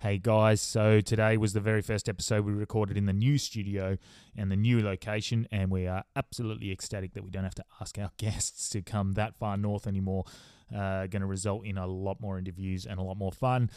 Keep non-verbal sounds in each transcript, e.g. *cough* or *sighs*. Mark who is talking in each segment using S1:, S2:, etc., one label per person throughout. S1: Hey guys, so today was the very first episode we recorded in the new studio and the new location, and we are absolutely ecstatic that we don't have to ask our *laughs* guests to come that far north anymore. Uh, Going to result in a lot more interviews and a lot more fun.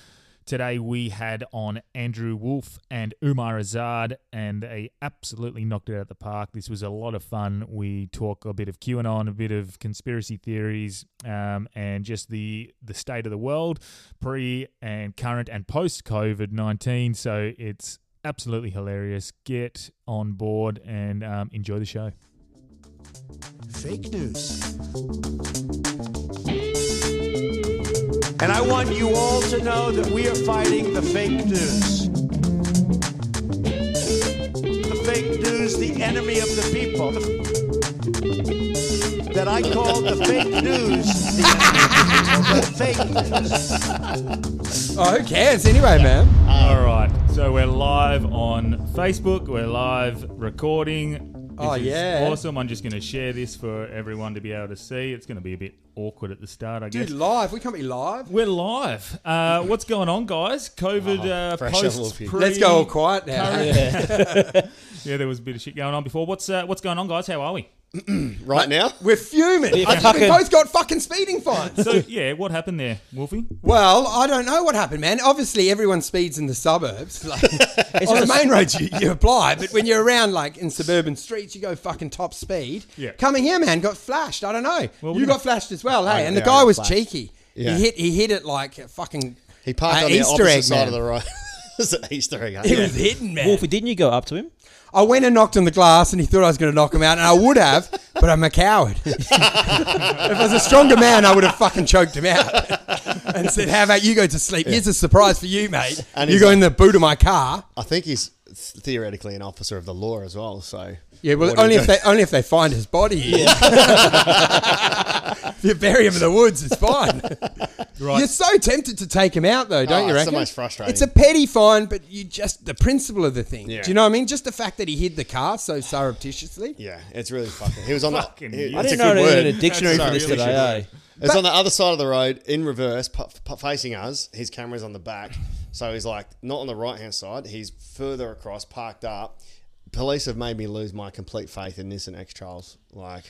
S1: Today we had on Andrew Wolf and Umar Azad, and they absolutely knocked it out of the park. This was a lot of fun. We talk a bit of QAnon, a bit of conspiracy theories, um, and just the the state of the world, pre and current and post COVID nineteen. So it's absolutely hilarious. Get on board and um, enjoy the show.
S2: Fake news.
S3: And I want you all to know that we are fighting the fake news. The fake news, the enemy of the people. That I call the fake news the enemy of the people. The fake news.
S4: Oh, who cares anyway, man?
S1: All right, so we're live on Facebook. We're live recording. This
S4: Oh,
S1: is
S4: yeah.
S1: awesome! I'm just going to share this for everyone to be able to see. It's going to be a bit awkward at the start, I guess.
S4: Dude, live. We can't be live.
S1: we're live. Uh, what's going on, guys?
S4: Oh,
S1: COVID uh,
S5: pressure
S1: post.
S5: off you.
S1: pre-
S4: Let's go all quiet now.
S1: *laughs*
S4: *laughs*
S1: Yeah, there was a bit of shit going on before. What's uh, what's going on, guys? How are we?
S5: Right now?
S4: We're fuming. we
S5: fucking-
S4: both got fucking speeding fines.
S5: *laughs*
S1: So
S4: *laughs*
S1: yeah, what happened there, Wolfie?
S4: well, I don't know what happened, man. Obviously, everyone speeds in the suburbs. *laughs* Like, on the main roads, you, you apply, but when you're around, like in suburban streets, you go fucking top speed.
S1: Yeah.
S4: Coming here, man, got flashed. I don't know.
S1: Well,
S4: you
S1: we-
S4: got flashed as well, hey?
S5: I-
S4: and the
S5: yeah, I
S4: guy
S5: got
S4: was
S5: flashed.
S4: cheeky.
S5: Yeah.
S4: He hit. He hit it like a fucking.
S5: He parked
S4: uh,
S5: on the
S4: Easter
S5: opposite
S4: egg,
S5: side
S4: man. *laughs*
S5: of the road. *laughs* it's an Easter egg. eh?
S4: He
S5: yeah.
S4: was hidden, man.
S6: *laughs* Wolfie, didn't you go up to him?
S4: I went and knocked on the glass, and he thought I was going to knock him out, and I would have, but I'm a coward. *laughs* if I was a stronger man, I would have fucking choked him out *laughs* and said, "How about you go to sleep? Here's a surprise for you, mate.
S5: *laughs* And
S4: you
S5: he's
S4: go
S5: like-
S4: in the boot of my car."
S5: I think he's theoretically an officer of the law as well. So
S4: Yeah, well,
S5: What do
S4: only
S5: you
S4: if
S5: do?
S4: they only if they find his body. if *laughs* you bury him in the woods, it's fine.
S1: Right.
S4: You're so tempted to take him out, though, don't
S5: Oh,
S4: you
S5: it's the
S4: reckon?
S5: most frustrating.
S4: It's a petty fine, but you just the principle of the thing.
S5: Yeah.
S4: Do you know what I mean? Just the fact that he hid the car so surreptitiously.
S5: *laughs* yeah, it's really fucking. He was on
S1: Fucking
S5: the. He,
S1: you.
S6: I
S5: it's
S6: didn't
S5: a
S6: know
S5: good
S6: there was
S5: word.
S6: a dictionary
S1: That's
S6: for
S1: a
S6: this
S1: really good
S6: today. eh?
S5: It's on the other side of the road in reverse, pu- pu- facing us. His camera's on the back, so he's like not on the right hand side. He's further across, parked up. Police have made me lose my complete faith in this and X Charles. Like,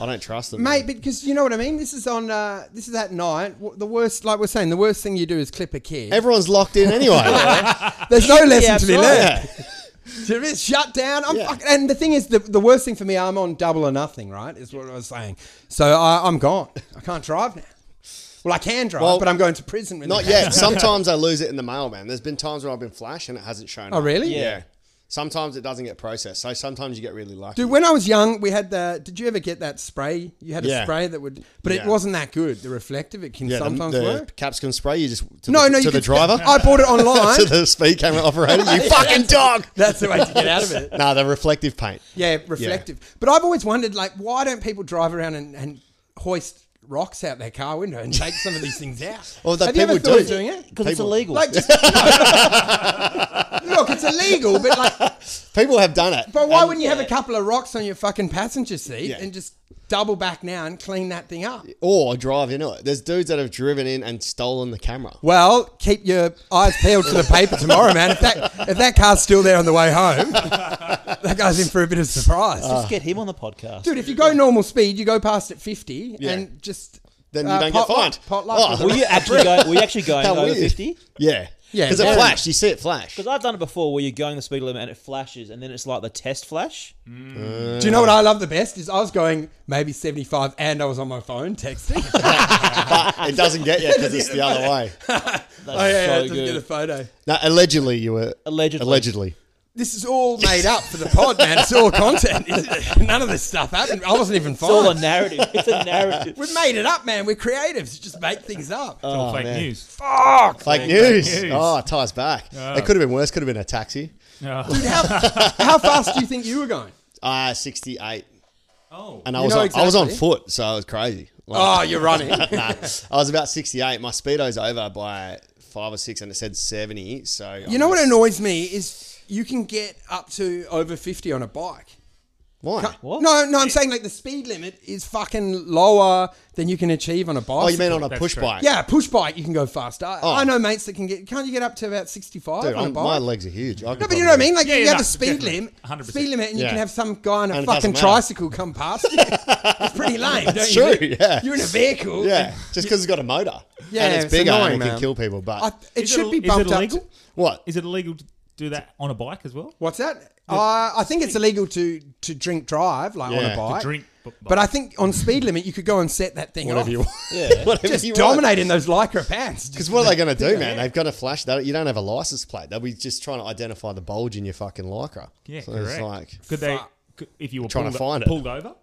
S5: I don't trust them,
S4: Mate,
S5: man.
S4: because you know what I mean. This is on. Uh, this is at night. W- The worst, like we're saying, the worst thing you do is clip a kid.
S5: Everyone's locked in
S6: *laughs*
S5: anyway.
S4: There's no
S5: *laughs*
S4: lesson to be
S6: absolutely.
S4: learned. There is shut down. I'm
S5: Yeah.
S4: fucking, and the thing is, the, the worst thing for me, I'm on double or nothing, right? Is what I was saying. So I, I'm gone. I can't drive now. Well, I can drive,
S5: Well,
S4: but I'm going to prison. When
S5: Not
S4: they catch
S5: yet. Sometimes I lose it in the mail, man. There's been times where I've been flash and it hasn't shown.
S4: Oh,
S5: up.
S4: really?
S5: Yeah.
S6: Yeah.
S5: Sometimes it doesn't get processed. So sometimes you get really lucky.
S4: Dude, when I was young, we had the. Did you ever get that spray? You had a
S5: Yeah.
S4: spray that would, but it
S5: Yeah.
S4: wasn't that good. The reflective, it can
S5: yeah,
S4: sometimes
S5: the, the
S4: work.
S5: capsicum spray. You just to
S4: No,
S5: the,
S4: no,
S5: to
S4: you
S5: the
S4: could-
S5: driver.
S4: *laughs* I bought it online.
S5: *laughs* to the speed camera operator.
S4: *laughs*
S5: You fucking dog.
S4: That's the way to get out of it.
S5: Nah, the reflective paint.
S4: Yeah, reflective. But I've always wondered, like, why don't people drive around and, and hoist rocks out their car window and take some of these things
S5: *laughs*
S4: out?
S5: Well, that
S4: Have you ever
S5: people
S4: thought
S5: do.
S4: of doing it?
S6: Because it's
S5: People-
S6: illegal.
S4: Like, just, look, it's illegal, but like,
S5: People have done it.
S4: but why
S5: And
S4: wouldn't you have a couple of rocks on your fucking passenger seat
S5: Yeah.
S4: and just double back now and clean that thing up?
S5: Or drive into it. There's dudes that have driven in and stolen the camera.
S4: Well, keep your eyes peeled to the paper tomorrow, man. If that if that car's still there on the way home, *laughs* that guy's in for a bit of surprise.
S5: Ah.
S6: Let's get him on the podcast.
S4: Dude, if you go normal speed, you go past at 50
S5: Yeah.
S4: and just.
S5: Then you
S4: uh,
S5: don't get
S4: potluck-
S5: fined.
S4: potluck
S5: Oh.
S4: with
S6: were
S4: the-
S6: you actually going? Were you
S5: *laughs*
S6: actually going
S5: How
S6: over
S5: weird.
S6: fifty?
S5: Yeah.
S4: Yeah,
S5: Because it
S4: very-
S5: flash. You see it flash.
S6: Because I've done it before, where you're going the speed limit and it flashes, and then it's like the test flash.
S4: Do you know what I love the best? Is I was going maybe 75 and I was on my phone
S5: *laughs*
S4: texting.
S5: But it doesn't get you because it's the other
S1: *laughs*
S5: way.
S6: That's
S4: oh, yeah, yeah,
S6: so
S4: it doesn't
S6: good.
S4: get a photo.
S5: Now, allegedly, you were.
S6: Allegedly.
S5: Allegedly.
S4: This is all made up for the pod, man. It's all content. *laughs* isn't it? None of this stuff happened. I wasn't even
S6: it's all a
S4: fined.
S6: narrative. It's
S4: *laughs*
S6: a narrative.
S4: We've made it up, man. We're creatives. Just make things up.
S5: Uh,
S1: It's all fake news.
S4: Fuck.
S5: Fake news.
S1: news.
S5: Oh, it ties back. It could have been worse. Could have been a taxi.
S1: Uh,
S4: How fast do you think you were going?
S5: Ah, 68.
S1: oh,
S5: And I
S4: You
S5: was,
S4: know
S5: on, I was on
S4: exactly.
S5: foot, so I was crazy.
S4: Oh,
S5: Like,
S4: you're running.
S5: nah, I was about 68. My speedo's over by five or six, and it said 70. So
S4: You know what annoys me is you can get up to over 50 on a bike.
S5: Why?
S6: What?
S4: No, no, I'm saying like the speed limit is fucking lower than you can achieve on a bike.
S5: Oh, you mean on a
S1: That's
S5: push
S1: true.
S5: bike?
S4: Yeah, push bike, you can go faster. I-
S5: Oh.
S4: I know mates that can get. Can't you get up to about sixty-five
S5: Dude,
S4: on a
S5: I'm-
S4: bike?
S5: my legs are huge. I
S4: no, but you know what I mean. Like
S1: Yeah,
S4: you
S1: yeah,
S4: have
S1: no,
S4: a speed
S1: definitely.
S4: limit,
S1: 100%.
S4: speed limit, and you
S5: Yeah.
S4: can have some guy on a
S5: And it
S4: fucking
S5: doesn't matter.
S4: tricycle come past.
S5: *laughs*
S4: you. it's pretty lame. Don't
S5: It's
S4: you
S5: true,
S4: think?
S5: yeah.
S4: You're in a vehicle.
S5: *laughs* Yeah, just because it's got a motor.
S4: Yeah,
S5: and it's,
S4: it's
S5: bigger
S4: annoying,
S5: and it
S4: man.
S5: can kill people. But
S4: I, it
S1: Is
S4: should
S1: it-
S4: be
S1: is it
S4: bumped up.
S1: illegal?
S4: to-
S5: what?
S1: Is it illegal to do that on a bike as well?
S4: what's that? Uh, I think it's illegal to to drink drive like on
S5: Yeah,
S4: a
S5: to
S4: bike.
S1: Drink. bu-
S4: But I think on speed limit you could go and set that thing
S5: Whatever
S4: off.
S5: you want. Yeah, *laughs*
S4: *laughs*
S5: whatever
S4: Just
S5: you want.
S4: dominating those lycra pants.
S5: Because what are they going to do, man? They've got to flash that. You don't have a license plate. They'll be just trying to identify the bulge in your fucking lycra.
S1: Yeah,
S5: so
S1: correct.
S5: it's like
S1: could they, could, if you were
S5: Trying to
S1: pulled,
S5: find it.
S1: pulled over,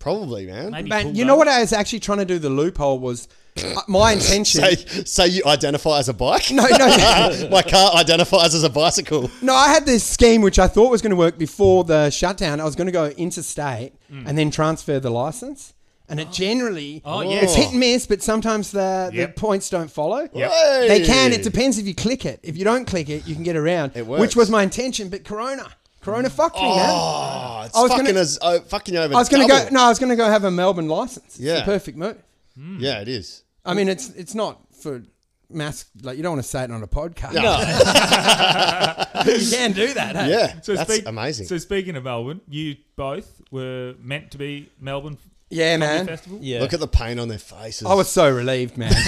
S5: probably, man.
S1: maybe
S4: Man,
S1: pulled
S4: you know
S1: over.
S4: what I was actually trying to do the loophole
S5: *laughs*
S4: was uh, my intention.
S5: Say, say you identify as a bike.
S4: no, no,
S5: *laughs* my car identifies as a bicycle.
S4: no. I had this scheme which I thought was going to work before the shutdown. I was going to go interstate
S5: Mm.
S4: and then transfer the license. And it generally,
S1: Oh, yeah.
S4: it's hit and miss, but sometimes the,
S1: Yep.
S4: the points don't follow.
S1: Yep.
S4: They can. It
S5: depends.
S4: depends if you click it. If you don't click it, you can get around.
S5: It
S4: Which
S5: works.
S4: was my intention, but Corona, Corona fucked me, man.
S5: Oh, it's
S4: I was
S5: fucking
S4: gonna-
S5: as oh, fucking over.
S4: I was going to go.
S5: double.
S4: No, I was going to go have a Melbourne license. It's
S5: Yeah.
S4: the perfect move.
S5: Yeah, it is.
S4: I mean, it's it's not for mass. Like you don't want to say it on a podcast. *laughs* you can do that. Hey?
S5: Yeah,
S1: So
S5: that's
S1: speak-
S5: amazing.
S1: So speaking of Melbourne, you both were meant to be Melbourne
S4: Yeah,
S1: Comedy
S4: man.
S1: Festival.
S6: Yeah.
S5: Look at the pain on their faces.
S4: I was so relieved, man. *laughs*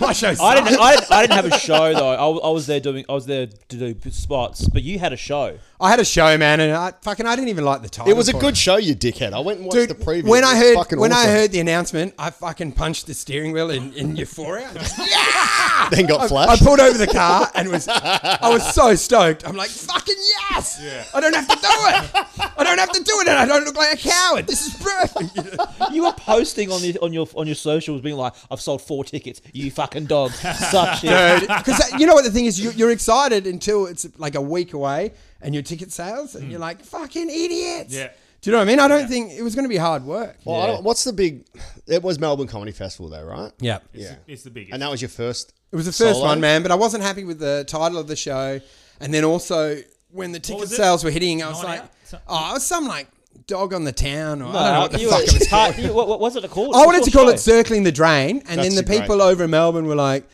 S4: My show.
S6: I didn't, I didn't. I didn't have a show though. I, w- I was there doing. I was there to do spots, but you had a show.
S4: I had a show, man, and I fucking I didn't even like the title.
S5: It was a
S4: for
S5: good show, you dickhead. I went and watched
S4: Dude,
S5: the preview.
S4: when
S5: It
S4: I
S5: was
S4: heard
S5: fucking
S4: when I
S5: awesome.
S4: heard the announcement, I fucking punched the steering wheel in, in euphoria.
S5: *laughs* then got
S4: I
S5: flashed.
S4: pulled over the car and was I was so stoked. I'm like, fucking yes! I don't have to do it. I don't have to do it, and I don't look like a coward. This is perfect. *laughs* You know?
S6: You were posting on the, on your on your socials, being like, "I've sold four tickets. You fucking dogs, such shit."
S4: *laughs* Because you know what the thing is, you, you're excited until it's like a week away and your ticket sales, and you're like, fucking idiots.
S1: Yeah.
S4: Do you know what I mean? I don't think it was going to be hard work.
S5: Well, I don't- what's the big? It was Melbourne Comedy Festival, though, right?
S4: Yeah.
S5: yeah.
S1: It's the biggest.
S5: and that was your first.
S4: It was the first
S5: solo?
S4: one, man, but I wasn't happy with the title of the show. And then also when the ticket
S1: was it?
S4: sales were hitting, I was
S1: Nine
S4: like,
S1: out? So-
S4: oh, it was some like dog on the town or I don't know
S6: Uh,
S4: what the
S6: you
S4: fuck
S6: were-
S4: it was called.
S6: you- what, what was it called?
S4: I wanted
S6: What's
S4: to
S6: your
S4: call it
S6: show?
S4: Circling the Drain, and then
S5: That's
S4: the
S5: a great-
S4: people over in Melbourne were like,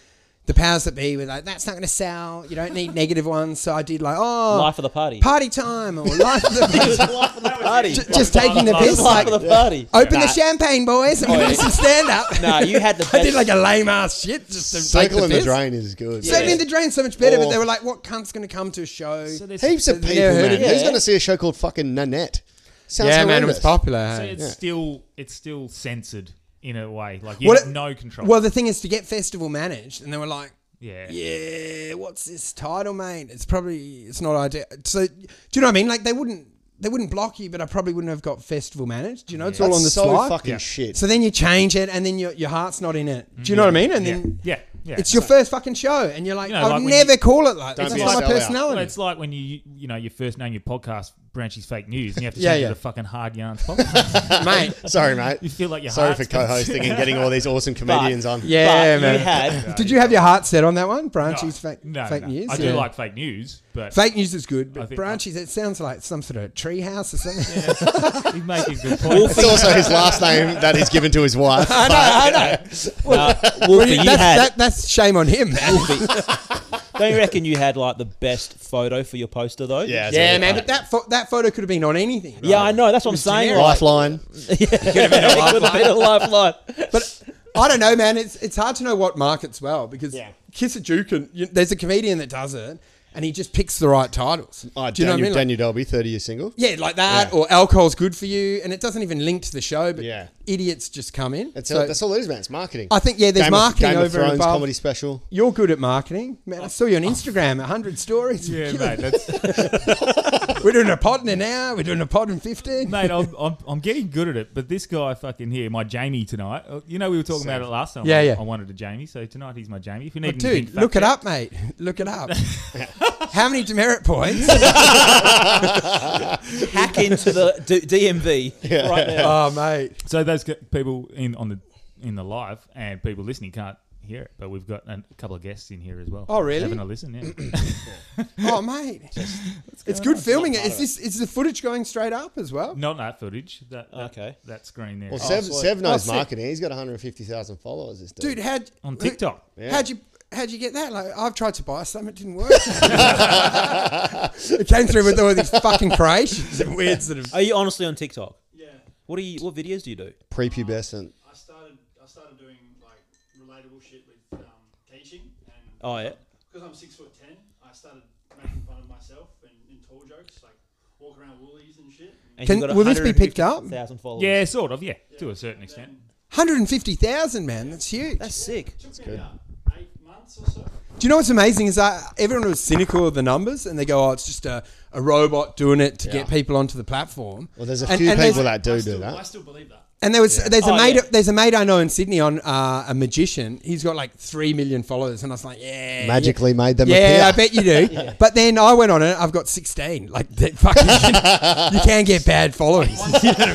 S4: the powers that be were like, that's not going to sell. You don't need negative ones. So I did like, oh,
S6: Life of the party.
S4: party time or life of *laughs*
S6: *laughs*
S4: the
S6: Life of the party.
S4: J- just taking the piss.
S6: Life *laughs*
S4: Like,
S6: of the party.
S4: open
S6: Nah. Oh,
S4: the champagne, boys, and we *laughs*
S6: yeah.
S4: do some stand up.
S6: *laughs* Nah, you had the
S4: *laughs* I did
S6: best-
S4: like a lame ass shit just to take
S5: Cycle in the
S4: piss.
S5: drain is good.
S4: Circling
S6: Yeah.
S4: the drain's so much better, but
S5: Or-
S4: they were like, what cunt's going to come to a show?
S1: so there's
S5: Heaps of
S4: Yeah,
S5: people,
S4: I heard
S5: man.
S4: it,
S5: Who's
S6: yeah.
S5: going to see a show called fucking Nanette? Sounds horrendous.
S1: So
S4: popular.
S1: it's still it's still censored in a way. Like you
S4: Well,
S1: have no control.
S4: Well, the thing is, to get festival managed, and they were like,
S1: yeah.
S4: yeah, what's this title, mate? It's probably it's not ideal. So do you know what I mean? Like they wouldn't they wouldn't block you, but I probably wouldn't have got festival managed. Do you know? It's all
S5: That's
S4: on the
S5: so
S4: slide.
S5: fucking
S1: Yeah.
S5: shit.
S4: so then you change it, and then your your heart's not in it. Do you know what I mean? And
S1: Yeah.
S4: then
S1: yeah. Yeah.
S4: it's your first fucking show, and you're like,
S1: You know,
S4: I would
S1: like when
S4: never call it like.
S5: Don't
S4: It's
S5: be
S4: not my
S5: a sellout.
S1: Well,
S5: *laughs*
S4: personality.
S1: it's like when you you know your first name your podcast branches fake news and you have to
S4: Yeah,
S1: change
S4: yeah.
S1: it to fucking hard
S4: *laughs*
S1: yarns podcast.
S4: Mate,
S5: Sorry, mate.
S1: you feel like your
S5: Sorry
S1: heart's
S5: for
S1: gonna-
S5: co-hosting and getting all these awesome comedians on.
S4: Yeah.
S6: But
S4: man.
S6: You had.
S4: did you have your heart set on that one?
S1: No,
S4: Branchies fake
S1: no,
S4: fake
S1: no.
S4: news.
S1: I do
S4: Yeah.
S1: like fake news, but
S4: Fake news is good,
S1: I
S4: but
S1: think-
S4: branchies, it sounds like some sort of tree house or something. *laughs*
S1: you make a good
S5: It's
S1: point.
S5: also his last name that he's given to his wife.
S4: *laughs* I know, I know.
S6: Nah, Wolfie, you
S4: that's,
S6: had.
S4: that, that's shame on him, man. *laughs*
S6: Don't you reckon you had like the best photo for your poster though? *laughs*
S5: Yeah,
S4: Yeah, man, but that fo- that photo could have been on anything. right?
S6: Yeah, I know. That's what I'm saying.
S4: generic.
S6: Like,
S5: Lifeline. Oh,
S6: could
S4: *laughs*
S6: have been a lifeline.
S4: But I don't know, man. It's it's hard to know what markets well because
S5: Yeah.
S4: Kiss a Duke and you, there's a comedian that does it, and he just picks the right titles.
S5: Oh,
S4: Do you know what
S5: Daniel,
S4: I mean? Like-
S5: Daniel Dolby, 30 year single.
S4: yeah, like that,
S5: Yeah.
S4: or alcohol's good for you, and it doesn't even link to the show, but
S5: Yeah.
S4: idiots just come in.
S5: That's,
S4: So
S5: all, that's all it is, man. It's marketing.
S4: I think yeah, there's
S5: Game of-
S4: marketing
S5: Game
S4: over
S5: of Thrones
S4: and above.
S5: comedy special.
S4: You're good at marketing, man. I saw you on Instagram, hundred stories. *laughs*
S1: Yeah,
S4: Killing
S1: mate,
S4: it.
S1: that's,
S4: We're doing a pod in an hour. We're doing a pod in fifteen.
S1: mate, I'm, I'm, I'm getting good at it. But this guy fucking here, my Jamie tonight. uh, You know, we were talking about it last time.
S4: Yeah,
S1: I,
S4: yeah.
S1: I wanted a Jamie, so tonight he's my Jamie. If you need,
S4: But
S1: anything
S4: dude, look it
S1: fact-checked-
S4: up, mate. Look it up. How many demerit points?
S6: Hack into the D- DMV right now.
S4: oh, mate.
S1: So those c- people in on the in the live and people listening can't hear it, but we've got an- a couple of guests in here as well.
S4: Oh, really?
S1: Having a listen,
S4: *clears throat*
S1: yeah.
S4: Oh, mate. it's good filming it. Is this is the footage going straight up as well?
S1: Not that footage. That, that
S6: Okay.
S1: That screen there
S5: Well, Sev,
S6: sweet.
S5: Sev knows
S4: Oh, sick.
S5: marketing. He's got 150,000 followers. This dude.
S4: Dude, how'd
S1: on
S4: who-
S1: TikTok.
S4: *laughs*
S5: Yeah.
S4: How'd you how'd you get that? Like I've tried to buy some, it didn't work. it came through with all these fucking creations and weird sort
S6: *laughs*
S4: of
S6: Are you honestly on TikTok?
S7: Yeah,
S6: What are you? What videos do you do?
S5: prepubescent.
S7: I started. I started doing like relatable shit with um, teaching, and
S6: Oh yeah.
S7: because I'm six foot ten, I started making fun of myself and, and tall jokes, like walk around Woolies and shit.
S6: And
S7: And
S4: Can-
S6: you've got
S4: will this be picked up?
S6: 150,000 followers.
S1: Yeah, sort of. Yeah, to a certain extent.
S4: hundred and fifty thousand, man. That's huge.
S6: That's sick.
S7: it took me about eight months or so.
S4: Do you know what's amazing is that everyone was cynical of the numbers and they go, "Oh, it's just a, a robot doing it to get people onto the platform."
S5: Well, there's a
S4: And-
S5: few
S4: and
S5: people
S4: there's-
S5: that do
S7: I
S5: do
S7: still, I
S5: that.
S7: still believe that.
S4: And there was there's a
S6: Oh,
S4: mate
S6: yeah.
S4: there's a mate I know in Sydney on uh, a magician. He's got like three million followers, and I was like, yeah,
S5: Magically made them
S4: yeah,
S5: appear.
S4: I bet you
S5: *laughs*
S4: do. But then I went on it. I've got sixteen. Like that fucking, you can get bad followings. *laughs*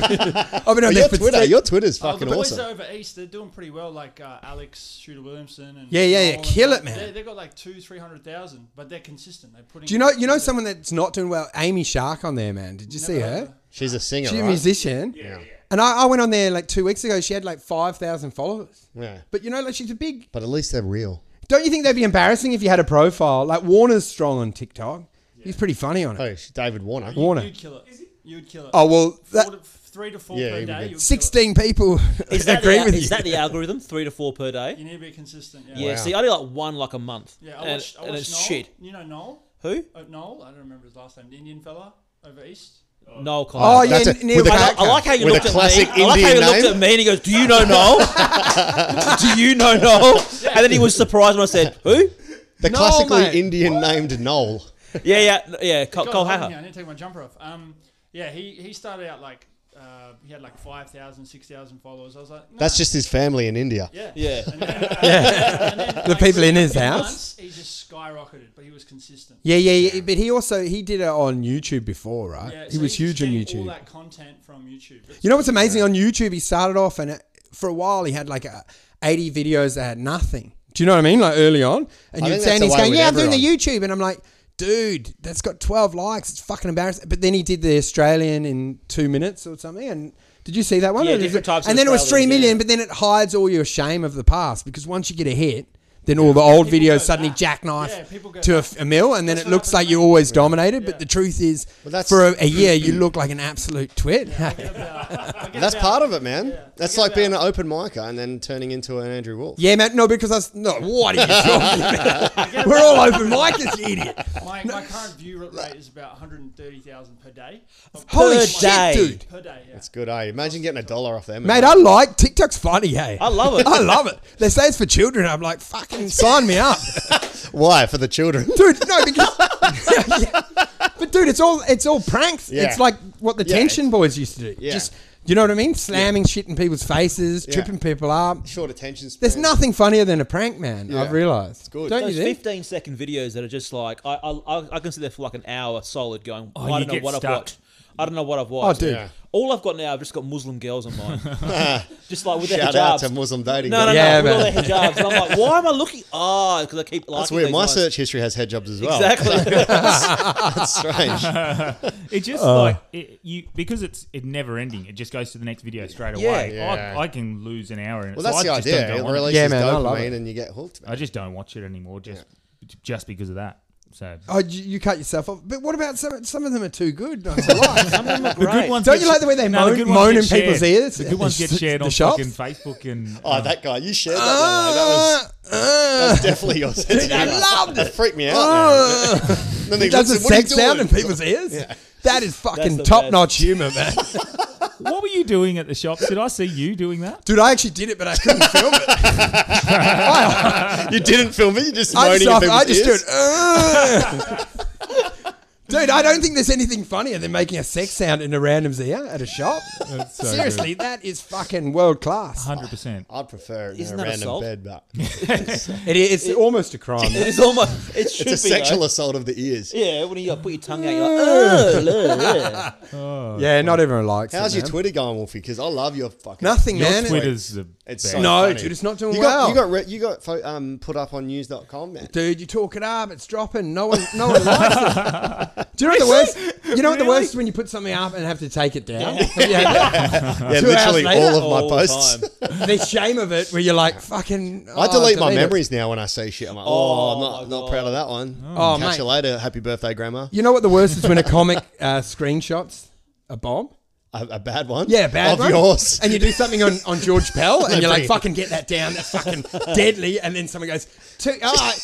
S4: I've been on
S5: But
S4: there
S5: your
S4: for
S5: Twitter,
S4: three-
S5: your Twitter's
S7: Oh, the
S5: fucking
S7: boys
S5: awesome.
S7: over east, they're doing pretty well. Like uh, Alex Shooter Williamson and
S4: Yeah, yeah, yeah,
S7: Noel and
S4: kill it,
S7: that.
S4: man.
S7: They, they've got like two, three hundred thousand, but they're consistent. They put.
S4: do you know you know someone that's not doing well? Amy Shark on there, man. Did you see her?
S5: She's a singer,
S4: She's a
S5: right?
S4: musician.
S5: Yeah.
S4: And I, I went on there like two weeks ago. She had like five thousand followers.
S5: Yeah.
S4: But you know, like she's a big.
S5: But at least they're real.
S4: Don't you think that'd be embarrassing if you had a profile like Warner's strong on TikTok? He's pretty funny on it.
S5: Oh, she's David Warner.
S4: Warner.
S7: You'd kill it. You'd kill it.
S4: Oh well,
S7: Four
S4: that
S7: to- three to four
S5: Yeah,
S7: per
S5: it'd be
S7: day.
S5: good.
S7: you'd kill it.
S4: sixteen people *laughs*
S6: Is that,
S4: agree
S6: the,
S4: with
S6: is
S4: you.
S6: that *laughs* the algorithm? Three to four per
S7: You
S6: day.
S7: need to be consistent. Yeah.
S6: Yeah.
S5: Wow.
S6: See, I do like one like a month.
S7: Yeah,
S6: and,
S7: I watched. I
S6: and
S7: watched
S6: it's
S7: Noel.
S6: shit.
S7: You know Noel?
S6: Who?
S7: Uh, Noel. I don't remember his last name. The Indian fella over east.
S6: Noel Connor.
S4: Oh yeah,
S5: That's it.
S4: Neil
S5: With a-
S6: I,
S4: Packer.
S6: I like how you
S5: With a
S6: looked
S5: classic
S6: at me. I like how you
S5: Indian
S6: looked
S5: name.
S6: at me and he goes, "Do you know Noel? *laughs* Do you know Noel?" And then he was surprised when I said,
S7: *laughs*
S6: "Who?"
S5: The
S4: No,
S5: classically
S4: mate.
S5: Indian named Noel.
S6: Yeah, yeah, yeah. Cole,
S7: God,
S6: Cole
S7: pardon me,
S6: Hacker.
S7: I need to take my jumper off. Um, yeah, he, he started out like uh, he had like 5,000, 6,000 followers. I was like, nah.
S5: That's just his family in India.
S4: *laughs*
S7: yeah,
S6: Yeah.
S7: And then, uh, and then,
S4: The
S7: like,
S4: people in his
S7: two
S4: house?
S7: months, he just skyrocketed, but he was consistent.
S4: Yeah, yeah, yeah. But he also he did it on YouTube before, right?
S7: Yeah,
S4: he
S7: so
S4: was
S7: he's
S4: huge on
S7: getting All
S4: YouTube.
S7: that content from YouTube.
S4: You know what's amazing on YouTube? He started off and it, for a while he had like a, 80 videos that had nothing. Do you know what I mean? Like early on, and
S5: I
S4: you'd
S5: think
S4: say
S5: that's
S4: and
S5: the
S4: he's
S5: way
S4: going,
S5: with
S4: "Yeah, I'm doing the
S5: everyone.
S4: YouTube," and I'm like, "Dude, that's got 12 likes. It's fucking embarrassing." But then he did the Australian in two minutes or something, and. Did you see that one?
S6: Yeah,
S4: Or did
S6: different
S4: you-
S6: types of
S4: and then it was three
S6: Australians,
S4: million,
S6: yeah.
S4: but then it hides all your shame of the past because once you get a hit, then all the old
S7: people
S6: "Ah."
S4: videos
S7: go
S4: suddenly
S7: back.
S4: jackknife
S7: Yeah, people go
S5: "Ah."
S4: to a,
S7: back.
S4: f- a mill, and then
S7: That's
S4: it
S7: what
S4: looks
S7: happened
S4: like
S7: to
S4: you're
S7: me.
S4: always dominated. But
S7: Yeah.
S4: the truth is,
S5: that's-
S4: for a, a year, you look like an absolute twit. *laughs*
S5: That's part of it, man.
S7: Yeah.
S5: That's
S7: I get
S5: like being an
S7: about-
S5: open micer and then turning into an Andrew Wolf.
S4: Yeah, man. No, because I was no. What are you talking about? We're all open micers, you idiot. *laughs*
S7: My, my current view rate is about 130,000 per day. Of-
S4: Holy
S6: Per
S4: shit,
S6: day.
S4: dude.
S7: Per day, yeah.
S5: It's good, eh? Imagine getting a dollar off them.
S4: Mate, I like TikTok's funny. Hey,
S6: I love it.
S4: I love it. They say it's for children. I'm like, fucking sign me up,
S5: Why? For the children. *laughs*
S4: dude. No, because. *laughs* But dude, it's all it's all pranks.
S5: Yeah.
S4: It's like what the
S5: Yeah,
S4: tension boys used to do.
S5: Yeah.
S4: Just you know what I mean? Slamming shit in people's faces,
S5: Yeah.
S4: tripping people up.
S5: Short attention span.
S4: There's nothing funnier than a prank, man.
S5: Yeah.
S4: I've realised. It's
S5: good.
S4: Don't
S6: Those
S4: you think?
S6: 15 second videos that are just like I I, I, I can sit there for like an hour solid going.
S1: Oh,
S6: I
S1: you
S6: don't know
S1: get
S6: what I've
S1: stuck.
S6: watched. I don't know what I've watched.
S4: dude.
S5: Yeah.
S6: All I've got now, I've just got Muslim girls
S4: *laughs*
S6: on mine. *laughs* just like with their
S5: Shout out
S6: hijabs.
S5: to Muslim dating.
S6: no, no,
S5: guys.
S4: Yeah,
S6: no. With all their
S4: man.
S6: hijabs. And I'm like, why am I looking? Ah, because I keep liking
S5: That's weird.
S6: these
S5: My
S6: ones.
S5: search history has head jobs as well. *laughs*
S6: Exactly. *laughs*
S1: *laughs*
S5: That's strange.
S1: It just
S4: Uh.
S1: like it, you because it's it never ending. It just goes to the next video straight
S6: Yeah.
S1: away.
S5: Yeah.
S1: I, I can lose an hour. In it.
S5: Well,
S1: so
S5: that's the
S1: I just don't
S5: idea.
S1: go
S5: It
S1: on it.
S5: releases
S4: Yeah, man, I love
S5: dopamine
S4: it.
S5: and you get hooked.
S1: I just don't watch it anymore. Just just because of that. So
S4: Oh, you, you cut yourself off. But what about some? Some of them are too good. I like.
S6: Some of them are
S1: the
S6: great.
S1: good ones.
S4: Don't
S1: get
S4: you like the way they moan-
S1: good ones
S4: moan
S1: get
S4: in people's
S1: shared.
S4: ears?
S1: The good ones get
S4: The
S1: shared on
S4: shops?
S1: fucking Facebook and
S5: Oh,
S4: Mm.
S5: that guy. You shared that. the other day. That was. That's definitely
S4: *laughs*
S5: your sense.
S4: I Ah. loved
S5: That
S4: it.
S5: freaked me out.
S4: Uh,
S5: man. *laughs* Then he
S4: does a
S5: looks at- "What are you
S4: sex sound in
S5: doing?"
S4: people's ears. That is
S6: That's
S4: fucking
S6: the
S4: top notch humor, man.
S1: what were you doing at the shop? Did I see you doing that?
S4: Dude, I actually did it, but I couldn't film it. I,
S5: You didn't film it. You just
S4: I
S5: moaning
S4: just,
S5: in
S4: I
S5: people's
S4: just
S5: ears.
S4: do it. uh. Dude, I don't think there's anything funnier than making a sex sound in a random's ear at a shop.
S1: That's so
S4: Seriously, that is fucking world class.
S1: hundred percent.
S5: I'd prefer it
S6: Isn't
S5: in a
S6: that
S5: random
S6: assault?
S5: bed,
S4: *laughs*
S5: but
S4: It is, it's almost a *laughs* crime.
S6: It is almost. It should
S5: it's a
S6: be. though.
S5: sexual assault of the ears.
S6: Yeah, when you like, put your tongue out, you're
S4: *laughs*
S6: like, "Oh, "Ugh,
S5: *laughs*
S6: ugh, ugh."
S4: yeah, not everyone likes it.
S5: How's your
S4: man.
S5: Twitter going, Wolfie? Because I love your fucking
S4: Nothing,
S1: Your
S4: man.
S1: Twitter's the
S5: It's
S1: best.
S5: so
S4: No,
S5: funny.
S4: dude, it's not doing
S5: you
S4: well.
S5: Got, you got re- you got pho- um, put up on news.com, man.
S4: Dude, you talk it up. It's dropping. No one, no one likes it. Do you know what the worst? You know what the worst is when you put something up and have to take it down. Yeah.
S5: Yeah,
S4: Two hours
S5: literally
S4: later?
S5: all of my
S6: All the
S5: posts.
S6: time.
S4: the shame of it, where you're like, fucking.
S5: *laughs* I
S4: oh,
S5: delete my
S4: delete it.
S5: memories now when I see shit. I'm like, oh, I'm not, not proud of that one.
S4: Oh,
S5: Catch
S4: mate.
S5: you later. Happy birthday, Grandma.
S4: You know what the worst is when a comic uh, screenshots a bomb.
S5: A, a bad one?
S4: Yeah, bad
S5: Of
S4: one.
S5: yours.
S4: And you do something on, on George Pell, and you're like,
S5: brilliant.
S4: fucking get that down. That's fucking deadly. And then someone goes, too, oh,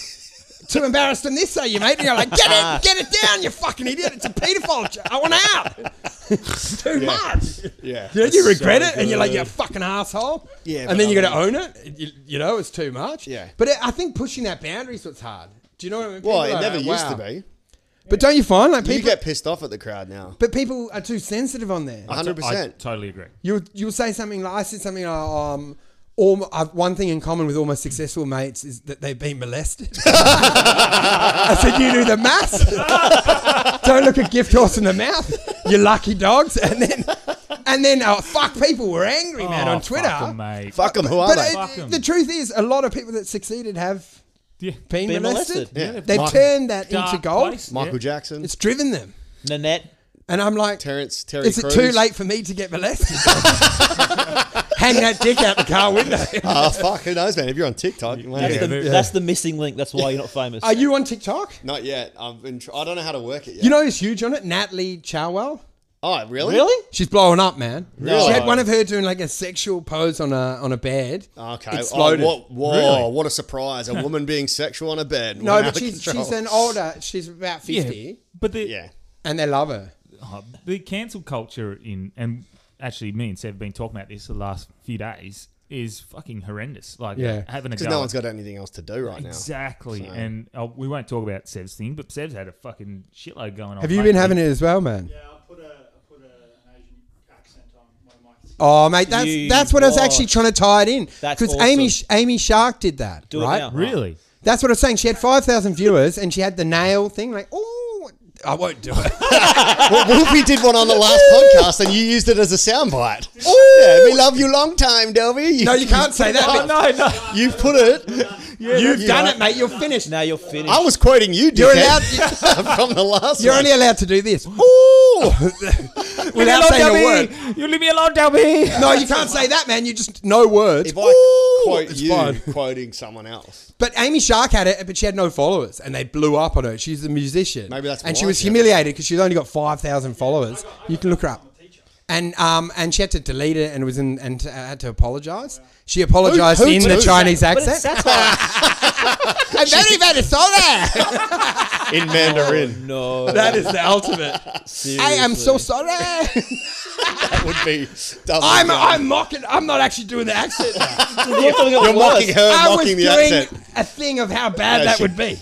S4: too embarrassed in this, are you, mate? And you're like, get it, get it down, you fucking idiot. It's a paedophile. jo- I want out. *laughs* It's too much.
S5: yeah.
S4: You, know, you regret it, and you're like, you're a fucking asshole.
S5: Yeah, but
S4: And then
S5: I
S4: you're going to own it. You, you know, it's too much.
S5: Yeah.
S4: But it, I think pushing that boundary's what's hard. Do you know what I mean?
S5: Well,
S4: People
S5: it
S4: are
S5: never
S4: like,
S5: used to
S4: wow.
S5: be.
S4: But don't you find like
S5: you
S4: people?
S5: get Uh-huh. pissed off at the crowd now.
S4: but people are too sensitive on there.
S5: 100%.
S1: I totally agree.
S4: You you'll say something like I said something like um. All, I've, one thing in common with all my successful mates is that they've been molested. *laughs* I said, "You do the maths. Don't look a gift horse in the mouth. You lucky dogs." And then, and then, oh fuck, people were angry, man,
S1: Oh,
S4: on Twitter.
S1: fuck 'em, mate.
S5: Fuck them. Who are
S4: But
S5: they?
S4: it-
S1: Fuck 'em.
S4: the truth is, a lot of people that succeeded have
S1: Yeah.
S4: been,
S6: Been
S4: molested.
S6: molested.
S5: Yeah.
S4: They've
S5: Mark-
S4: turned that
S1: Dark
S4: into gold.
S1: place.
S5: Michael
S1: Yeah.
S5: Jackson,
S4: It's driven them,
S6: Nanette.
S4: and I'm like,
S5: Terrence, Terry
S4: Is it
S5: Crews.
S4: too late for me to get molested? *laughs* Hang that dick out the car
S5: *laughs*
S4: window.
S5: Oh, fuck. Who knows, man? If you're on TikTok, you might
S6: That's,
S5: get-
S6: the, that's the missing link. That's why you're not famous.
S4: Are you on TikTok?
S5: Not yet. I've been. Tr- I don't know how to work it yet.
S4: You know who's huge on it? Natalie Chowell.
S5: oh, really?
S6: really?
S4: She's blowing up, man.
S5: Really?
S4: She had one of her doing like a sexual pose on a on a bed.
S5: Okay.
S4: Exploded.
S5: Oh, what, whoa!
S1: Really?
S5: What a
S4: *laughs*
S5: surprise! A woman being sexual on a bed.
S4: No,
S5: Wow,
S4: but she's,
S5: control.
S4: she's an older. She's about fifty,
S1: Yeah. But the,
S5: yeah.
S4: and they love her.
S1: oh, the cancel culture in and actually me and Seb have been talking about this the last few days is fucking horrendous. Like
S4: Yeah.
S1: having a go.
S5: Because no
S1: at-
S5: one's got anything else to do right now.
S1: exactly. And uh, we won't talk about Seb's thing, but Seb's had a fucking shitload going on.
S4: Have you been
S1: lately.
S4: having it as well, man?
S7: Yeah, I put a, I put a, an Asian accent on one of my skits.
S4: Oh, mate, that's
S6: You
S4: that's what I was actually
S6: watch.
S4: trying to tie it in
S6: That's
S4: because Amy
S6: awesome.
S4: Amy Shark did that,
S6: Do it
S4: right?
S6: now.
S1: Really?
S4: That's what I was saying. She had 5,000 viewers and she had the nail thing, like, oh, I won't do
S6: *laughs*
S4: it.
S5: well, Wolfie did one on
S4: *laughs*
S5: the last podcast, and you used it as a soundbite. Yeah, we love you long time, Delby.
S4: No, you can't say that.
S5: Oh,
S1: No, no.
S5: You put it.
S4: You've
S5: you
S4: done
S5: are-
S4: it, mate. You're finished.
S6: Now you're finished.
S5: I was quoting you,
S4: You're
S5: dickhead, from the last.
S4: You're
S5: one.
S4: only allowed to do this. Ooh! Without saying a word.
S1: You leave me alone, Delby.
S4: No, you can't say that, man. You just, no words.
S5: *laughs* If I
S4: Ooh,
S5: quote
S4: it's
S5: you,
S4: fine.
S5: quoting someone else.
S4: But Amy Shark had it, but she had no followers and they blew up on her. She's a musician.
S5: Maybe that's
S4: And
S5: why
S4: she was
S5: she had-
S4: humiliated because she's only got 5,000 followers. You can look her up. And um and she had to delete it and was in and uh, had to apologize. She apologized
S5: Who- who
S4: in the
S5: does
S4: Chinese
S6: but it's
S4: accent. *laughs*
S6: satire.
S4: I very very sorry.
S5: In Mandarin.
S6: no.
S4: That is the ultimate. I am so sorry.
S5: *laughs* That would be. double
S4: I'm
S5: down.
S4: I'm mocking. I'm not actually doing the accent. now.
S6: You're, doing
S5: *laughs*
S6: it
S5: You're
S6: worse.
S5: mocking her,
S4: I was
S5: mocking the
S4: doing
S5: accent.
S4: a thing of how bad that
S5: she-
S4: would be.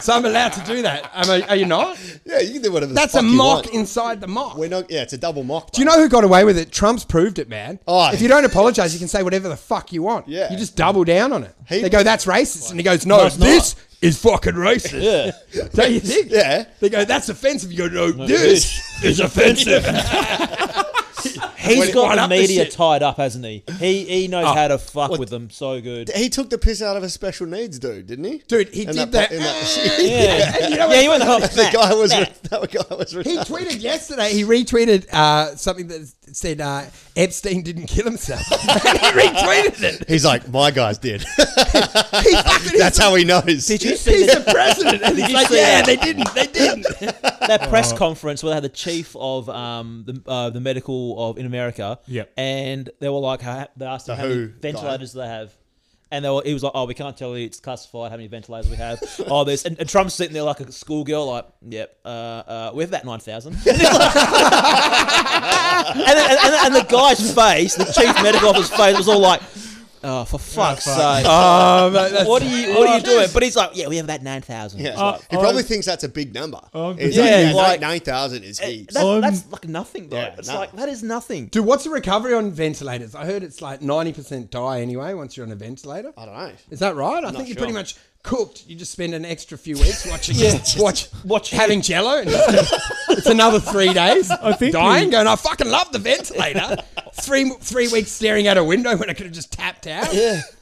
S4: so I'm allowed to do that. Am I, are you not?
S5: Yeah, you can do whatever.
S4: That's
S5: the
S4: a
S5: fuck you
S4: mock
S5: want.
S4: inside the mock.
S5: We're not. Yeah, it's a double mock.
S4: do you know who got away with it? Trump's proved it, man.
S5: Oh.
S4: if you don't apologize, you can say whatever the fuck you want.
S5: Yeah.
S4: You just double down on it.
S5: He-
S4: they go, "That's racist," and he goes, "No,
S6: it's not."
S4: this is fucking racist."
S6: Yeah.
S4: *laughs* Don't you think?
S5: Yeah.
S4: They go, that's offensive. You go, no, this is offensive. *laughs*
S6: He's
S4: He's
S6: got the media tied up, hasn't he? He he knows
S4: Oh.
S6: how to fuck
S5: What-
S6: with them so good.
S5: *laughs* He took the piss out of a special needs dude, didn't he?
S4: Dude, he
S5: In
S4: did that.
S5: that- in
S4: *laughs*
S5: that-
S6: Yeah,
S4: you know
S6: yeah, he went the whole.
S5: *laughs* the guy was *laughs* that guy was
S4: He
S5: retarded.
S4: tweeted yesterday. He retweeted uh, something that said uh, Epstein didn't kill himself. *laughs* and he retweeted it.
S5: He's like, my guys *laughs* did.
S4: He fucking,
S5: That's how he knows.
S6: Did you see
S4: he's the
S6: that,
S4: president. And he's
S6: you
S4: like,
S6: see
S4: yeah,
S6: that?
S4: they didn't. They didn't.
S6: *laughs* that press conference where they had the chief of um the uh, the medical of in America?
S1: Yep.
S6: And they were like, how- they asked him how many
S5: WHO guy.
S6: ventilators they have. And they were, he was like, "Oh, we can't tell you; it's classified how many ventilators we have." *laughs* oh, there's and, and Trump's sitting there like a schoolgirl, like, "Yep, uh, uh, we have about 9,000. *laughs* and, then- and, and, and the guy's face, the chief medical officer's face, was all like, Oh, for fuck's sake!
S4: *laughs* Oh, that- that's-
S6: what are you What are you doing? But he's like, yeah, we have about nine thousand.
S5: *laughs* Yeah, it's
S1: Uh,
S5: like- he
S1: I've-
S5: probably thinks that's a big number.
S1: I've-
S5: It's
S6: Yeah,
S5: like, yeah,
S6: like-
S5: nine thousand is heaps.
S6: That's,
S1: Um,
S6: that's like nothing, though.
S5: yeah,
S6: it's
S5: no.
S6: like that is nothing.
S4: Dude, what's the recovery on ventilators? I heard it's like 90% die anyway once you're on a ventilator.
S5: I don't know.
S4: Is that right? I
S5: Not
S4: think you're
S5: sure.
S4: pretty much cooked. You just spend an extra few weeks watching,
S6: Yeah,
S4: just *laughs* watch,
S6: watch
S4: having jello. And just- it's another three days. *laughs* I
S1: think
S4: dying,
S1: we-
S4: going, I fucking love the *laughs* ventilator. three three weeks staring out a window when I could have just tapped out. Yeah.
S5: *laughs*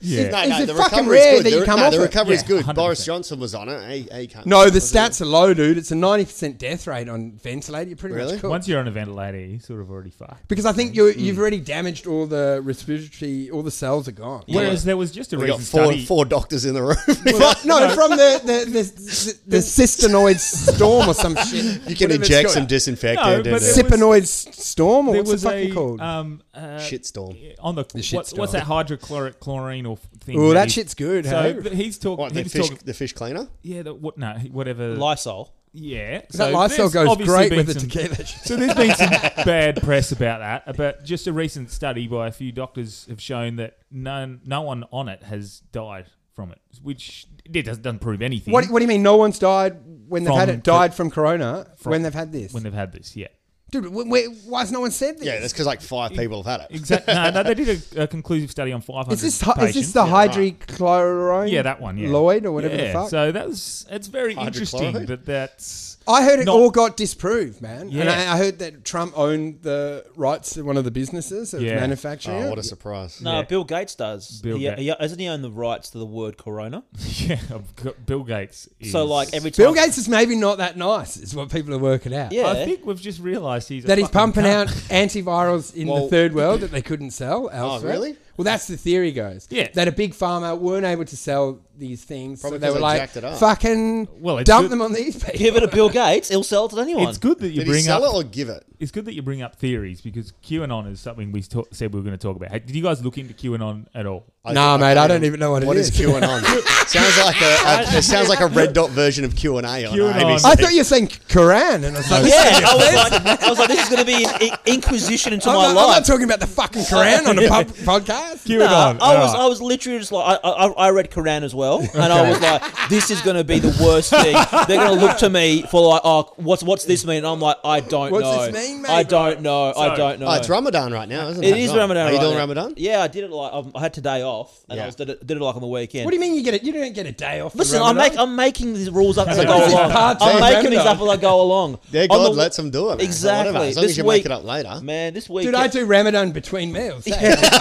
S1: Yeah.
S5: No,
S4: Is
S5: no,
S4: it
S5: the
S4: fucking
S5: recovery's
S4: rare
S5: good.
S4: that
S5: the,
S4: you come
S5: no,
S4: off
S5: the
S4: it?
S5: recovery's
S1: Yeah,
S5: good.
S1: 100%.
S5: Boris Johnson was on it. He, he came
S4: No, the
S5: was it-
S4: stats are low, dude. It's a 90% death rate on ventilator. You're pretty
S5: Really?
S4: much cooked.
S1: Once you're on a ventilator, you sort of already fucked.
S4: because I think you you've already damaged all the respiratory, all the cells are gone.
S1: Whereas there was just a
S5: We got
S1: recent
S5: four,
S1: study.
S5: four doctors in the room.
S4: But no, from the the, the, the, cystinoid storm or some *laughs* shit.
S5: you can
S4: Whatever it's
S5: inject
S4: called.
S5: some disinfectant.
S1: No, but
S5: and,
S1: it
S5: uh,
S1: was-
S4: Cipinoid s- storm or
S1: There
S4: what's
S1: was
S4: it fucking
S1: a
S4: called?
S1: um uh,
S5: shitstorm.
S1: on the,
S4: shit
S1: what,
S4: storm.
S1: what's that hydrochloric chlorine or f- thing?
S4: oh, that
S1: he-
S4: shit's good. hey?
S1: So th- he's talking.
S5: What, the
S1: he's
S5: fish,
S1: talking.
S5: the fish cleaner?
S1: Yeah, the, what? No, he- whatever.
S6: Lysol.
S1: yeah,
S4: that lifestyle
S1: there's
S4: goes
S1: obviously
S4: great
S1: been
S4: with the
S1: some-
S4: tequila.
S1: So there's been some
S4: *laughs*
S1: bad press about that. About just a recent study by a few doctors have shown that none, no one on it has died from it, which it doesn't, doesn't prove anything.
S4: What, what do you mean? No one's died when they've had
S1: From
S4: it. Died from corona
S1: from-
S4: when they've had this.
S1: when they've had this? Yeah.
S4: Dude, wh- wh- why has no one said this?
S5: Yeah, that's because like five people have had it.
S1: Exactly. No, no, they did a, a conclusive study on 500
S4: is this hi-
S1: patients.
S4: is this the hydrochlorone?
S1: yeah, that one, yeah.
S4: Lloyd or whatever
S1: yeah,
S4: the fuck.
S1: So that's it's very interesting
S5: Hydrochloride?
S1: that that's *laughs*
S4: I heard it
S1: Not-
S4: all got disproved, man. And
S1: Yeah.
S4: I, I heard that Trump owned the rights to one of the businesses of
S1: Yeah.
S4: manufacturing.
S5: Oh,
S4: it.
S5: what a surprise.
S6: No,
S1: Yeah.
S6: Bill Gates does.
S1: Bill
S6: he,
S1: Gates.
S6: he- doesn't he own the rights to the word corona?
S1: yeah. I've got- Bill Gates. Is,
S6: So like every time
S4: Bill Gates is maybe not that nice, is what people are working out.
S6: Yeah.
S1: I think we've just realised he's a
S4: That he's
S1: fucking
S4: pumping
S1: cunt.
S4: out antivirals in the
S5: Well-
S4: third world that they couldn't sell elsewhere.
S5: really?
S4: Well, that's the theory goes.
S1: Yeah.
S4: That a big farmer weren't able to sell these things.
S5: Probably
S4: so they
S5: 'cause
S4: were
S5: they
S4: like,
S5: jacked it up.
S4: fucking
S1: Well, it's
S4: dump
S1: good-
S4: them on these people.
S6: give it to Bill Gates, he'll sell it to
S1: *laughs*
S6: anyone.
S1: It's good that you
S5: Did he
S1: bring
S5: sell
S1: up.
S5: it or give it?
S1: it's good that you bring up theories because QAnon is something we ta- said we were going to talk about. Hey, did you guys look into QAnon at all?
S4: Nah, mate, I don't
S5: know.
S4: even know what it
S5: What is
S4: is.
S5: QAnon? sounds like a, a it sounds like a red dot version of Q and A on
S1: QAnon.
S5: ABC.
S4: I thought you were saying Quran, and I was like,
S6: Yeah, I was like, I was like, this is going to be an in- inquisition into
S4: I'm,
S6: my
S4: not, I'm
S6: life.
S4: not talking about the fucking Quran on a pub- podcast.
S1: QAnon.
S6: Nah, I was,
S1: alright.
S6: I was literally just like, I, I, I read Quran as well, and I was like, this is going to be the worst thing. They're going to look to me for like, oh, what's what's this mean? And I'm like, I don't
S4: What's
S6: know.
S4: this mean, mate?
S6: I don't know. I
S1: So-
S6: don't know.
S5: Oh, it's Ramadan right now, isn't it?
S6: It is Ramadan.
S5: Are you
S6: right
S5: doing
S6: now.
S5: Ramadan?
S6: Yeah, I did it like um, I had today off, and
S5: Yeah.
S6: I was, did, it, did it like on the weekend.
S4: What do you mean you get it? You don't get a day off. in
S6: Listen, I'm,
S4: Ramadan?
S6: make, I'm making these rules up as I go
S4: This is
S6: along.
S4: part-time
S6: I'm making these
S4: Ramadan.
S6: up as I go along.
S5: Yeah,
S6: On
S5: God
S6: the-
S5: lets them do it. man.
S6: Exactly.
S5: Whatever. As long
S6: This
S5: as you
S6: week-
S5: make it up later.
S6: Man, this week,
S4: Dude, I do Ramadan between meals. eh?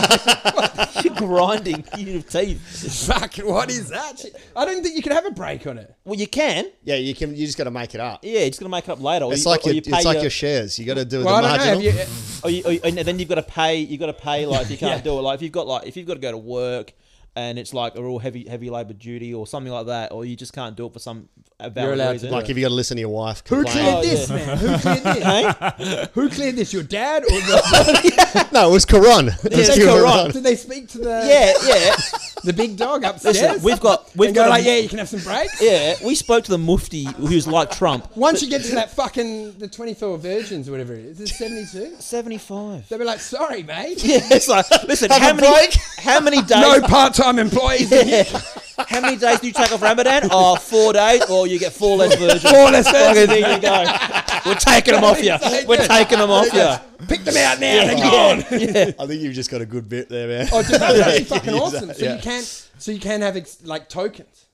S6: *laughs* you're grinding your teeth.
S4: Fuck, what is that? shit? I don't think you can have a break on it.
S6: Well, you can.
S5: Yeah, you can. You just got to make it up.
S6: Yeah, it's gonna make it up later. Or
S5: It's
S6: you,
S5: like
S6: or
S5: your,
S6: you
S5: it's
S6: pay
S5: like
S6: your,
S5: your shares. You got to do
S4: Well, I
S5: the
S4: don't know. Have you,
S5: marginal.
S4: uh,
S6: or you, or you- and then you've got to pay. You've got to pay like you can't do it. Like if you've got like if you've got to go to work and it's like a real heavy heavy labour duty or something like that, or you just can't do it for some a valid
S4: You're allowed to
S6: reason.
S5: like if you got to listen to your wife
S4: who cleared
S5: complain.
S6: Oh,
S4: this,
S6: yeah.
S4: man? Who *laughs* cleared this?
S6: Hey?
S4: who cleared this? Your dad or the,
S5: *laughs* no, it was Quran. It was
S6: it's
S5: Quran.
S4: Did they speak to the
S6: yeah, yeah,
S4: the big dog upstairs?
S6: Listen, we've got- we've
S4: and go
S6: got a-
S4: like, yeah, you can have some breaks.
S6: yeah. We spoke to the Mufti, who's like Trump.
S4: Once you get to that fucking the twenty four virgins or whatever it is, it's seventy two.
S6: Seventy five.
S4: They'll be like, sorry, mate.
S6: *laughs* Yeah, it's like listen. how
S4: a
S6: many
S4: break.
S6: how many days?
S4: *laughs* No part time employees.
S6: *laughs* Yeah. How many days do you take off Ramadan? Oh, four days, or you get four less
S4: *laughs*
S6: virgin.
S4: All this
S6: Okay, there
S4: *laughs*
S6: you go. We're taking them off you. We're taking them off you.
S4: Pick them out now. They're gone.
S5: *laughs* I think you've just got a good bit there, man. *laughs*
S4: Oh, dude, that's actually fucking awesome. So
S5: yeah.
S4: you can so you can have ex- like tokens.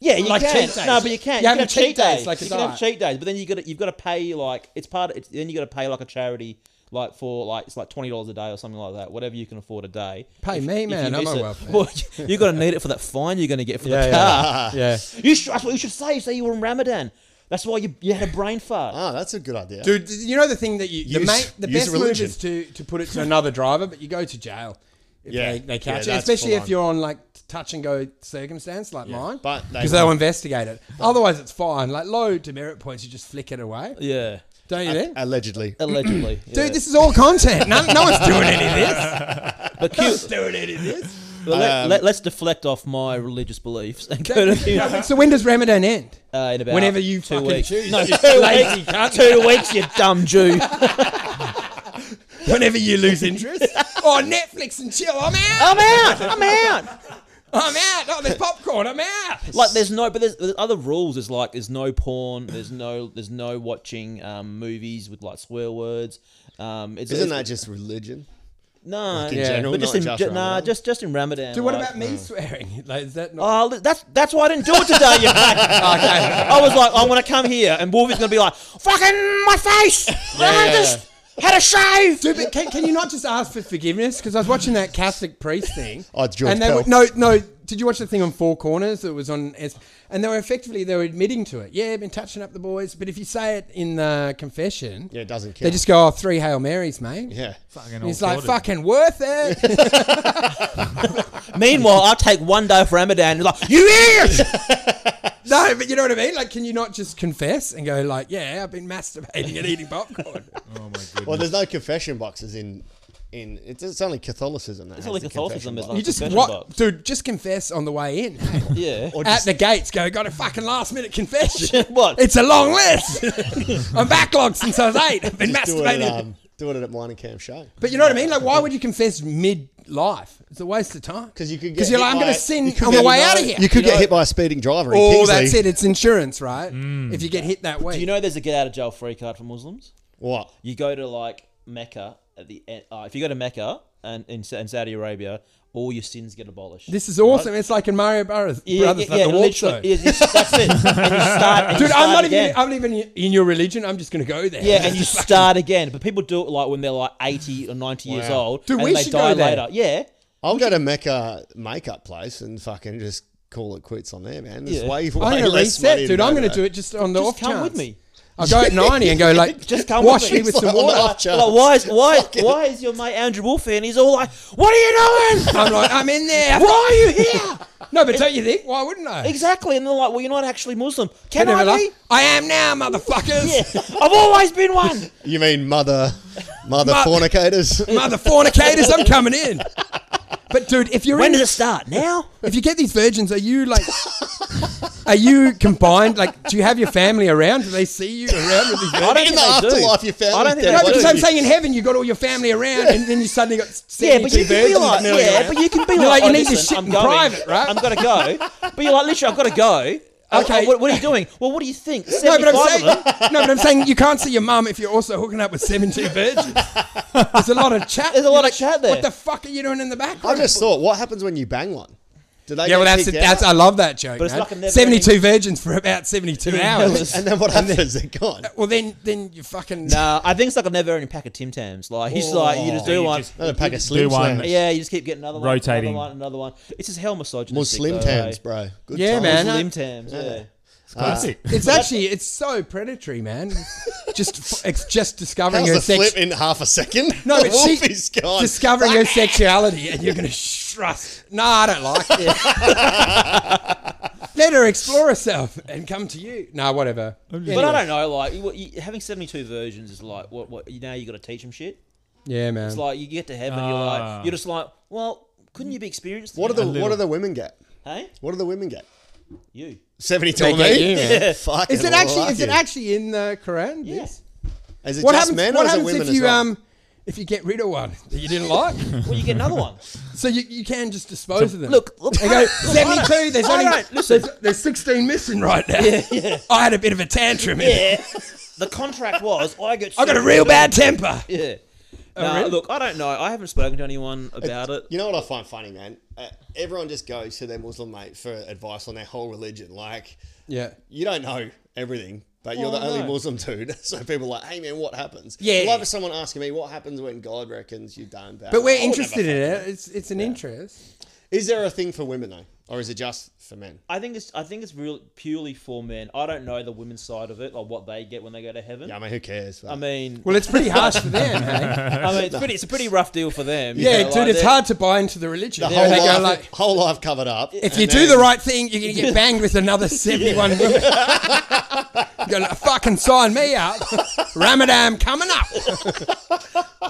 S6: Yeah, you
S4: Like
S6: can.
S4: cheat days.
S6: No, but you can't.
S4: You
S6: You,
S4: have
S6: can have cheat days.
S4: like a
S6: you can have
S4: diet.
S6: cheat days, but then you got to you've got to pay like it's part. It's, then you got to pay like a charity. Like for like it's like twenty dollars a day or something like that, whatever you can afford a day.
S4: Pay me,
S6: If
S4: man.
S6: you
S4: I'm
S6: miss
S4: on
S6: it-
S4: welfare.
S6: Well, *laughs* you- you're gonna need it for that fine you're gonna get for the
S4: *laughs*
S6: car.
S4: yeah.
S6: You should, that's what you should say. Say you were in Ramadan. That's why you, you had a brain fart.
S4: Ah.
S5: Oh, that's a good idea.
S4: Dude, th- you know the thing that you the,
S5: Use-
S4: main, the
S5: use
S4: best move
S5: religion.
S4: is to, to put it to another driver, but you go to jail. If
S5: Yeah.
S4: they, they catch
S5: Yeah,
S4: you,
S5: that's
S4: especially
S5: full
S4: if
S5: on.
S4: you're on like touch and go circumstance like mine,
S5: but they
S4: because they'll
S5: won't.
S4: investigate it. Otherwise, it's fine. Like low demerit points, you just flick it away,
S6: Yeah,
S4: don't you? Then,
S5: allegedly.
S6: allegedly.
S4: *clears throat*
S6: yeah.
S4: dude, this is all content. No, no one's doing any of
S5: *laughs*
S4: this.
S6: But Q-
S4: doing any of this.
S6: Well,
S4: Um,
S6: let, us deflect off my religious beliefs and go to Q-
S4: So when does Ramadan end?
S6: *laughs* uh, in about
S4: Whenever you
S6: two
S4: fucking
S6: weeks.
S4: choose.
S6: No,
S4: You
S6: two
S4: lazy
S6: weeks, two weeks, you dumb Jew.
S4: whenever you
S5: *laughs*
S4: lose interest. oh, Netflix and chill. I'm out.
S6: I'm out. I'm out.
S4: I'm out. Oh, there's popcorn. I'm out.
S6: Like there's no, but there's, there's other rules. There's like there's no porn. There's no there's no watching um, movies with like swear words. Um, it's,
S5: Isn't
S6: it's-
S5: that just religion?
S6: no?
S5: like, in
S6: yeah.
S5: general,
S6: but just
S5: not
S6: in
S5: just
S6: ju- nah,
S5: Ramadan?
S6: just just in Ramadan.
S4: Dude, what
S6: like-
S4: about me swearing? *laughs* Like, is that not?
S6: Oh, li- that's that's why I didn't do it today. You fuck.
S4: okay.
S6: I was like, I'm gonna come here, and Wolver's gonna be like, "Fucking my face! I
S4: yeah,
S6: just had a shave."
S4: Dude, but can, can you not just ask for forgiveness? Because I was watching that Catholic priest thing.
S5: Oh, it's George
S4: and they
S5: Pell.
S4: were, No, no. Did you watch the thing on Four Corners? It was on, S- and they were effectively they were admitting to it. Yeah, been touching up the boys, but if you say it in the confession,
S5: Yeah, it doesn't count.
S4: they just go, "Oh, three Hail Marys, mate."
S5: yeah.
S1: Fucking
S4: And he's
S1: all
S4: like,
S1: sorted.
S4: "Fucking worth
S5: *laughs*
S4: it."
S6: Meanwhile, I take one day for Ramadan. And like, you idiot!
S4: no, but you know what I mean. Like, can you not just confess and go, like, "Yeah, I've been masturbating and eating
S5: *laughs*
S4: popcorn."
S1: Oh my goodness.
S5: Well, there's no confession boxes in in it's, it's only Catholicism that has
S6: only
S5: the
S6: Catholicism
S5: confession
S6: is
S5: box.
S6: like-
S4: you just
S6: Confession
S4: what,
S6: box.
S4: dude? Just confess on the way in. hey.
S6: yeah.
S4: At the gates, go, got a fucking last minute
S5: *laughs*
S4: confession.
S6: What?
S4: It's a long list. *laughs* I'm backlogged since I was eight. I've been
S5: Just do it,
S4: masturbating.
S5: at, um, do it at Wine and Camp Show.
S4: but you know what I mean? Like, why would you confess mid life? It's a waste of time.
S5: 'Cause you could get
S4: Because you're
S5: hit
S4: like, I'm
S5: by
S4: going
S5: a-
S4: to sin
S5: you could
S4: on the
S5: get-
S4: way
S5: no,
S4: out of here.
S5: You could
S4: know?
S5: get hit by a speeding driver. in
S4: Oh,
S5: Kingsley. Mm.
S4: that's it. It's insurance, right? If you get hit that way.
S6: Do you know there's a get out of jail free card for Muslims?
S5: What?
S6: You go to like Mecca at the end. Uh, if you go to Mecca and in, Sa- in Saudi Arabia, all your sins get abolished. *laughs*
S4: this is awesome. It's like in Mario Brothers. Brothers like the walk
S6: literally,
S4: zone.
S6: yeah, you- that's
S4: *laughs*
S6: it. And you start, and you
S4: Dude, I'm
S6: start
S4: not
S6: again.
S4: even. I'm not even in your religion. I'm just going to go there.
S6: Yeah, and you start again. But people do it like when they're like 80 or 90 years old.
S4: Dude,
S6: and
S4: we
S6: they
S4: should
S6: die
S4: go there.
S6: later. Yeah.
S5: I'll go to Mecca makeup place and fucking just call it quits on there, man. There's
S6: Yeah.
S5: way, way
S4: I'm going to
S5: less money
S4: reset, dude.
S5: to
S4: I'm
S5: go
S4: going to
S5: that.
S4: do it just on the
S6: Just
S4: off
S6: come
S4: chance.
S6: with me.
S4: I'll go at 90 and go like,
S6: Just come
S4: wash
S6: with
S4: me
S6: me.
S4: with
S5: It's *laughs*
S4: some
S5: like, on the
S4: water.
S5: *laughs* off chance. *laughs*
S6: Like, why is why why is your mate Andrew Wolf here? And he's all like, "What are you doing? *laughs*
S4: I'm like, I'm in there.
S6: Why are you here?"
S4: No, but don't you think? Why wouldn't I?
S6: exactly. And they're like, "Well, you're not actually Muslim. Can
S4: Can I
S6: I
S4: have
S6: be?"
S4: it up? I am now, motherfuckers.
S6: Yeah, I've always been one.
S5: You mean mother, mother
S4: Mu- *laughs*
S5: fornicators?
S4: Mother fornicators, I'm coming in. But dude, if you're
S6: When
S4: in,
S6: does it start? *laughs* Now?
S4: if you get these virgins, are you like, are you combined? Like, do you have your family around? Do they see you around with these virgins?
S5: I don't in the
S6: think they do.
S5: afterlife, your family.
S6: I don't think
S5: dead
S4: No,
S6: they do.
S5: watching
S4: because I'm
S5: you.
S4: saying in heaven you got all your family around, and then you suddenly got
S6: Yeah, but
S4: 72
S6: you can be
S4: virgins
S6: like,
S4: milling
S6: yeah,
S4: around.
S6: but you can be
S4: You're like,
S6: like,
S4: you
S6: "Oh,
S4: need to
S6: *laughs* listen,
S4: shit
S6: I'm
S4: in
S6: going.
S4: private, right?
S6: I'm gonna go." But you're like, "Literally, I've got to go."
S4: Okay.
S6: Okay, what, what are you doing? Well, what do you think?
S4: No, but I'm
S6: 75 of
S4: saying,
S6: them?
S4: no, but I'm saying you can't see your mum if you're also hooking up with 72 virgins. There's a lot of chat.
S6: There's a lot of
S4: Like,
S6: chat there.
S4: What the fuck are you doing in the
S5: I
S4: background?
S5: just thought, what happens when you bang one? Do they
S4: Yeah, well,
S5: get
S4: that's it.
S5: kicked
S4: That's
S5: out?
S4: I love that joke.
S6: But it's
S4: man.
S6: like a never
S4: seventy-two virgins for about seventy-two
S6: *laughs*
S4: hours. *laughs*
S5: And then what happens? They're gone.
S4: well, then, then you fucking
S6: Nah, uh, I think it's like a never-ending pack of Tim Tams. Like, he's like, Oh, you just do
S1: You
S6: one.
S1: just-
S5: Another pack of
S1: do
S5: Slim
S1: one.
S5: Slams.
S6: Yeah, you just keep getting another one,
S1: Rotating.
S6: another one, another one. It's just hell misogynistic.
S5: More Slim
S6: though,
S5: Tams,
S6: eh?
S5: bro. Good
S4: Yeah,
S5: times.
S4: man.
S6: Slim Tams, yeah.
S1: classic.
S4: It's actually it's so predatory,
S6: *laughs*
S4: man. just it's just discovering
S5: How's
S4: her
S5: the flip
S4: sex.
S5: in half a second?
S4: No,
S5: the
S4: but she-
S5: has gone.
S4: Discovering her sexuality, and you're gonna trust. No, I don't like it.
S6: *laughs*
S4: Let her explore herself and come to you. Nah, whatever.
S6: But I
S4: Anyway.
S6: don't know, like, you, you, having 72 versions is like, what, what, you, now you got to teach them shit.
S4: Yeah, man.
S6: It's like, you get to heaven, you're
S1: Um, Ah.
S6: like, you're just like, well, couldn't you be experienced?
S5: What do the
S1: A little.
S5: What do the women get?
S6: Hey?
S5: What do the women get?
S6: You.
S5: Seventy two
S4: They
S5: on
S4: get
S5: me.
S4: you, man.
S5: *laughs* Fucking
S4: is it
S5: well,
S4: actually
S5: like
S4: is it
S5: you.
S4: actually in the Quran?
S6: Yeah.
S4: Yes.
S5: Is it
S4: What
S5: just
S4: happens?
S5: men
S4: what
S5: or is it
S4: happens
S5: women
S4: if
S5: as
S4: you
S5: well?
S4: um if you get rid of one that you didn't like?
S6: Well, you get another one.
S4: *laughs*
S1: *laughs*
S4: So you, you can just dispose of them.
S6: Look, look,
S4: They
S6: *laughs*
S4: go,
S6: I-
S4: 72, there's
S6: I
S4: only
S6: don't- listen.
S4: there's, there's 16 missing right now. *laughs* I had a bit of a tantrum. in
S6: Yeah. the contract was, I get.
S4: I got a real bad temper.
S6: Yeah.
S1: Oh,
S6: Nah,
S4: really?
S6: look, I don't know. I haven't spoken to anyone about it.
S5: You know what I find funny, man? Uh, everyone just goes to their Muslim mate for advice on their whole religion. Like,
S4: Yeah.
S5: you don't know everything, but you're the
S6: Well,
S5: only
S6: no.
S5: Muslim dude. *laughs* So people are like, hey, man, what happens?
S4: Oh, Yeah.
S5: Like if someone asking me, what happens when God reckons you've done bad?
S4: But
S6: Oh,
S4: we're
S5: I would never
S4: interested in
S5: fucking
S4: it. It's it's an interest.
S5: know. Is there a thing for women, though? Or is it just for men?
S6: I think it's I think it's real purely for men. I don't know the women's side of it, like what they get when they go to heaven.
S5: Yeah, I mean, who cares?
S6: I mean,
S4: Well, it's pretty harsh for
S6: *laughs*
S4: them, hey?
S6: I mean, it's,
S4: *laughs*
S6: pretty, it's a pretty rough deal for them. you
S4: Yeah,
S6: know,
S4: dude,
S6: like
S4: it's
S6: they're-
S4: hard to buy into the religion.
S5: the
S4: They
S5: whole
S4: go
S5: life,
S4: like,
S5: whole life covered up.
S4: if you do the right thing, you're going to get banged with another 71 women. You're going to fucking sign me up. Ramadan coming up.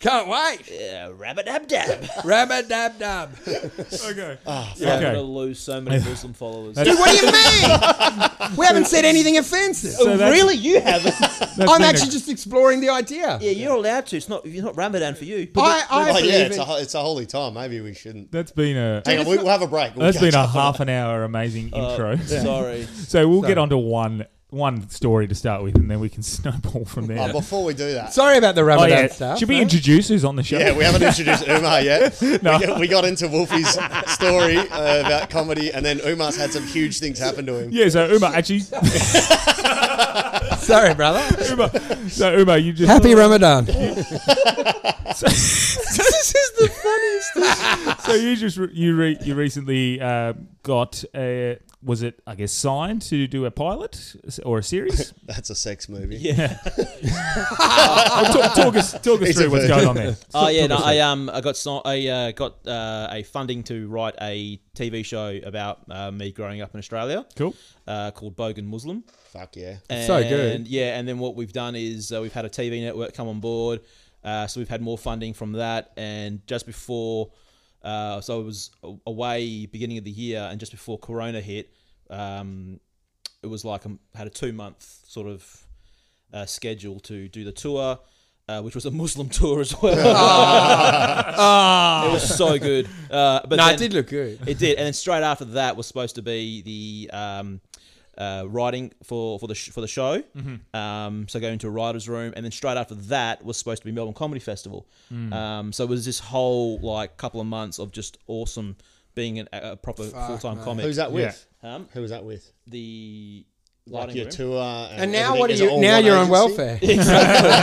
S4: Can't wait.
S6: Yeah, rabbit dab dab.
S4: Rabba dab dab.
S1: Okay.
S6: Yeah, I'm
S1: Okay.
S6: gonna lose so many
S1: *laughs*
S6: Muslim followers.
S4: Dude, what do you mean? we haven't said anything offensive.
S1: So that's-
S6: really, you haven't.
S1: That's
S4: I'm
S1: been a-
S4: actually just exploring the idea.
S6: yeah, Oh, you're allowed to. It's not. You're not Ramadan for you.
S4: I, I
S5: *laughs* Like,
S4: believe
S5: yeah, it's
S4: in-
S5: a, ho- it's a holy time. Maybe we shouldn't.
S1: That's been a
S5: Hang on, Uh, we, we'll have a break. We'll
S1: that's
S5: catch
S1: been a
S5: up on
S1: half an hour amazing intro.
S6: Oh, Sorry.
S1: *laughs* So we'll get onto one one story to start with, and then we can *laughs* snowball from
S5: it.
S1: there.
S5: Oh, before we do that,
S4: Sorry about the
S1: Oh,
S4: Ramadan
S1: yeah.
S4: stuff. eh?
S1: Should we
S4: right?
S1: introduce who's on the show?
S5: yeah, we haven't introduced Umar yet.
S1: No.
S5: we, got, we got into Wolfie's story uh, about comedy, and then Umar's had some huge things happen to him.
S1: Yeah, so Uma, actually,
S4: *laughs* Sorry, brother.
S1: Uma, so Uma, you just *laughs*
S4: Happy Ramadan.
S1: this is the funniest. so you just re- you re, you recently uh, got a was it I guess signed to do a pilot or a
S5: *laughs*
S1: series?
S5: That's a sex movie.
S1: Yeah. Oh, talk, talk us talk us
S5: It's
S1: through
S5: a Uh,
S1: what's
S5: virgin.
S1: going on
S5: *laughs*
S1: there. *laughs*
S6: Oh yeah,
S1: Talk
S6: no,
S1: us
S6: I
S1: through.
S6: um, I got so, I uh, got uh, a funding to write a TV show about uh, me growing up in Australia.
S1: Cool.
S6: Uh, called Bogan Muslim.
S5: Fuck yeah.
S6: And,
S4: So good.
S6: Yeah, and then what we've done is uh, we've had a TV network come on board, uh, so we've had more funding from that. And just before, uh, so it was a- away beginning of the year, and just before Corona hit, um, it was like I had a two month sort of uh, schedule to do the tour. Uh, which was a Muslim *laughs* tour as well.
S4: Ah.
S6: it was so good. Uh, but
S4: no,
S6: then-
S4: it did look good.
S6: it did, and then straight after that was supposed to be the um, uh, writing for for the sh- for the show.
S5: Mm-hmm.
S6: Um, so going to a writer's room, and then straight after that was supposed to be Melbourne Comedy Festival.
S5: Mm.
S6: Um, so it was this whole like couple of months of just awesome being an, a a proper full time comic.
S5: Who's that with?
S6: Um,
S5: Who was that with?
S6: the
S5: Like
S6: lighting
S5: your
S6: room.
S5: tour. And,
S4: And now
S5: everything.
S4: what are
S5: Is it
S4: you?
S5: all
S4: Now
S5: one
S4: you're on
S5: agency?
S4: welfare.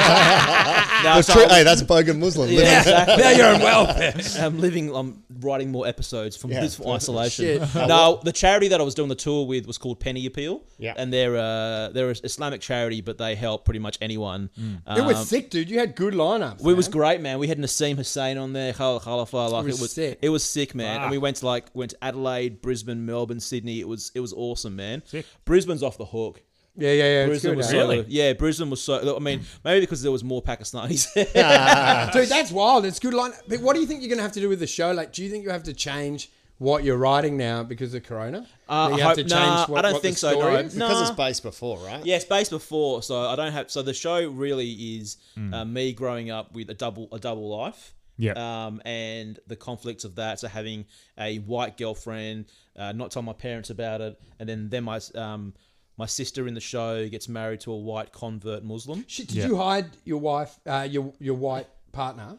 S6: No,
S5: That's
S6: so
S5: true.
S6: I'm-
S5: Hey, that's Bogan Muslim.
S6: yeah, exactly.
S4: *laughs* now you're on welfare.
S6: *laughs* I'm living. I'm writing more episodes from
S5: Yeah.
S6: this isolation.
S4: *laughs* Shit.
S6: now, the charity that I was doing the tour with was called Penny Appeal.
S5: Yeah.
S6: and they're uh, they're an Islamic charity, but they help pretty much anyone. Um,
S4: It was sick, dude. *laughs* You had good lineups.
S6: we- it was
S4: man.
S6: great, man. We had Nassim Hussein on there, Khalil Khalifa. Like it
S4: was
S6: was,
S4: sick.
S6: it was sick, man. And we
S4: Ah.
S6: went to like went to Adelaide, Brisbane, Melbourne, Sydney. It was it was awesome, man. Brisbane's off the hook.
S4: Yeah, yeah, yeah. It's
S6: Brisbane
S4: good.
S6: was
S4: eh?
S6: so good. yeah. Brisbane was so. I mean, maybe because there was more Pakistanis.
S4: Dude, that's wild. It's good line. But what do you think you're going to have to do with the show? Like, do you think you have to change what you're writing now because of Corona?
S6: Uh,
S4: That
S6: I
S4: you have
S6: hope- nah, I don't think so,
S4: story
S6: no.
S4: is?
S6: No.
S5: Because it's
S6: Nah.
S5: based before, right?
S6: Yeah, it's based before, so I don't have. So the show really is uh, me growing up with a double a double life.
S1: Yeah.
S6: Um, and the conflicts of that. So having a white girlfriend, uh, not telling my parents about it, and then then my um my sister in the show gets married to a white convert Muslim
S4: Shit, did you hide your wife, uh, your your white
S6: *laughs*
S4: partner?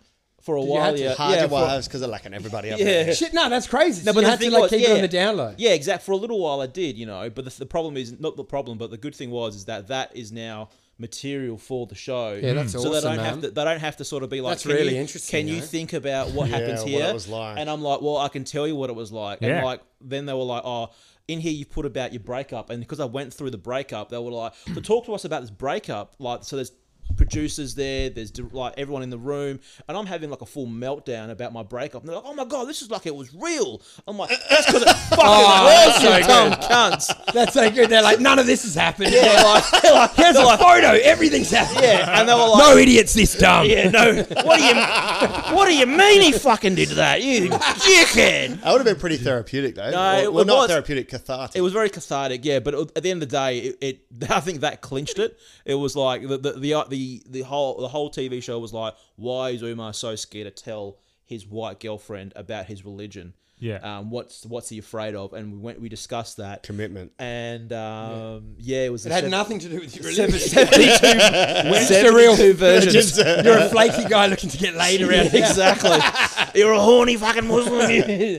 S6: for a
S4: Did you
S6: while.
S4: have to
S6: Yeah.
S5: Hard
S6: yeah,
S5: yeah,
S6: for-
S5: because they're lacking everybody up.
S6: *laughs* Yeah.
S5: there.
S4: Shit, no, that's crazy. No,
S6: No,
S4: but
S6: but
S4: you
S6: the
S4: had to
S6: thing
S4: like
S6: was-
S4: keep it
S6: yeah.
S4: on the download.
S6: Yeah, exact. For a little while, I did, you know. But the, the problem is not the problem, but the good thing was is that that is now material for the show.
S4: Yeah, that's
S6: So they
S4: awesome,
S6: don't have
S4: man.
S6: to. They don't have to sort of be like.
S4: That's
S6: "Can
S4: really
S6: you-
S4: interesting,
S6: Can you
S4: you know?
S6: think about
S4: *laughs*
S6: what happens
S5: what
S6: here?
S5: it was like.
S6: And I'm like, well, I can tell you what it was like.
S1: Yeah.
S6: And like, then they were like, oh. In here, you put about your breakup, and because I went through the breakup, they were like, "So talk to us about this breakup." Like, so there's producers there, there's di- like everyone in the room, and I'm having like a full meltdown about my breakup. And they're like, "Oh my god, this is like it was real." I'm like, "That's because it fucking was,
S4: that's Ah, so
S6: you dumb
S4: good.
S6: cunts."
S4: That's so good. They're like, none of this has happened.
S6: Yeah, like, they're like,
S4: Here's
S6: they're
S4: a
S6: like,
S4: photo. Everything's happened.
S6: yeah, and they were like,
S4: No idiots this dumb.
S6: yeah, no. What do you, what do you mean he fucking did that? You dickhead.
S5: That would have been pretty therapeutic, though.
S6: No,
S5: Well,
S6: it
S5: well, not
S6: was-
S5: therapeutic, cathartic.
S6: It was very cathartic, yeah. But at the end of the day, it, it *laughs* I think that clinched it. It was like the the the the, the whole the whole TV show was like, why is Umar so scared to tell his white girlfriend about his religion?
S1: Yeah.
S6: Um, what's what's he afraid of? And we went we discussed that. *laughs*
S5: commitment.
S6: And um, yeah. it was
S4: It had nothing to do with your religion. *laughs*
S6: Seventy-two,
S4: real-
S6: real version.
S5: uh,
S4: You're a flaky guy looking to get laid around.
S6: *laughs* Yeah, *laughs* exactly. You're a horny fucking Muslim.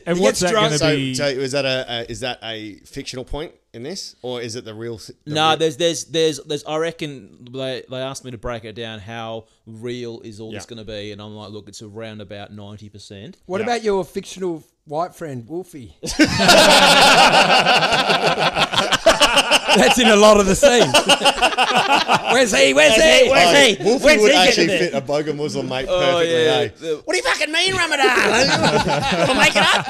S1: And what's that
S4: drunk,
S1: going to
S5: So,
S1: be?
S5: so is that a, a is that a fictional point in this, or is it the real? The
S6: no,
S5: real-
S6: there's, there's, there's, there's. I reckon they, they asked me to break it down. How real is all this
S5: Yeah.
S6: going to be? And I'm like, look, it's around about ninety percent.
S4: What about your fictional white friend, Wolfie? That's in a lot of the scenes. Where's he? Where's he?
S5: Oh,
S6: Where's he?
S5: Wolfie
S6: Where's
S5: would
S6: he
S5: actually
S6: getting
S5: fit a bogan Muslim mate
S6: *laughs* Oh
S5: perfectly.
S6: yeah.
S5: eh?
S6: The-
S5: What do you fucking mean, *laughs* Ramadan? I'll make it up.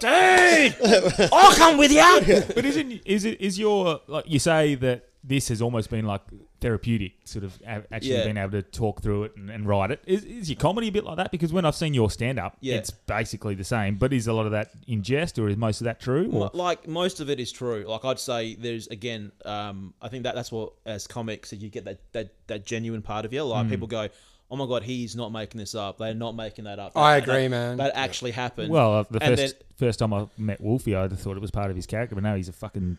S6: Dude, I'll come with you.
S1: but isn't is it is your like you say that this has almost been like therapeutic, sort of a- actually
S6: Yeah.
S1: being able to talk through it and, and write it. Is, is your comedy a bit like that? Because when I've seen your stand up,
S6: Yeah.
S1: it's basically the same. But is a lot of that in jest, or is most of that true? Or?
S6: Mo- like most of it is true. Like I'd say, there's again, um, I think that that's what as comics you get that that that genuine part of you.
S4: Hmm.
S6: Like people go, "Oh my god, he's not making this up. They're not making that up."
S4: I
S6: That-
S4: agree,
S6: that-
S4: man.
S6: That actually happened.
S1: Well, uh, the
S6: And
S1: first
S6: then-
S1: first time I met Wolfie, I thought it was part of his character, but now he's a
S6: *laughs*
S1: fucking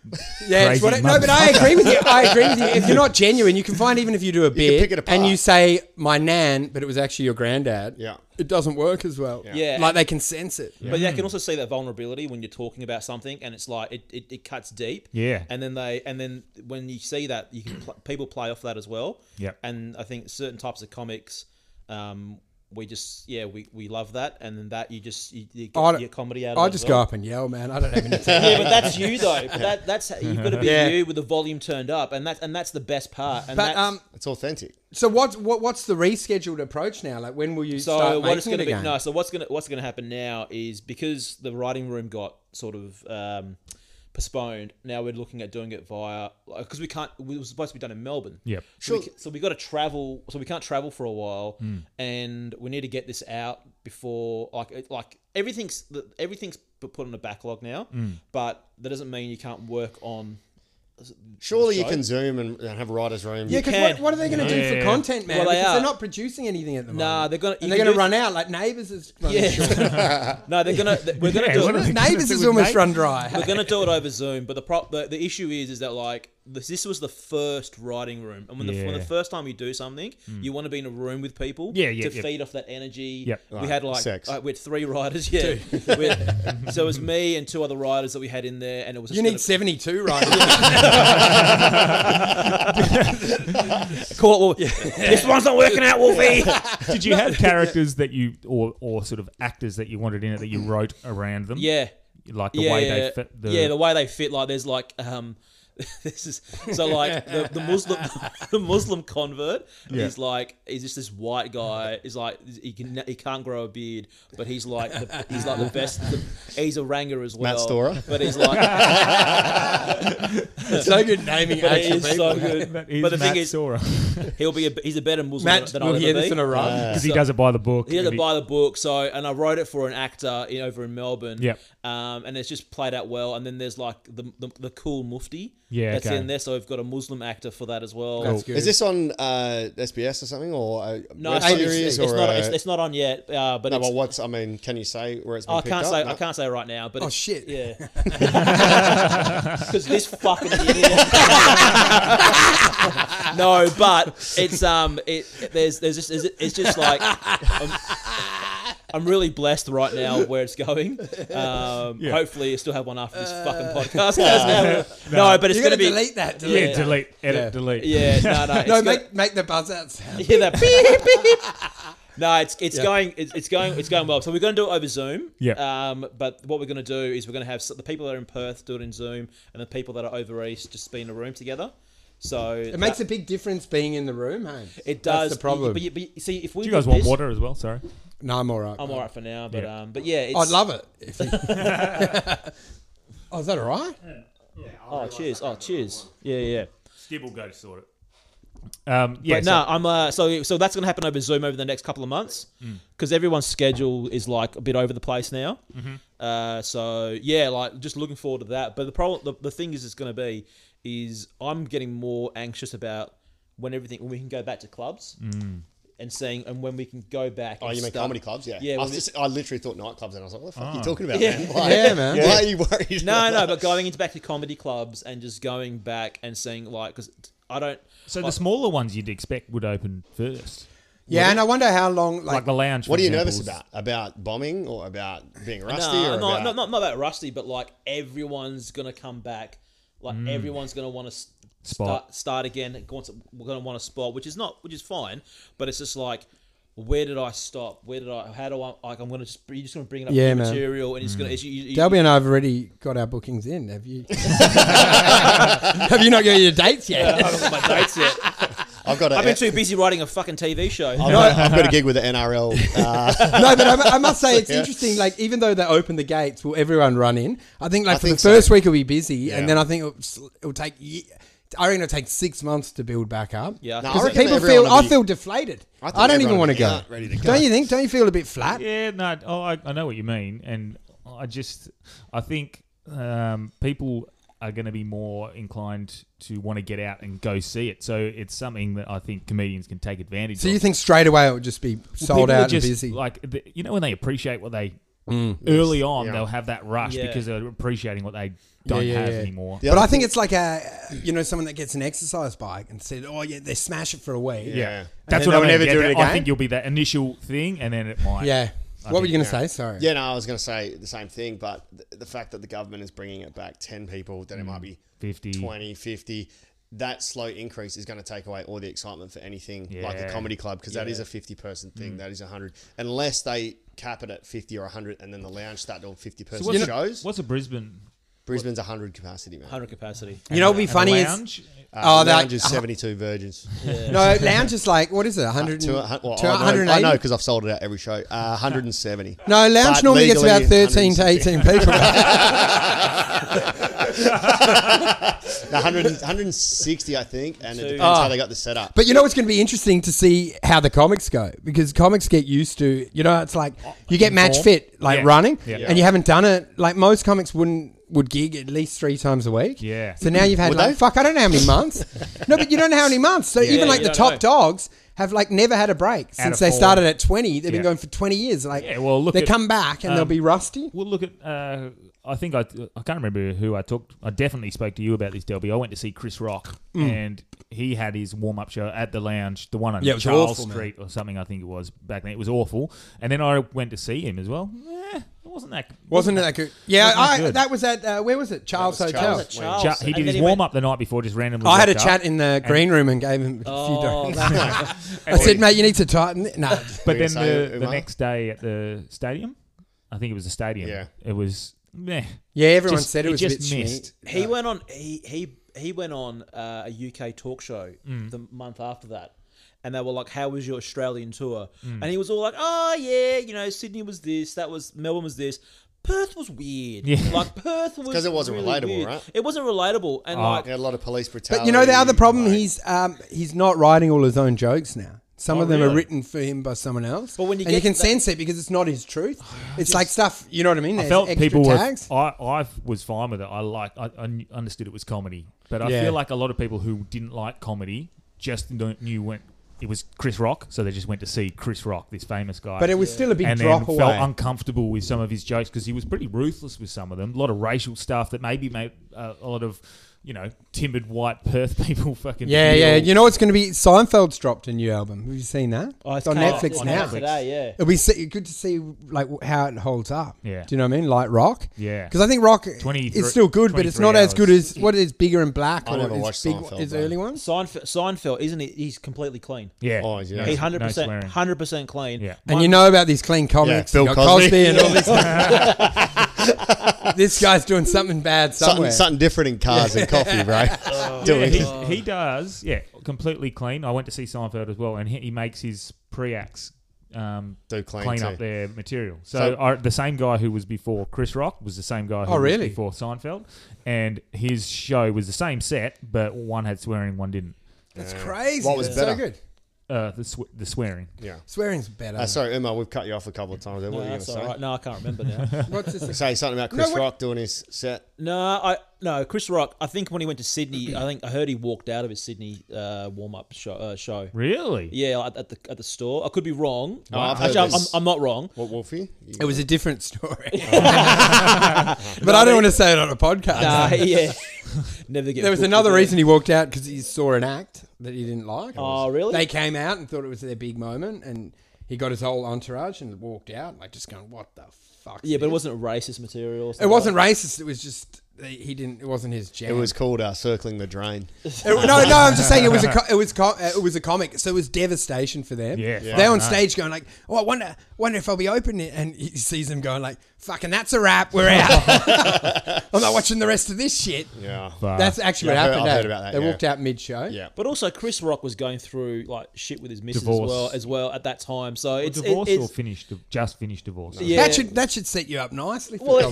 S4: Yeah, it's
S1: crazy
S4: what it- no, but I agree with you. I agree with you. If you're not genuine, you can find even if you do a bit
S5: pick it apart.
S4: and you say my nan, but it was actually your granddad.
S5: Yeah.
S4: it doesn't work as well.
S6: Yeah.
S4: like they can sense it.
S6: But yeah, I can also see that vulnerability when you're talking about something, and it's like it, it, it cuts deep.
S1: Yeah.
S6: And then they and then when you see that, you can pl- people play off that as well.
S1: Yep.
S6: And I think certain types of comics, um, we just yeah we, we love that, and then that you just you, you
S4: I
S6: get
S4: don't-
S6: your comedy out. of
S4: I
S6: it
S4: just
S6: as well.
S4: go up and yell, man. I don't have
S6: *laughs*
S4: anything.
S6: Yeah, but that's you though. But that, that's you've got to be
S4: Yeah.
S6: you with the volume turned up, and that's and that's the best part. And
S4: but
S6: that's,
S4: um,
S5: It's authentic.
S4: so what, what? What's the rescheduled approach now? Like when will you
S6: so
S4: start
S6: what it's
S4: making
S6: going
S4: it
S6: to be
S4: again?
S6: no so what's going to what's going to happen now is because the writing room got sort of um, postponed now we're looking at doing it via because we can't we were supposed to be done in melbourne
S1: Yep.
S6: so we, ca- so we got to travel so we can't travel for a while and we need to get this out before like it- like everything's the- everything's p- put on a backlog now but that doesn't mean you can't work on
S5: Surely you
S6: show?
S5: can zoom and, and have writers' room.
S4: Yeah, because
S6: can.
S4: what, what are they going to do
S1: Yeah.
S4: for content, man?
S6: Well, they
S4: because
S6: are.
S4: they're not producing anything at the moment.
S6: nah they're gonna you
S4: and they're
S6: can
S4: going to
S6: do-
S4: run out. Like Neighbours
S6: *laughs*
S4: is running short.
S6: yeah *laughs* no they're gonna th- we're gonna
S1: Yeah,
S6: do
S1: what
S6: it
S1: are they gonna
S4: Neighbours
S1: do
S4: is
S1: with
S4: almost
S1: Neighbours?
S4: run dry.
S6: We're gonna do it over Zoom, but the prop the, the issue is is that like this this was the first writing room, and when, the, when
S1: Yeah. Hmm.
S6: the first time you do something, you want to be in a room with people,
S1: Yeah, yeah,
S6: to
S1: yeah.
S6: feed off that energy.
S1: Yep.
S6: we had like
S5: Sex.
S6: uh, we had three writers, yeah. *laughs* We had- so it was me and two other writers that we had in there, and it was
S4: You
S6: just
S4: need
S6: gonna- *laughs*
S4: 72 right now.
S6: call *laughs* it. Well, This one's not working out, Wolfie.
S1: Did you have characters that you or or sort of actors that you wanted in it that you wrote around them?
S6: *laughs* yeah,
S1: like the
S6: yeah,
S1: way
S6: yeah.
S1: they fit the
S6: yeah the way they fit. Like there's like um. *laughs* This is so like the, the Muslim *laughs* the Muslim convert is like is just this white guy is like he can he can't grow a beard but he's like the, he's like the best the, he's a ranger as well
S5: Matt Storer?
S6: but he's *laughs*
S5: *laughs*
S6: like *laughs*
S4: It's so good naming
S6: but he
S4: actual
S6: is so
S4: people.
S6: good
S1: That is
S6: but the
S1: Matt
S6: thing is *laughs*
S1: Sora
S6: he'll be a, he's a better Muslim
S4: Matt
S6: than
S4: will
S6: I'll
S4: hear
S6: ever
S4: this on
S6: be
S4: a run.
S1: because he does it by the book.
S6: He had
S1: and
S6: to buy the book, so and I wrote it for an actor in, over in Melbourne.
S1: *laughs* Yep.
S6: Um, and it's just played out well. And then there's like the the, the cool Mufti.
S1: Yeah,
S6: That's
S1: okay.
S6: in there, so we've got a Muslim actor for that as well.
S4: That's good.
S5: Is this on uh, SBS or something or a
S6: No,
S5: web
S6: it's, not,
S5: series
S6: it's,
S5: or
S6: it's not,
S5: a-
S6: it's, it's not on yet. Uh, but
S5: no,
S6: it's,
S5: but what's I mean? Can you say where it's been
S6: Oh, I
S5: picked
S6: can't
S5: up?
S6: say
S5: No.
S6: I can't say right now. But
S4: Oh,
S6: it's-
S4: shit.
S5: *laughs*
S6: Yeah. *laughs* Because this fucking idiot. *laughs* no, but it's um, it there's there's just there's- it's just like. I'm, I'm really blessed right now where
S5: *laughs*
S6: it's going. Um, Hopefully, you still have one after this
S5: Uh,
S6: fucking podcast. *laughs* no, but it's
S4: You're going
S6: going to
S4: to
S6: be
S4: delete that.
S1: yeah,
S4: Delete. that.
S1: delete, edit, delete.
S4: Yeah. *laughs*
S6: yeah. No, no, it's
S4: No,
S6: gonna-
S4: make, make the buzz out sound.
S6: *laughs* hear that beep beep. *laughs* No, it's it's going it's, it's going it's going well. So we're going to do it over Zoom.
S1: Yep.
S6: Um, but what we're going to do is we're going to have s- the people that are in Perth do it in Zoom, and the people that are over east just be in a room together. So
S4: It makes a big difference being in the room, hey?
S6: it does
S4: That's the problem.
S6: But, you, but you, see, if we
S1: Do you guys
S6: did
S1: want
S6: this-
S1: water as well? Sorry.
S4: no, I'm all right.
S6: I'm alright for now, but
S1: Yeah.
S6: um, but yeah, it's,
S4: I'd love it. If
S6: *laughs*
S4: you... *laughs* oh, is that all right?
S6: Oh, cheers! Oh, cheers! Yeah, yeah.
S1: Skib will go sort it. Um, yeah,
S6: But
S1: so-
S6: no, I'm uh, so so that's gonna happen over Zoom over the next couple of months
S5: Mm.
S6: because everyone's schedule is like a bit over the place now.
S5: Mm-hmm.
S6: Uh, so yeah, like just looking forward to that. But the problem, the, the thing is, it's gonna be is I'm getting more anxious about when everything when we can go back to clubs and seeing and when we can go back.
S5: Mm. Oh,
S6: and
S5: you mean
S6: start-
S5: comedy clubs? Yeah.
S6: Yeah,
S5: I,
S6: well, Ah.
S5: was just, I literally thought nightclubs, and I was like, "What the fuck are you talking about,
S6: Yeah.
S5: man? Like,
S4: Yeah, man.
S5: Why are you worried?
S6: No, no, but going into back to comedy clubs and just going back and seeing like because I don't.
S1: so the smaller ones you'd expect would open first,
S4: Yeah, and I wonder how long. Like,
S1: like the lounge.
S5: What
S1: for
S5: are you
S1: example,
S5: nervous
S1: is-
S5: about? About bombing or about being
S6: No,
S5: rusty or
S6: no,
S5: about?
S6: no, not, not about rusty, but like everyone's gonna come back. Like everyone's gonna want to
S1: Spot.
S6: start start again. and go on to- We're gonna want to spot, which is not, which is fine, but it's just like. Where did I stop? Where did I? How do I? Like, I'm gonna just you're just gonna bring it up
S4: Yeah,
S6: new
S4: man.
S6: material, and it's gonna. It's, you, you,
S4: Delby and I have already got our bookings in. Have
S5: *laughs*
S4: you? *laughs* have you not got your dates yet?
S6: I *laughs* haven't got my dates yet.
S5: I've got. A,
S6: I've been too busy writing a fucking TV show.
S5: *laughs* I've
S6: *laughs*
S5: got, I've got a gig with the NRL. Uh,
S4: *laughs* no, but I, I must
S5: *laughs*
S4: say it's interesting. Like, even though they open the gates, will everyone run in? I think like
S5: I
S4: for
S5: think
S4: the first
S5: so.
S4: week it'll be busy,
S5: Yeah.
S4: and then I think it'll, s- it'll take ye- I reckon it'll take six months to build back up.
S6: Yeah,
S5: No, I
S6: I think
S4: Because
S5: reckon
S4: people
S5: everyone
S4: feel,
S5: will
S4: I
S5: be-
S4: feel deflated. I,
S5: think
S4: don't even
S5: everyone
S4: want to
S5: will be
S4: go.
S5: out, ready to go.
S4: Don't you think? Don't you feel a bit flat?
S1: Yeah, no, oh, I, I know what you mean, and I just I think um, people are going to be more inclined to want to get out and go see it. So it's something that I think comedians can take advantage.
S4: So
S1: of.
S4: you think straight away it would just be
S1: Well,
S4: sold
S1: people are
S4: out
S1: just,
S4: and busy?
S1: Like the, you know when they appreciate what they
S4: Mm.
S1: early on,
S5: Yeah.
S1: they'll have that rush
S6: Yeah.
S1: because they're appreciating what they don't
S4: yeah,
S1: have
S4: yeah.
S1: anymore.
S5: The
S4: but
S5: other
S4: I think
S5: thing-
S4: it's like a you know someone that gets an exercise bike and said, oh yeah, they smash it for a week.
S5: Yeah.
S1: That's what
S4: then
S1: I
S4: they'll
S1: mean.
S4: never
S1: yeah,
S4: do it
S1: that- I
S4: again?
S1: think you'll be that initial thing, and then it might.
S4: Yeah.
S1: I
S4: what were
S1: think-
S4: you going to say? Sorry.
S5: Yeah, no, I was going to say the same thing, but th- the fact that the government is bringing it back 10 people, then it might be
S1: 50.
S6: Mm.
S5: 20, 50. That slow increase is going to take away all the excitement for anything like a
S1: Yeah.
S5: comedy club because that is a 50 person thing.
S6: Mm.
S5: That is 100. Unless they cap it at 50 or 100 and then the lounge start doing 50 person
S1: what's, a-
S5: shows.
S1: what's a Brisbane?
S5: Brisbane's 100 capacity, man.
S6: 100 capacity.
S4: You know what would be
S1: and a
S4: funny is
S1: lounge?
S5: Uh,
S4: Oh,
S5: the
S4: that-
S6: *laughs*
S5: lounge is 72 virgins.
S1: *laughs*
S4: no lounge is like what is it? 100
S5: Two- hun- well, I know- I know because I've sold it out every show. Uh, 170.
S4: *laughs* No, lounge
S5: But
S4: normally gets
S5: legally,
S4: about 13 to
S5: 170.
S4: 18 *laughs* people.
S5: 100, 160, I think, and it depends how they got the setup.
S4: Ah. But you know it's going to be interesting to see how the comics go because comics get used to you know it's like you get match
S1: Form.
S4: fit like
S1: Yeah.
S4: running
S1: Yeah.
S4: and you haven't done it like most comics wouldn't would gig at least three times a week.
S1: Yeah.
S4: So now you've had
S5: Would
S4: like
S5: they?
S4: fuck I don't know how many months. no, but you don't know how many months. So even
S6: you
S4: like the
S6: don't
S4: top
S6: know.
S4: dogs have like never had a break since
S1: of
S4: they
S1: form.
S4: started at 20. They've been
S1: Yeah.
S4: going for 20 years. Like
S1: Yeah, well, look
S4: they
S1: at,
S4: come back and they'll
S1: um,
S4: be rusty.
S1: Well, look at. Uh, I think I. I can't remember who I talked. I definitely spoke to you about this, Delby. I went to see Chris Rock,
S4: Mm.
S1: and he had his warm up show at the lounge, the one on
S4: Yeah, it was
S1: Charles
S4: awful, man.
S1: Street or something. I think it was back then. It was awful. And then I went to see him as well. Eh, it wasn't that.
S4: Wasn't it that good? Yeah,
S1: wasn't that
S4: I,
S1: good.
S4: that was at uh, where was it? Charles
S5: was
S4: Hotel.
S5: Charles.
S6: That Charles.
S1: Ja- he did
S6: and then
S1: his
S6: went-
S1: warm up the night befefore, just randomly.
S4: I had a
S1: rocked
S4: chat
S1: up.
S4: in the green room and gave him a few
S6: Oh,
S4: *laughs* donuts.
S6: that's
S4: I said, mate, you need to tighten
S1: *laughs*
S4: it. No.
S1: But
S5: Were you
S1: then
S5: gonna say
S1: the, the
S5: Umar?
S1: next day at the stadium, I think it was the stadium.
S5: Yeah.
S1: it was. Meh.
S4: Yeah, everyone
S1: Just-
S4: said it
S1: it
S4: was a
S1: just
S4: bit
S1: missed.
S4: shit.
S6: He went on. He he he went on uh, a UK talk show the month after that, and they were like, "How was your Australian tour?" And he was all like, "Oh yeah, you know, Sydney was this, that was Melbourne was this." Perth was weird.
S1: Yeah.
S6: *laughs* Like Perth was
S5: 'cause it wasn't
S6: really
S5: relatable,
S6: weird.
S5: right?
S6: It wasn't relatable, and like
S5: They had a lot of police brutality.
S4: But you know the other problem,
S5: like-
S4: he's um, he's not writing all his own jokes now. Some
S1: Oh,
S4: of them are
S1: really?
S4: written for him by someone else.
S6: But when you
S4: and you
S6: get
S4: can
S6: to that-
S4: sense it because it's not his
S6: *sighs*
S4: truth. It's like stuff, you know what I mean?
S1: I
S4: There's
S1: felt
S4: extra
S1: people
S4: tags.
S1: were. I, I was fine with it. I like. I, I kn- understood it was comedy, but I
S4: Yeah.
S1: feel like a lot of people who didn't like comedy just don't, knew when it was Chris Rock, so they just went to see Chris Rock, this famous guy.
S4: but it was still a big
S1: and then
S4: drop
S1: felt
S4: away.
S1: uncomfortable with some of his jokes because he was pretty ruthless with some of them. A lot of racial stuff that maybe made uh, a lot of you know timid white Perth *laughs* people fucking
S4: yeah,
S1: feel.
S4: yeah. You know what's going to be? Seinfeld's dropped a new album. Have you seen that? it's on
S6: came Oh, out-
S4: Netflix
S6: it came
S4: now.
S6: out today, yeah.
S4: It'll be se- good to see like w- how it holds up.
S1: Yeah.
S4: Do you know what I mean? Like rock.
S1: Yeah.
S4: Because I think rock
S1: 23
S4: is still good, but it's
S1: 23
S4: not as good
S1: hours.
S4: as what is bigger and black
S5: I
S4: or
S5: never
S4: his
S5: watched
S4: big,
S5: Seinfeld,
S4: his
S5: bro.
S4: early ones.
S6: Seinfeld, Seinfeld isn't he? He's completely clean.
S1: yeah.
S5: Oh, yeah.
S1: No-
S5: He
S6: He's
S1: no
S6: hundred percent,
S1: swearing.
S6: hundred percent clean.
S1: Yeah.
S4: And you know about these clean comics,
S5: Bill
S4: you got
S5: Cosby.
S4: and all this.
S5: *laughs*
S4: this *laughs* guy's doing something bad
S5: something,
S4: somewhere.
S5: something different in cars and coffee, bro. *laughs*
S1: Yeah,
S4: *laughs*
S5: Doing
S1: he, he does. Yeah, completely clean. I went to see Seinfeld as well, and he, he makes his pre-acts um,
S5: Do clean
S1: up
S5: too.
S1: their material. So,
S5: So-
S1: I, the same guy who was before Chris Rock was the same guy who
S4: Oh, really?
S1: was before Seinfeld, and his show was the same set, but one had swearing, one didn't.
S4: That's crazy.
S5: What was
S4: That's
S5: better?
S4: So good.
S1: Uh, the, sw- the swearing.
S5: yeah.
S4: Swearing's better.
S5: Uh, sorry, Uma, we've cut you off a couple of times. There. What
S6: No,
S5: were you going to
S6: that's all
S5: say?
S6: right. No, I can't remember now.
S4: What's
S5: *laughs*
S4: this? *laughs*
S5: Say something about Chris
S4: what-
S5: Rock doing his set.
S6: no, I no. Chris Rock. I think when he went to
S4: *clears throat*
S6: Sydney, I think I heard he walked out of his Sydney uh, warm up show. Uh, show.
S1: Really?
S6: Yeah, like at the at the store. I could be wrong.
S5: Oh, I've heard
S6: Actually, I'm, I'm,
S5: this.
S6: I'm not
S4: *laughs*
S6: wrong.
S5: What, Wolfie? You-
S4: It was a different
S5: *laughs*
S4: story. but I don't want to say it on a podcast.
S6: Nah, Uh,
S4: *laughs*
S6: yeah. Never get.
S4: There was
S6: booked
S4: another
S6: again.
S4: reason he walked out because he saw an act that he didn't like.
S6: Oh, really?
S4: They came out and thought it was their big moment, and he got his whole entourage and walked out, like just going, "What the fuck?"
S6: Yeah, but it
S4: this?"
S6: wasn't racist material. or
S4: It
S6: something
S4: wasn't racist. It was just he didn't. It wasn't his jam.
S5: It was called uh, Circling
S4: *laughs*
S5: the Drain.
S4: It- no, no, I'm just saying it was
S5: *laughs*
S4: a co- it was co- uh, it was a comic, so it was devastation for them.
S1: Yeah, Yeah.
S4: they're
S1: fuck
S4: on
S1: no.
S4: stage going like, "Oh, I wonder, wonder if I'll be opening it," and he sees them going like, fucking that's a wrap. We're
S5: *laughs*
S4: out. I'm not watching the rest of this shit.
S5: Yeah.
S1: But-
S4: That's actually
S5: Yeah,
S4: what happened.
S5: I've heard- I've
S4: eh?
S5: heard about that,
S4: they
S5: yeah.
S4: walked out mid-show.
S5: yeah.
S6: But also, Chris Rock was going through like shit with his missus
S1: Divorce.
S6: as well, as well at that time. So it's it-
S1: divorce
S6: it's,
S1: or finished? Just finished divorce.
S6: yeah.
S4: That should that should set you up nicely. For
S6: Well,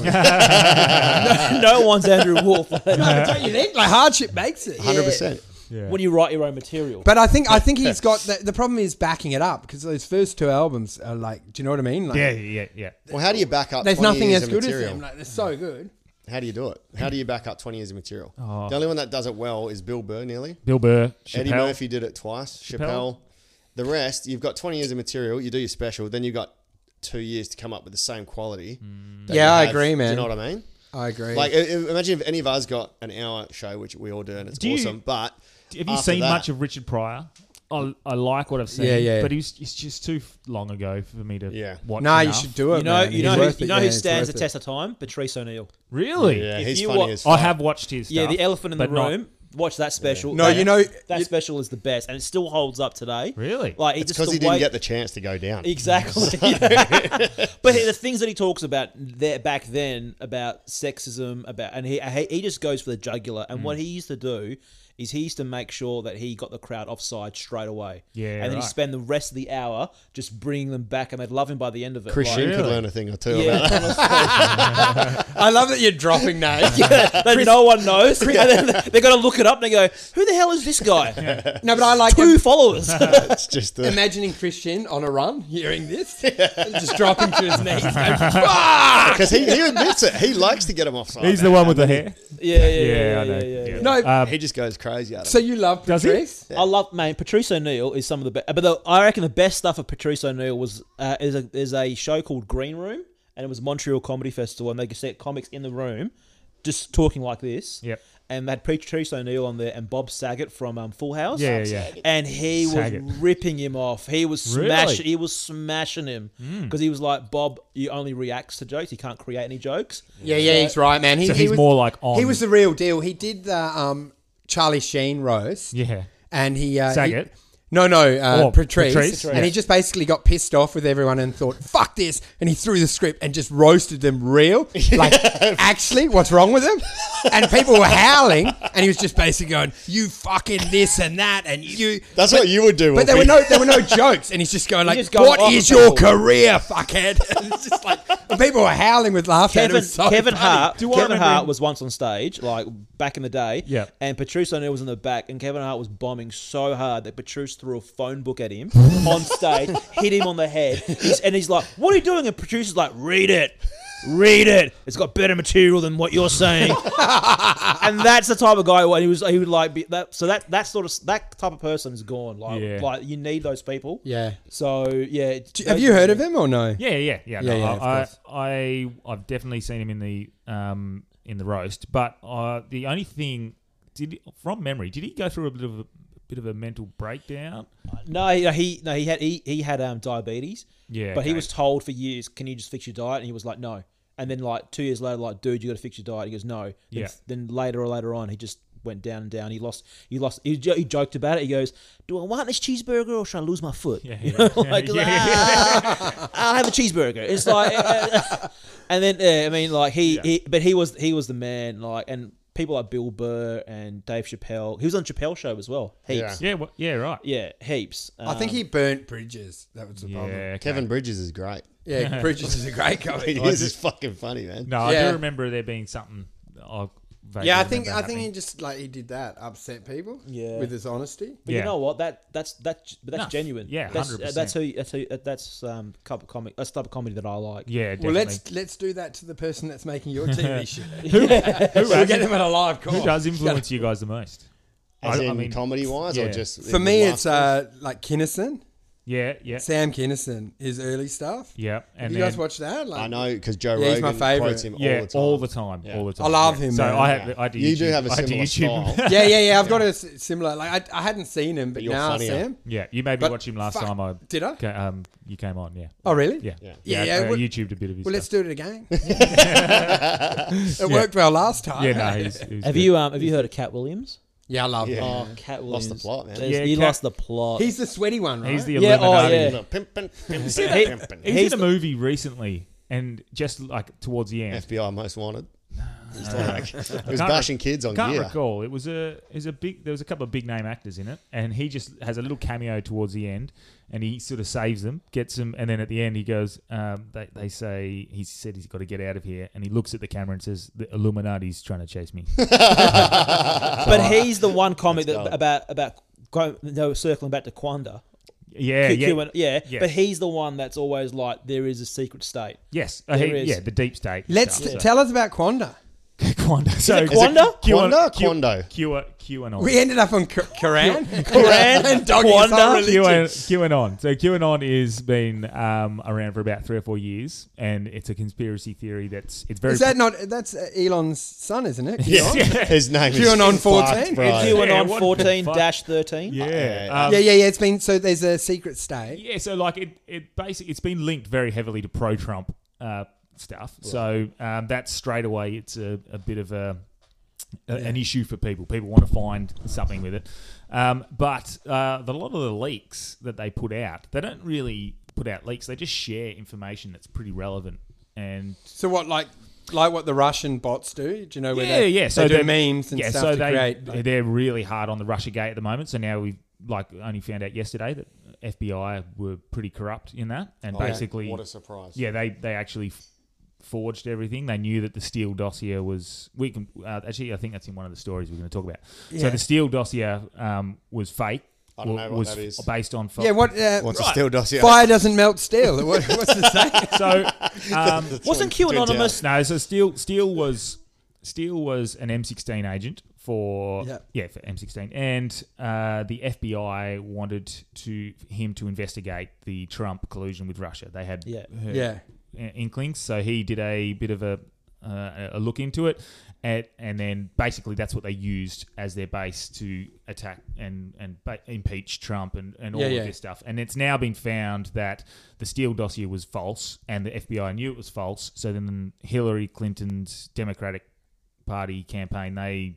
S6: *laughs*
S4: comedy.
S6: no, *laughs* no one's Andrew
S4: *laughs*
S6: Wolf.
S4: Don't you think? Like hardship makes it.
S5: Hundred percent.
S1: Yeah.
S6: *laughs* When you write your own material,
S4: But I think I think he's got the, the problem is backing it up because those first two albums are like, do you know what I mean? Like,
S1: yeah, yeah, yeah.
S5: Well, how do you back up?
S4: there's
S5: 20
S4: nothing
S5: years
S4: as
S5: of
S4: good
S5: material?
S4: as them. Like, they're so good.
S5: How do you do it? How do you back up 20 years of material?
S1: Oh.
S5: The only one that does it well is Bill Burr, nearly.
S1: Bill Burr,
S5: Eddie
S1: Chappelle.
S5: Murphy did it twice. Chappelle.
S1: Chappelle.
S5: The rest, you've got 20 years of material, you do your special, then you've got two years to come up with the same quality.
S1: Hmm.
S5: that
S4: Yeah,
S5: you
S4: I
S5: have.
S4: agree, man.
S5: Do you know what I mean?
S4: I agree.
S5: Like, i- i- imagine if any of us got an hour show, which we all do, and it's
S1: Do you-
S5: awesome, but.
S1: Have you
S5: after
S1: seen
S5: that-
S1: much of Richard Pryor? I, I like what I've seen.
S4: Yeah, yeah.
S1: But he's it's just too f- long ago for me to
S5: Yeah.
S1: watch.
S4: nah, you
S1: enough.
S4: should do it.
S6: you know,
S4: man.
S6: you
S4: It's
S6: know, who,
S4: worth
S6: you
S4: it,
S6: know
S4: yeah,
S6: who
S4: it's
S6: stands the
S4: worth it.
S6: test of time? Patrice O'Neill.
S1: Really?
S5: Yeah,
S6: If
S5: he's
S6: you
S5: funny
S6: wa-
S5: as fuck.
S1: I have watched his.
S6: Yeah,
S1: stuff,
S6: the elephant in the
S1: but not-
S6: room. Watch that special.
S4: No,
S6: That-
S4: you know-
S6: that
S4: you-
S6: special is the best, and it still holds up today.
S1: Really?
S6: Like he
S5: It's
S6: just
S5: because
S6: the
S5: he didn't
S6: way-
S5: get the chance to go down. *laughs*
S6: Exactly. *laughs* but the things that he talks about there back then about sexism, about and he he he just goes for the jugular. And
S1: Mm.
S6: what he used to do is he used to make sure that he got the crowd offside straight away.
S1: Yeah,
S6: and then
S1: right.
S6: he spent the rest of the hour just bringing them back, and they'd love him by the end of it.
S5: Christian
S6: Like,
S5: could learn a thing or two about
S6: yeah,
S4: I love that you're dropping names.
S6: *laughs* that no one
S5: *laughs*
S6: knows, *laughs* and then they're gonna look it up and they go, "Who the hell is
S1: *laughs*
S6: this guy?"
S4: *laughs* No, but I like
S6: *laughs* Two followers.
S5: it. It's just
S6: *laughs*
S5: the.
S4: imagining Christian on a run, hearing this, and just dropping to his knees. *laughs* Going,
S6: *laughs*
S4: Fuck!
S5: Because he, he admits it. He likes to get him offside.
S1: He's the one with the hair.
S6: yeah, yeah, yeah,
S1: Yeah,
S6: yeah,
S1: I know.
S6: yeah, yeah.
S1: Yeah.
S4: No,
S1: Um,
S5: he just goes crazy at
S4: so
S5: him.
S4: you love
S1: Does he?
S4: Patrice?
S6: I love, man. Patrice O'Neill is some of the best. But the, I reckon the best stuff of Patrice O'Neill was uh, is a is a show called Green Room, and it was Montreal Comedy Festival, and they could set comics in the room, just talking like this.
S1: Yep.
S6: And they had Patrice O'Neill on there, and Bob Saget from um, Full House.
S1: Yeah, yeah.
S6: And he
S1: Saget.
S6: was ripping him off. He was
S1: Really? Hmm.
S6: smash. He was smashing him because he was like, Bob, you only reacts to jokes. You can't create any jokes.
S4: Yeah, yeah, he's right, man. He,
S1: So
S4: he
S1: he's
S4: was,
S1: more like on-
S4: He was the real deal. He did the um, Charlie Sheen roast.
S1: Yeah.
S4: and he uh,
S1: Saget?
S4: he- no, no, uh,
S1: Oh,
S4: Patrice,
S1: Patrice,
S4: and he just basically got pissed off with everyone and thought, "Fuck this!" and he threw the script and just roasted
S1: *laughs*
S4: them real, like actually, what's wrong with them? And people were howling, and he was just basically going, "You fucking this and that," and you.
S5: That's what you would do.
S4: But there
S5: Wolfie.
S4: were no there were no jokes, and he's just going like,
S6: just going
S4: "What
S6: off
S4: is
S6: people."
S4: your career, fuckhead?" *laughs* And it's just like and people were howling with laughter. and it
S6: Kevin
S4: was so
S6: Kevin
S4: funny.
S6: Hart
S1: Do I
S6: Kevin
S1: remember
S6: Hart
S1: him-
S6: was once on stage like back in the day
S1: Yeah.
S6: and Patrice O'Neill was in the back and Kevin Hart was bombing so hard that Patrice threw a phone book at
S4: *laughs*
S6: him on stage hit him on the head he's, and he's like what are you doing and Patrice is like read it read it it's got better material than what
S4: *laughs*
S6: you're saying and that's the type of guy when he was he would like be that so that that sort of that type of person is gone like
S1: Yeah.
S6: like you need those people
S4: Yeah.
S6: so yeah
S4: Do- Have you heard of him or no?
S1: Yeah, yeah, yeah. no,
S4: Yeah, yeah, of
S1: I,
S4: course.
S1: I, I, have definitely seen him in the um in the roast, but uh, the only thing did from memory, did he go through a bit of a bit of a mental
S6: *laughs*
S1: breakdown? *laughs*
S6: No, he- no, he no he had he, he had um diabetes.
S1: Yeah,
S6: but he
S1: okay.
S6: was told for years, "Can you just fix your diet?" And he was like, "No." And then like two years later, like, "Dude, you got to fix your diet." He goes, "No." Then,
S1: Yeah.
S6: Then later or later on, he just went down and down. He lost. He lost. He, jo- he joked about it. He goes, "Do I want this cheeseburger or should I lose my foot?"
S1: Yeah,
S6: You
S1: yeah.
S6: know, *laughs* like,
S1: Yeah, yeah.
S6: "Ah, *laughs* I'll have a cheeseburger. It's like, *laughs* and then uh, I mean, like he, he, but he was he was the man. Like and. People like Bill Burr and Dave Chappelle. He was on Chappelle show as well. Heaps.
S1: Yeah, well, yeah, right.
S6: Yeah, heaps. Um,
S4: I think he burnt bridges. That was the
S1: Yeah,
S4: problem.
S1: *laughs* okay.
S5: Kevin Bridges is great.
S4: Yeah, Bridges is a *laughs* great
S5: He
S4: comedy.
S5: is just fucking funny, man.
S1: No, I
S4: Yeah.
S1: do remember there being something. I vaguely
S4: Yeah, I think I
S1: remember
S4: think he
S1: happening.
S4: just like he did that upset people.
S6: Yeah.
S4: with his honesty.
S6: But
S1: Yeah.
S6: you know what? That that's that but that's
S1: No,
S6: genuine.
S1: yeah,
S6: that's, uh,
S1: 100%.
S6: that's who that's who that's um cup of comic that's the type of comedy that I like.
S1: yeah, definitely.
S4: Well, *laughs* let's let's do that to the person that's making
S1: *laughs*
S4: your TV shit.
S1: who,
S4: We'll
S1: has-
S4: get them at a live call.
S1: who
S4: *laughs*
S1: does influence you guys the most?
S5: As
S1: I- I
S5: in
S1: mean-
S5: comedy wise,
S1: yeah.
S5: or just
S4: For
S5: in
S4: me,
S5: life?
S4: it's uh, like Kinnison,
S1: Yeah, yeah,
S4: Sam Kinnison, his early stuff.
S1: yeah.
S4: Have
S1: And
S4: you guys
S1: then-
S4: watch that? Like,
S5: I know because Joe
S4: Yeah, he's my
S5: Rogan
S4: favourite.
S5: quotes him
S1: Yeah,
S5: all the time. Yeah.
S1: all the time.
S4: I love
S1: yeah.
S4: him,
S1: So
S4: man.
S1: I have, I do.
S5: You
S1: YouTube,
S5: do have a
S1: I do
S5: similar
S1: YouTube.
S5: style.
S4: Yeah, yeah, yeah. I've got a s- similar. Like, I, I hadn't seen him, but,
S5: you're
S4: now
S5: funnier.
S4: Sam.
S1: *laughs* Yeah, you made me
S4: But
S1: watch him last
S4: fuck,
S1: time. I
S4: *laughs* did I?
S1: ca- Um, you came on. Yeah.
S4: Oh, really?
S1: Yeah.
S5: Yeah.
S4: Yeah,
S1: I,
S4: yeah,
S1: I
S4: well-
S1: YouTubed a bit of his.
S4: Well, let's
S1: stuff.
S4: do it *laughs* again. it worked well last time.
S1: Yeah,
S4: *laughs*
S1: no, he's, he's
S6: Have
S1: good.
S6: you um have you heard of Cat Williams?
S4: Yeah, I love
S5: Yeah.
S4: him.
S6: Oh, Cat Williams
S5: Lost the plot, man.
S6: There's-
S1: Yeah,
S6: he
S1: Cat-
S6: lost the plot.
S4: He's the sweaty one, right?
S1: He's the
S6: Yeah, oh,
S1: Illuminati.
S6: yeah.
S5: Pimpin', pimpin',
S1: He's,
S5: pimpin'.
S1: he's
S6: He's
S1: in a
S6: the-
S1: movie recently and just like towards the end,
S5: FBI Most Wanted.
S1: *laughs*
S5: He's like, he was
S1: Can't
S5: bashing
S1: rec-
S5: kids on
S1: Can't
S5: gear.
S1: recall. It was a it was a big. There was a couple of big name actors in it, and he just has a little cameo towards the end, and he sort of saves them, gets them, and then at the end he goes. Um, they they say he said he's got to get out of here, and he looks at the camera and says, "The Illuminati's trying to chase
S4: *laughs*
S1: me." *laughs*
S6: But he's the one comic
S5: That's
S6: that about about go- no circling back to Quanda.
S1: yeah,
S6: Q-
S1: yeah,
S6: Q and- yeah,
S1: Yeah.
S6: But he's the one that's always like there is a secret state.
S1: yes, uh,
S6: There
S1: he-
S6: is.
S1: yeah. The deep state.
S4: Let's
S1: stuff, so. *laughs*
S4: tell us about Quanda.
S1: Quanda. So
S6: it Quanda?
S1: Q-
S5: Quanda or
S1: Q-
S5: Quando?
S1: Q- QAnon.
S4: We ended up *laughs* on Qu- Quran.
S6: Quran
S4: *laughs* and doggy
S6: Quanda
S4: style.
S6: religion.
S1: QAnon. QAnon. So QAnon has been um, around for about three or four years, and it's a conspiracy theory that's it's very
S4: Is that not? That's uh, Elon's son, isn't it?
S5: Yeah.
S1: Yeah.
S5: His name is
S4: QAnon
S5: fucked,
S4: 14.
S5: bro.
S1: It's you-
S6: QAnon
S1: Yeah,
S6: on
S1: what the
S6: fourteen
S1: fuck?
S6: dash thirteen.
S1: yeah.
S5: Yeah.
S1: Um,
S4: Oh, yeah, yeah, yeah. It's been so. There's a secret state.
S1: Yeah, so like it, it basically it's been linked very heavily to pro Trump uh, stuff. So um, that's straight away it's a, a bit of a, a- an issue for people. People want to find something with it, um, but uh, the, a lot of the leaks that they put out, they don't really put out leaks. They just share information that's pretty relevant. And
S4: So what, like, like what the Russian bots do? Do you know where
S1: yeah,
S4: they,
S1: yeah. So
S4: they do
S1: they're-
S4: memes and stuff to
S1: they,
S4: create? like-
S1: they're really hard on the Russia gate at the moment. So now we've like only found out yesterday that FBI were pretty corrupt in that,
S4: Oh,
S1: and
S5: yeah.
S1: basically
S5: What a surprise.
S1: yeah, they they actually f- forged everything. They knew that the Steele dossier was. We can uh, actually, I think that's in one of the stories we're going to talk about. So
S4: Yeah.
S1: the Steele dossier um, was fake.
S5: I don't
S1: wa-
S5: know what
S1: was
S5: that is.
S1: based on. fo-
S4: yeah, what? Uh,
S5: What's
S1: Right.
S5: a steel dossier?
S4: Fire doesn't melt steel. What, what's *laughs* the saying?
S1: So *laughs* um,
S6: Wasn't
S5: Twin
S6: Q
S5: Tower.
S6: anonymous?
S1: no, so Steele Steele was Steele was an M16 agent for
S4: Yeah.
S1: yeah for M16, and uh, the FBI wanted to him to investigate the Trump collusion with Russia. They had
S6: Yeah.
S1: her-
S4: Yeah.
S1: uh, inklings. So he did a bit of a uh, a look into it, and, and then basically that's what they used as their base to attack and and ba- impeach Trump and, and all
S4: Yeah,
S1: of
S4: yeah.
S1: this stuff. And it's now been found that the Steele dossier was false, and the FBI knew it was false. So then Hillary Clinton's Democratic Party campaign they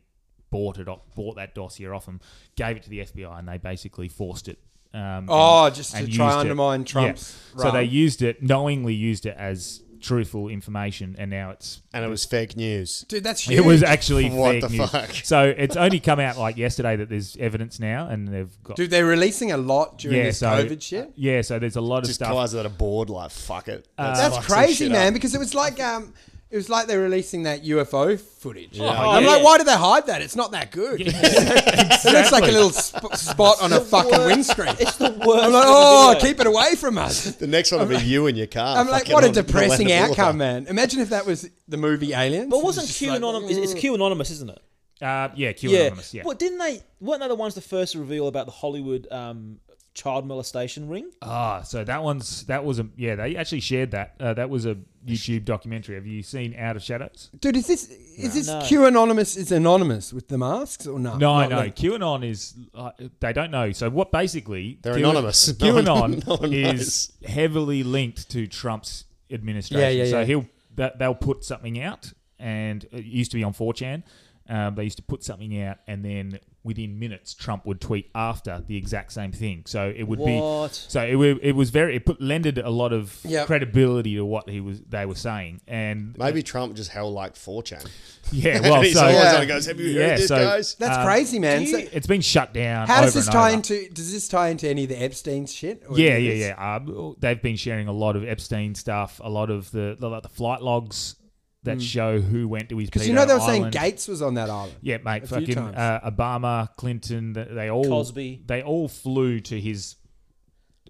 S1: bought it off, bought that dossier off them, gave it to the FBI, and they basically forced it. Um,
S4: Oh, just to try
S1: used it.
S4: undermine Trump's
S1: So they
S4: run.
S1: used it knowingly, used it as truthful information, and now it's
S5: And it was fake news.
S4: Dude, that's huge.
S1: it was
S4: *laughs*
S1: actually
S5: What
S1: fake
S5: the
S1: news.
S5: fuck?
S1: So it's only come out like yesterday that there's evidence now, and they've got
S4: Dude, they're releasing a lot during
S1: yeah,
S4: this
S1: so
S4: COVID shit.
S1: yeah. So there's a lot of
S5: Just
S1: stuff.
S5: guys that are bored, like, fuck it.
S1: uh,
S5: Let's
S4: That's
S5: fuck some
S4: crazy,
S5: shit
S4: man.
S5: up.
S4: Because it was like um, it was like they're releasing that UFO footage.
S6: Oh,
S4: I'm
S6: yeah.
S4: like, why do they hide that? It's not that good. *laughs* It looks like a little sp- spot on a fucking windscreen.
S6: It's the
S4: *laughs*
S6: worst.
S4: I'm like, oh,
S6: video.
S4: keep it away from us.
S5: The next one will be you and your car.
S4: I'm like,
S5: fucking
S4: what a
S5: on the
S4: depressing
S5: Leonard
S4: outcome,
S5: Boulevard.
S4: man. Imagine if that was the movie Aliens.
S6: But
S4: It was
S6: wasn't
S4: just
S6: Q
S4: like-
S6: anonymous? It's Q anonymous, isn't it?
S1: Uh, yeah, Q
S6: Yeah.
S1: anonymous. Yeah.
S6: Well, didn't they? Weren't they the ones the first to reveal about the Hollywood um, child molestation ring?
S1: Ah, so that one's that was a yeah. They actually shared that. Uh, that was a YouTube documentary. Have you seen Out of Shadows?
S4: Dude, is this is this
S6: No.
S4: Q anonymous is anonymous with the masks or no?
S1: No,
S4: Not
S1: no.
S4: linked.
S1: QAnon is uh, they don't know. So what basically
S5: They're
S1: Q-
S5: anonymous. *laughs* No one-
S1: QAnon
S5: no one
S1: is heavily linked to Trump's administration.
S4: Yeah, yeah,
S1: so
S4: yeah.
S1: he'll that, they'll put something out, and it used to be on 4chan. Um, they used to put something out, and then within minutes, Trump would tweet after the exact same thing. So it would be
S6: What?
S1: so it, wa- it was very it put lended a lot of
S4: Yep.
S1: credibility to what he was they were saying, and
S5: Maybe Trump just held like 4chan. *laughs*
S1: yeah, *laughs* well,
S5: He's
S1: so
S5: always
S4: Yeah.
S5: on and goes, have you heard
S1: Yeah,
S5: this,
S1: so-
S5: guys?
S4: That's
S1: Um,
S4: crazy, man.
S6: do
S4: So-
S6: you-
S1: it's been shut down.
S4: how does
S1: over
S4: this
S1: and
S4: tie
S1: over.
S4: into? Does this tie into any of the Epstein shit? or
S1: Yeah,
S4: any
S1: yeah,
S4: of this?
S1: yeah. Um, they've been sharing a lot of Epstein stuff, a lot of the the, like the flight logs that show who went to his. Because
S4: Because Hmm. you know they were
S1: Island.
S4: saying Gates was on that island.
S1: Yeah, mate.
S4: a few
S1: fucking
S4: times.
S1: uh, Obama, Clinton, th- they all
S6: Cosby.
S1: They all flew to his.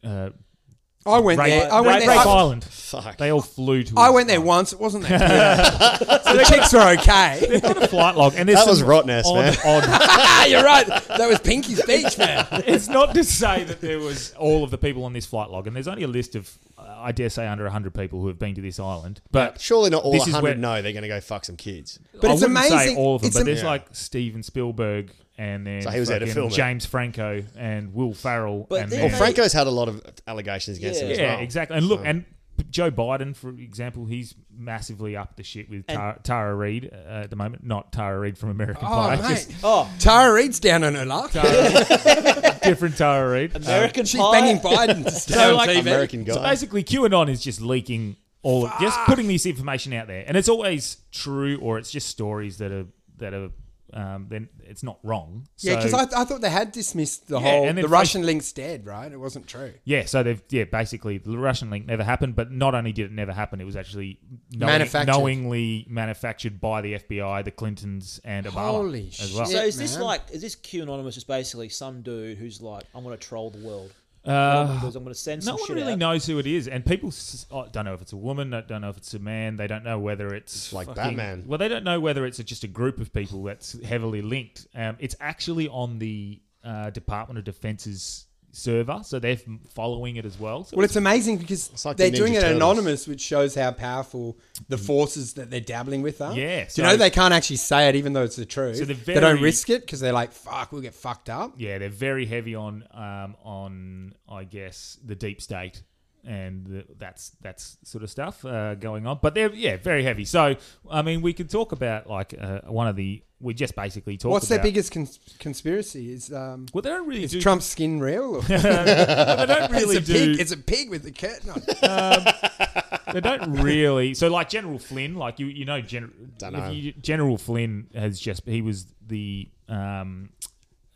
S1: Uh,
S4: I went
S1: rape,
S4: there. I
S1: rape,
S4: went there.
S1: rape
S4: I,
S1: Island.
S5: Fuck.
S1: They all flew to.
S4: I
S1: his
S4: went there
S1: island.
S4: once. It wasn't
S1: *laughs*
S4: that. good. so the chicks were okay.
S1: They've got a flight log, and there's
S5: That was
S1: some
S5: rotten ass,
S1: odd-
S5: man.
S1: odd-
S4: ah, you're right. That was Pinky's Beach, man.
S1: it's not to say that there was all of the people on this flight log, and there's only a list of, uh, I dare say, under 100 people who have been to this island. But
S5: Surely not all
S1: This is
S5: 100
S1: where-
S5: know they're going to go fuck some kids.
S4: But
S1: I
S4: it's
S1: wouldn't
S4: amazing.
S1: Say all of them,
S4: it's
S1: but
S4: am-
S1: there's like Steven Spielberg and then
S5: So he was there to
S1: fucking
S5: film it.
S1: James Franco and Will Farrell.
S6: But
S1: and
S6: then
S5: Well,
S1: then-
S6: Yeah.
S5: Franco's had a lot of allegations against
S6: Yeah.
S5: him as
S1: yeah,
S5: well.
S1: exactly. And look,
S5: So-
S1: and Joe Biden, for example, he's massively up the shit with
S6: And-
S1: Tara, Tara Reid uh, at the moment. Not Tara Reid from American
S4: Oh,
S1: Pie, *laughs*
S4: mate.
S1: just
S6: Oh,
S4: Tara Reid's down on her luck.
S1: different Tara Reid.
S6: American
S4: She's
S6: Pie.
S4: banging Biden.
S1: So, like,
S5: American guy.
S1: So basically, QAnon is just leaking all just putting this information out there, and it's always true, or it's just stories that are that are. Um, then it's not wrong.
S4: Yeah,
S1: So-
S4: because I, I thought they had dismissed the
S1: Yeah,
S4: whole
S1: and
S4: the
S1: then
S4: Russian link's dead, right? It wasn't true.
S1: Yeah, so they've yeah basically the Russian link never happened, but not only did it never happen, it was actually knowing,
S4: Manufactured.
S1: knowingly manufactured by the FBI, the Clintons, and Obama
S4: Holy
S1: as well.
S6: So
S4: shit,
S6: is this
S4: man.
S6: like is this Q anonymous just basically some dude who's like I'm gonna troll the world? What I'm
S1: Uh,
S6: gonna do is I'm gonna send some
S1: no one
S6: shit
S1: really
S6: out.
S1: knows who it is, and people s- I don't know if it's a woman, I don't know if it's a man. They don't know whether it's,
S5: like Batman.
S1: Well, they don't know whether it's just a group of people that's heavily linked. Um, it's actually on the uh, Department of Defense's server, so they're f- following it as well. So
S4: Well, it's amazing because
S5: like
S4: they're
S5: the
S4: doing
S5: Ninja
S4: it
S5: Turtles.
S4: anonymous, which shows how powerful the forces that they're dabbling with are.
S1: Yeah,
S4: Do you know
S1: so-
S4: they can't actually say it, even though it's the truth.
S1: So they're
S4: they don't
S1: very-
S4: risk it because they're like, "Fuck, we'll get fucked up."
S1: yeah, they're very heavy on um, on I guess the deep state and the, that's that's sort of stuff uh, going on. But they're yeah very heavy. So I mean, we could talk about like uh, one of the we just basically talked.
S4: What's
S1: about,
S4: their biggest cons- conspiracy? Is um,
S1: Well, they don't really
S4: is
S1: do.
S4: Trump's skin real? Or
S1: *laughs* They don't really
S4: *laughs* it's
S1: do.
S4: a pig. It's a pig with
S1: *laughs*
S4: the curtain on.
S1: they don't really. So like General Flynn, like you you know, Gen-
S5: Dunno.
S1: if you- General Flynn has just he was the. Um,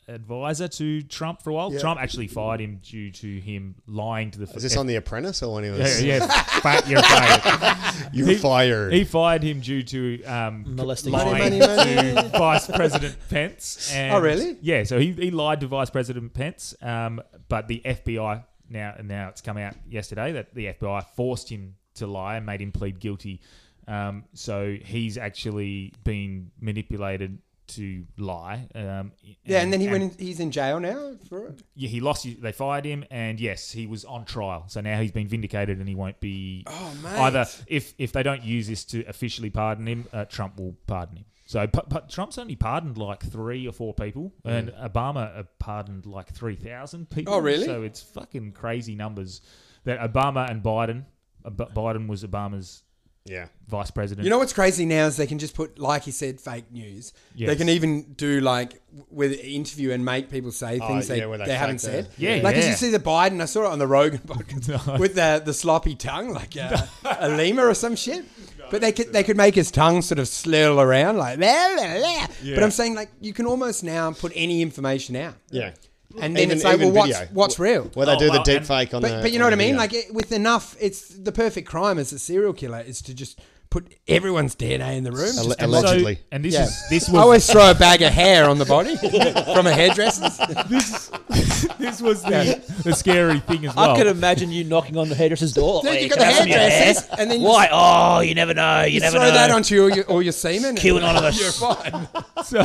S1: Advisor to Trump for a while. Trump actually fired him due to him lying to the.
S5: Is this on The Apprentice or when he
S1: Yeah,
S5: was?
S1: yeah, fa- you're fired.
S5: You're
S1: He-
S5: fired.
S1: He fired him due to um,
S6: Molesting
S1: lying
S4: Money, money,
S1: to *laughs* Vice President Pence. And
S4: Oh, really?
S1: Yeah. So he, he lied to Vice President Pence, um, but the FBI now and now it's come out yesterday that the FBI forced him to lie and made him plead guilty. Um, so he's actually been manipulated to lie. Um,
S4: yeah, and then he went. In, he's in jail now for it.
S1: yeah, he lost. his- They fired him, and yes, he was on trial. So now he's been vindicated, and he won't be
S4: Oh, mate.
S1: either. If if they don't use this to officially pardon him, uh, Trump will pardon him. So, but, but Trump's only pardoned like three or four people, and Obama uh, pardoned like three thousand people.
S4: Mm. Oh, really?
S1: So it's fucking crazy numbers that Obama and Biden. Ob- Biden was Obama's
S5: yeah.
S1: vice president.
S4: You know what's crazy now is they can just put, like he said, fake news. They
S1: Yes.
S4: can even do like w- with interview and make people say things
S5: Oh, yeah,
S4: they,
S5: where
S4: they,
S5: they
S4: haven't
S5: fake the-
S4: said.
S1: Yeah,
S4: like did you
S1: yeah.
S4: see the Biden? I saw it on the Rogan *laughs* podcast with the the sloppy tongue, like
S5: *laughs*
S4: uh, a lemur or some shit. But they could they could make his tongue sort of slurl around like. "La, la, la." But I'm saying like you can almost now put any information out.
S5: Yeah.
S4: And then
S5: Even-
S4: it's like, well,
S5: even
S4: what's,
S5: video.
S4: what's real?
S5: Where they
S1: Oh,
S5: do
S1: well,
S5: the deep
S1: and-
S5: fake on
S4: But,
S5: the.
S4: but you know what
S5: on
S4: I
S5: the
S4: mean?
S5: video.
S4: Like it, with enough, it's the perfect crime as a serial killer is to just put everyone's DNA in the room.
S5: Alle-
S4: Just-
S5: allegedly.
S1: So, and this
S4: Yeah.
S1: is this
S4: I
S1: was
S4: always throw a bag of hair on the body *laughs* from a hairdresser.
S1: *laughs* this was the, the scary thing
S4: *laughs*
S1: as well.
S6: I could imagine you knocking on the hairdresser's door.
S4: Dude,
S6: "Hey,
S4: you got the
S6: can I have some of your
S4: hairdressers, and then you,
S6: Why? Oh, you never know. You,
S4: you
S6: never
S4: throw
S6: know.
S4: *laughs* that onto all your, all your semen.
S6: Q
S4: And,
S6: anonymous.
S1: *laughs* So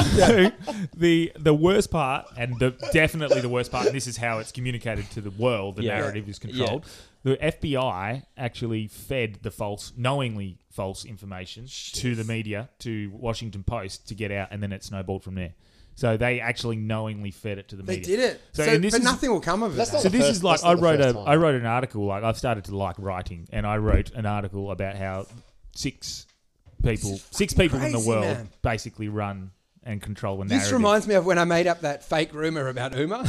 S1: the the worst part, and the, definitely the worst part, and this is how it's communicated to the world. The
S6: Yeah.
S1: narrative is controlled. The FBI actually fed the false, knowingly false information to the media, to Washington Post, to get out, and then it snowballed from there. So they actually knowingly fed it to the
S4: they
S1: media.
S4: did it. So,
S1: and this
S4: but
S1: is-
S4: nothing will come of it.
S5: That's not
S1: so
S5: the
S1: this
S5: first-
S1: is like
S5: that's
S1: I
S5: not the
S1: wrote a
S5: first time.
S1: I wrote an article like I've started to like writing and I wrote an article about how six people six people in the
S4: crazy,
S1: world
S4: man.
S1: basically run and control the
S4: this
S1: narrative.
S4: reminds me of when I made up that fake rumor about Uma.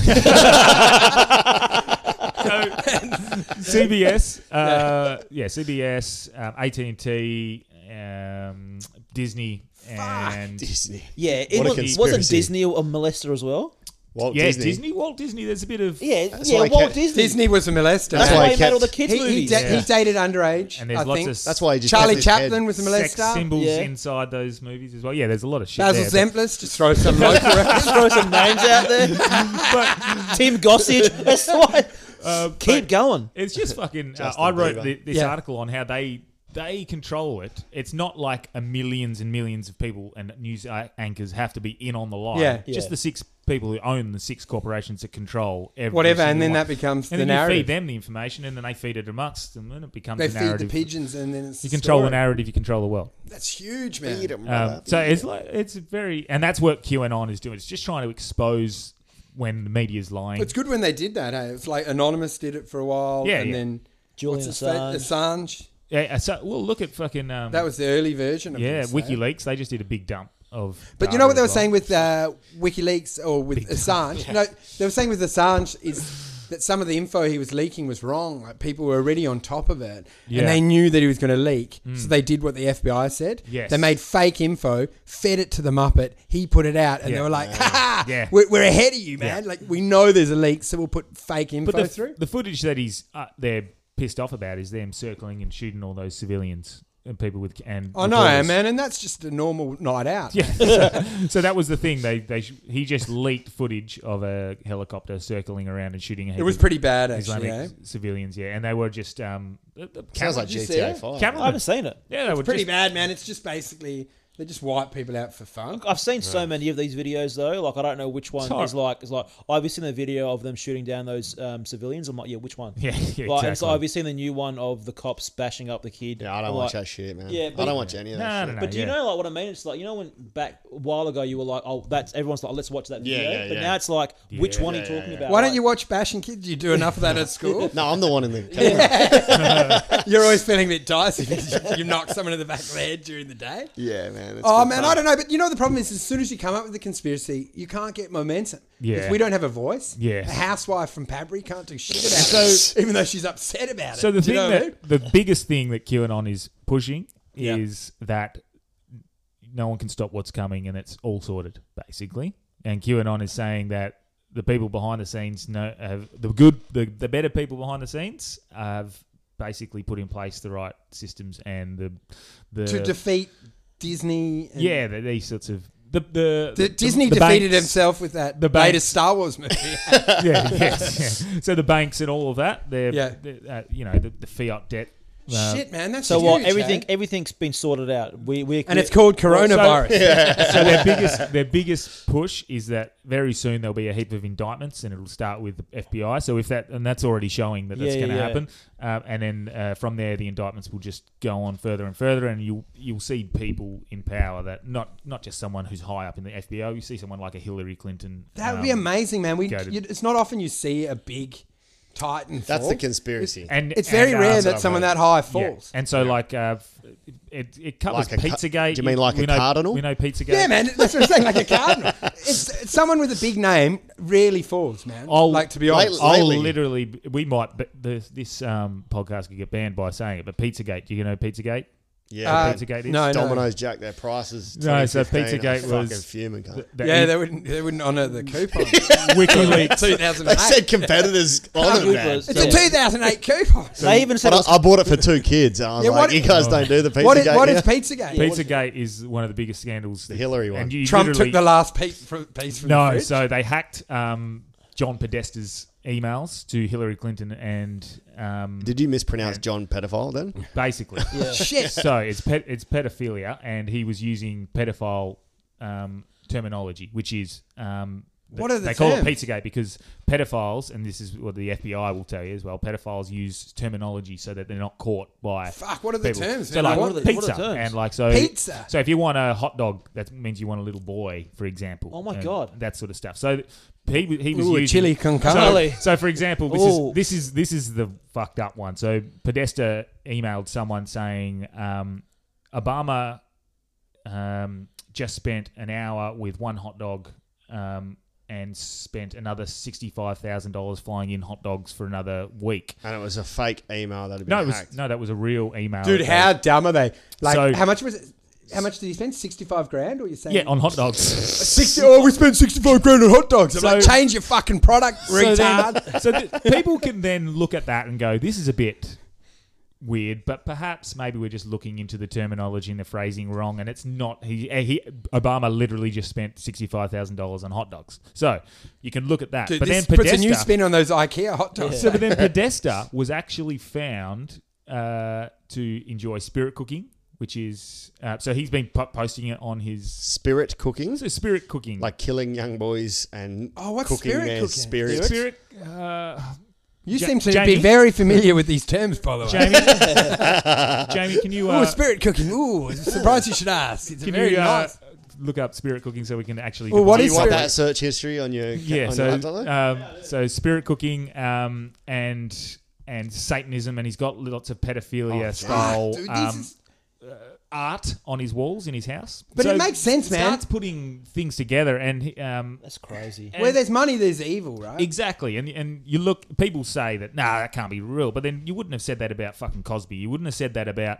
S1: CBS, uh, yeah, CBS, um, AT and T, um, Disney, and
S5: Disney.
S6: Yeah, it
S5: What a
S6: was, wasn't
S5: conspiracy.
S6: Disney a molester as well?
S5: Walt
S1: yeah,
S5: Disney.
S1: Disney. Walt Disney. There's a bit of
S6: Yeah,
S5: That's
S6: yeah,
S5: why I
S6: Walt
S5: kept-
S6: Disney.
S4: Disney was a molester.
S6: That's
S5: That's
S6: why
S5: why
S6: he
S5: I
S6: made all the
S5: kept-
S6: kids
S4: he, he,
S6: movies.
S4: da- he dated underage.
S1: and there's
S4: I
S1: lots
S4: think.
S1: of
S5: That's why he just
S4: Charlie
S5: kept his head.
S4: Chaplin was a
S1: sex
S4: molester.
S1: symbols
S6: Yeah.
S1: inside those movies as well. Yeah, there's a lot of shit.
S4: Basil
S1: there,
S4: Zemplis, just throw some *laughs* local reference.
S6: Throw some names
S5: *laughs*
S6: out there. Tim Gossage. That's why.
S1: but, uh,
S6: Keep
S1: but
S6: going.
S1: It's just fucking. Uh,
S5: Justin
S1: I wrote
S5: Bieber.
S1: thi- this
S4: Yeah.
S1: article on how they they control it. It's not like a millions and millions of people and news uh, anchors have to be in on the line.
S4: Yeah.
S1: just
S6: Yeah.
S1: the six people who own the six corporations that control every
S4: Whatever, and
S1: single
S4: then
S1: one.
S4: that becomes
S1: and
S4: the
S1: then you
S4: narrative.
S1: feed them the information, and then they feed it amongst them, and it becomes
S4: They
S1: a
S4: feed
S1: narrative.
S4: the pigeons, and then it's
S1: You
S4: the
S1: control the
S4: story.
S1: narrative, you control the world.
S4: That's huge, man.
S5: Eat 'em,
S1: Um,
S5: brother.
S1: so it's like it's very, and that's what QAnon is doing. It's just trying to expose when the media's lying.
S4: It's good when they did that. Hey, it's like Anonymous did it for a while,
S1: Yeah,
S4: and
S1: yeah.
S4: then
S6: Julian
S4: what's his fa-
S6: Assange.
S4: Assange.
S1: Yeah, uh, so well, look at fucking um,
S4: That was the early version of
S1: yeah
S4: this, hey?
S1: WikiLeaks. They just did a big dump of.
S4: But you
S1: data
S4: know what they were
S1: as well.
S4: saying with uh, WikiLeaks or with Assange? No, they were saying with Assange is that some of the info he was leaking was wrong. Like people were already on top of it,
S1: Yeah. Hmm.
S4: and they knew that he was going to leak, so they did what the FBI said.
S1: Yes.
S4: They made fake info, fed it to the Muppet. He put it out, and
S1: Yeah.
S4: they were like, "Ha ha!
S1: Yeah.
S4: We're, we're ahead of you, man! Like we know there's a leak, so we'll put fake info
S1: But the,
S4: through."
S1: the footage that he's uh, they're pissed off about is them circling and shooting all those civilians and people with and
S4: I know,
S1: reporters.
S4: man, and that's just a normal night
S1: *laughs*
S4: out.
S1: Yeah. so, so that was the thing. They they sh- he just leaked footage of a helicopter circling around and shooting. A
S4: It was pretty bad, actually.
S1: Islamic
S4: eh?
S1: civilians. Yeah, and they were just um. uh, uh,
S5: Sounds like
S4: Did you see
S5: GTA
S4: it?
S5: Five.
S1: Cameramen.
S6: I haven't seen it.
S1: Yeah, they were
S4: Pretty
S1: just,
S4: bad, man. It's just basically they just wipe people out for fun.
S6: I've seen so many of these videos though. Like I don't know which one
S1: Sorry.
S6: is like is like I've seen the video of them shooting down those um, civilians. I'm like,
S5: *laughs*
S6: yeah, which one?
S1: Yeah, yeah,
S6: like, and
S1: exactly.
S6: so I've seen the new one of the cops bashing up the kid.
S5: Yeah, I don't
S6: I'm
S5: watch
S6: like,
S5: that shit, man.
S6: Yeah,
S5: I
S6: but-
S5: don't watch any of that.
S1: No,
S5: shit.
S1: no, no.
S6: But do you
S1: yeah.
S6: know like what I mean? It's like you know when back a while ago you were like, oh, that's everyone's like, let's watch that
S5: Yeah,
S6: video.
S5: yeah,
S6: but
S5: yeah.
S6: now it's like, which
S1: Yeah,
S6: one are
S5: yeah,
S6: you talking
S5: yeah.
S6: about?
S4: Why
S6: Like,
S4: don't you watch Bashing Kids? You do enough of that at
S5: *laughs*
S4: school. *laughs*
S5: No, I'm the one
S1: *laughs*
S5: in the camera.
S4: You're always feeling a bit dicey *laughs* because you, you knock someone in the back of the head during the day.
S5: yeah, man. it's
S4: Oh
S5: good
S4: man,
S5: fun.
S4: I don't know, but you know the problem is, as soon as you come up with a conspiracy, you can't get momentum. 'Cause
S1: Yeah.
S4: we don't have a voice.
S1: Yeah.
S4: the housewife from Pabri can't do shit
S5: *laughs*
S4: about it, even though she's upset about it.
S1: So the
S4: Do
S1: thing
S4: you know what I mean?
S1: that the biggest thing that QAnon is pushing
S6: Yeah.
S1: is that no one can stop what's coming and it's all sorted basically. And QAnon is saying that the people behind the scenes know have the good the, the better people behind the scenes have basically put in place the right systems and the the
S4: to defeat Disney, and
S1: yeah the, these sorts of the the,
S4: D-
S1: the-
S4: Disney
S1: the
S4: defeated
S1: banks.
S4: himself with that
S1: the
S4: the
S1: banks.
S4: latest Star Wars movie.
S1: *laughs* yeah, yes, yeah. So the banks and all of that, they're,
S4: Yeah.
S1: they're, uh, you know, the, the fiat debt. uh,
S4: Shit, man, that's
S6: So
S4: huge,
S6: what? Everything
S4: eh?
S6: everything's been sorted out. We we
S4: and it's called coronavirus.
S1: So
S4: *laughs*
S1: their biggest their biggest push is that very soon there'll be a heap of indictments, and it'll start with the FBI. So if that and that's already showing that that's
S6: Yeah,
S1: going to
S6: yeah.
S1: happen, um, and then uh, from there the indictments will just go on further and further, and you'll you'll see people in power that not not just someone who's high up in the FBI. You see someone like a Hillary Clinton.
S4: That would
S1: um,
S4: be amazing, man. We
S1: go to-
S4: you, it's not often you see a big Titan.
S5: That's
S4: fall.
S5: the conspiracy.
S1: And
S4: It's very
S1: and, uh,
S4: rare
S5: what
S4: that
S5: I've
S4: someone that
S5: heard.
S4: high
S1: Yeah.
S4: falls. Yeah,
S1: And so, like, uh, f- it, it covers
S5: Like a ca-
S1: Pizzagate.
S5: do you mean like
S1: we
S5: a
S1: know,
S5: cardinal?
S1: We know Pizzagate.
S4: man, that's what I'm saying. Like a
S1: *laughs*
S4: cardinal, it's, it's someone with a big name rarely falls, man.
S1: I'll-
S4: like to be honest,
S5: Lately-
S1: I'll literally, we might, but the, this um, podcast could get banned by saying it, but Pizzagate, do you know Pizzagate?
S5: Yeah,
S4: Uh,
S5: man.
S1: Pizzagate is?
S4: no,
S5: Domino's jacked their prices.
S1: No, so
S5: 2015.
S1: Pizzagate
S5: I'm fucking
S1: was-
S5: fuming. cunt.
S1: That
S4: yeah,
S1: he-
S4: they wouldn't they wouldn't honour the coupon.
S5: *laughs*
S1: WikiLeaks.
S4: 2008.
S5: They said
S4: *laughs*
S5: competitors on it, man.
S6: Googlers.
S4: it's a 2008
S5: *laughs*
S4: coupon.
S6: they even said
S5: But
S6: it
S5: I, I
S6: was
S5: bought it for two kids. and I was
S4: Yeah,
S5: like,
S4: what- Oh.
S5: you guys don't do the Pizzagate.
S4: What is, what
S5: yeah?
S4: is *laughs* Pizzagate?
S1: Pizzagate is one of the biggest scandals. The
S5: Hillary one.
S4: Trump took the last pe- fr- piece from the
S1: No,
S4: fridge.
S1: so they hacked um, John Podesta's emails to Hillary Clinton and um,
S5: Did you mispronounce John pedophile then? *laughs*
S1: basically. *laughs*
S4: shit.
S1: so it's ped- it's pedophilia, and he was using pedophile um, terminology, which is um, th-
S4: What are the
S1: they call it
S4: terms?
S1: Pizzagate because pedophiles, and this is what the FBI will tell you as well. Pedophiles use terminology so that they're not caught by
S4: Fuck, what are the
S1: people.
S4: terms,
S1: So
S4: man?
S1: like
S4: What are the-
S1: pizza
S6: what are the terms?
S1: and like so
S4: Pizza?
S1: So if you want a hot dog, that means you want a little boy, for example.
S6: Oh my
S1: and
S6: God.
S1: that sort of stuff. So. He, w- he was
S4: Ooh, a
S1: using
S4: chili con
S1: So-
S4: carne.
S1: So, for example, this
S6: Ooh.
S1: is this is this is the fucked up one. So Podesta emailed someone saying um, Obama um, just spent an hour with one hot dog um, and spent another sixty-five thousand dollars flying in hot dogs for another week.
S5: And it was a fake email that had been
S1: No, it was
S5: hacked.
S1: no, that was a real email,
S4: Dude, how dumb are they? Like,
S1: So-
S4: how much was it? How much did he spend? 65 grand? Or you saying?
S1: Yeah, on hot dogs.
S4: 60, oh, we spent 65 grand on hot dogs. I'm
S1: So-
S4: like, change your fucking product,
S1: *laughs*
S4: retard.
S1: So, then, so th- people can then look at that and go, "This is a bit weird," but perhaps maybe we're just looking into the terminology and the phrasing wrong, and it's not. He, eh, he Obama literally just spent sixty five thousand dollars on hot dogs, so you can look at that.
S4: Dude,
S1: but then
S4: this
S1: Podesta,
S4: puts a new spin on those IKEA hot dogs.
S1: so but then Podesta was actually found uh, to enjoy spirit cooking, which is uh, so he's been po- posting it on his.
S5: Spirit cooking,
S1: So spirit cooking,
S5: like killing young boys and
S4: Oh, what's
S5: cooking
S4: spirit
S5: their
S4: cooking?
S5: spirit.
S1: spirit. Uh,
S4: You
S1: Ja-
S4: seem to
S1: Jamie?
S4: be very familiar with these terms, by the way.
S1: Jamie,
S4: *laughs*
S1: Jamie, can you?
S4: Ooh,
S1: Uh,
S4: spirit cooking. Ooh, surprised you should ask. It's a
S1: Can
S4: very
S1: you uh,
S4: nice.
S1: look up spirit cooking so we can actually?
S4: Well, what
S5: Do
S1: define-
S5: you want
S4: Spirit- uh,
S5: that search history on your
S1: Yeah,
S5: on
S1: so
S5: your laptop though?
S1: um, so spirit cooking um, and and Satanism, and he's got lots of pedophilia style
S4: Oh, Ah, Dude, this
S1: oh, um,
S4: is-
S1: art on his walls in his house.
S4: But it makes sense, man.
S1: Starts putting things together, and he- um,
S6: That's crazy.
S4: Where there's money, there's evil,
S1: *laughs*
S4: right?
S1: Exactly, and and you look. People say that nah, that can't be real. But then you wouldn't have said that about fucking Cosby. You wouldn't have said that about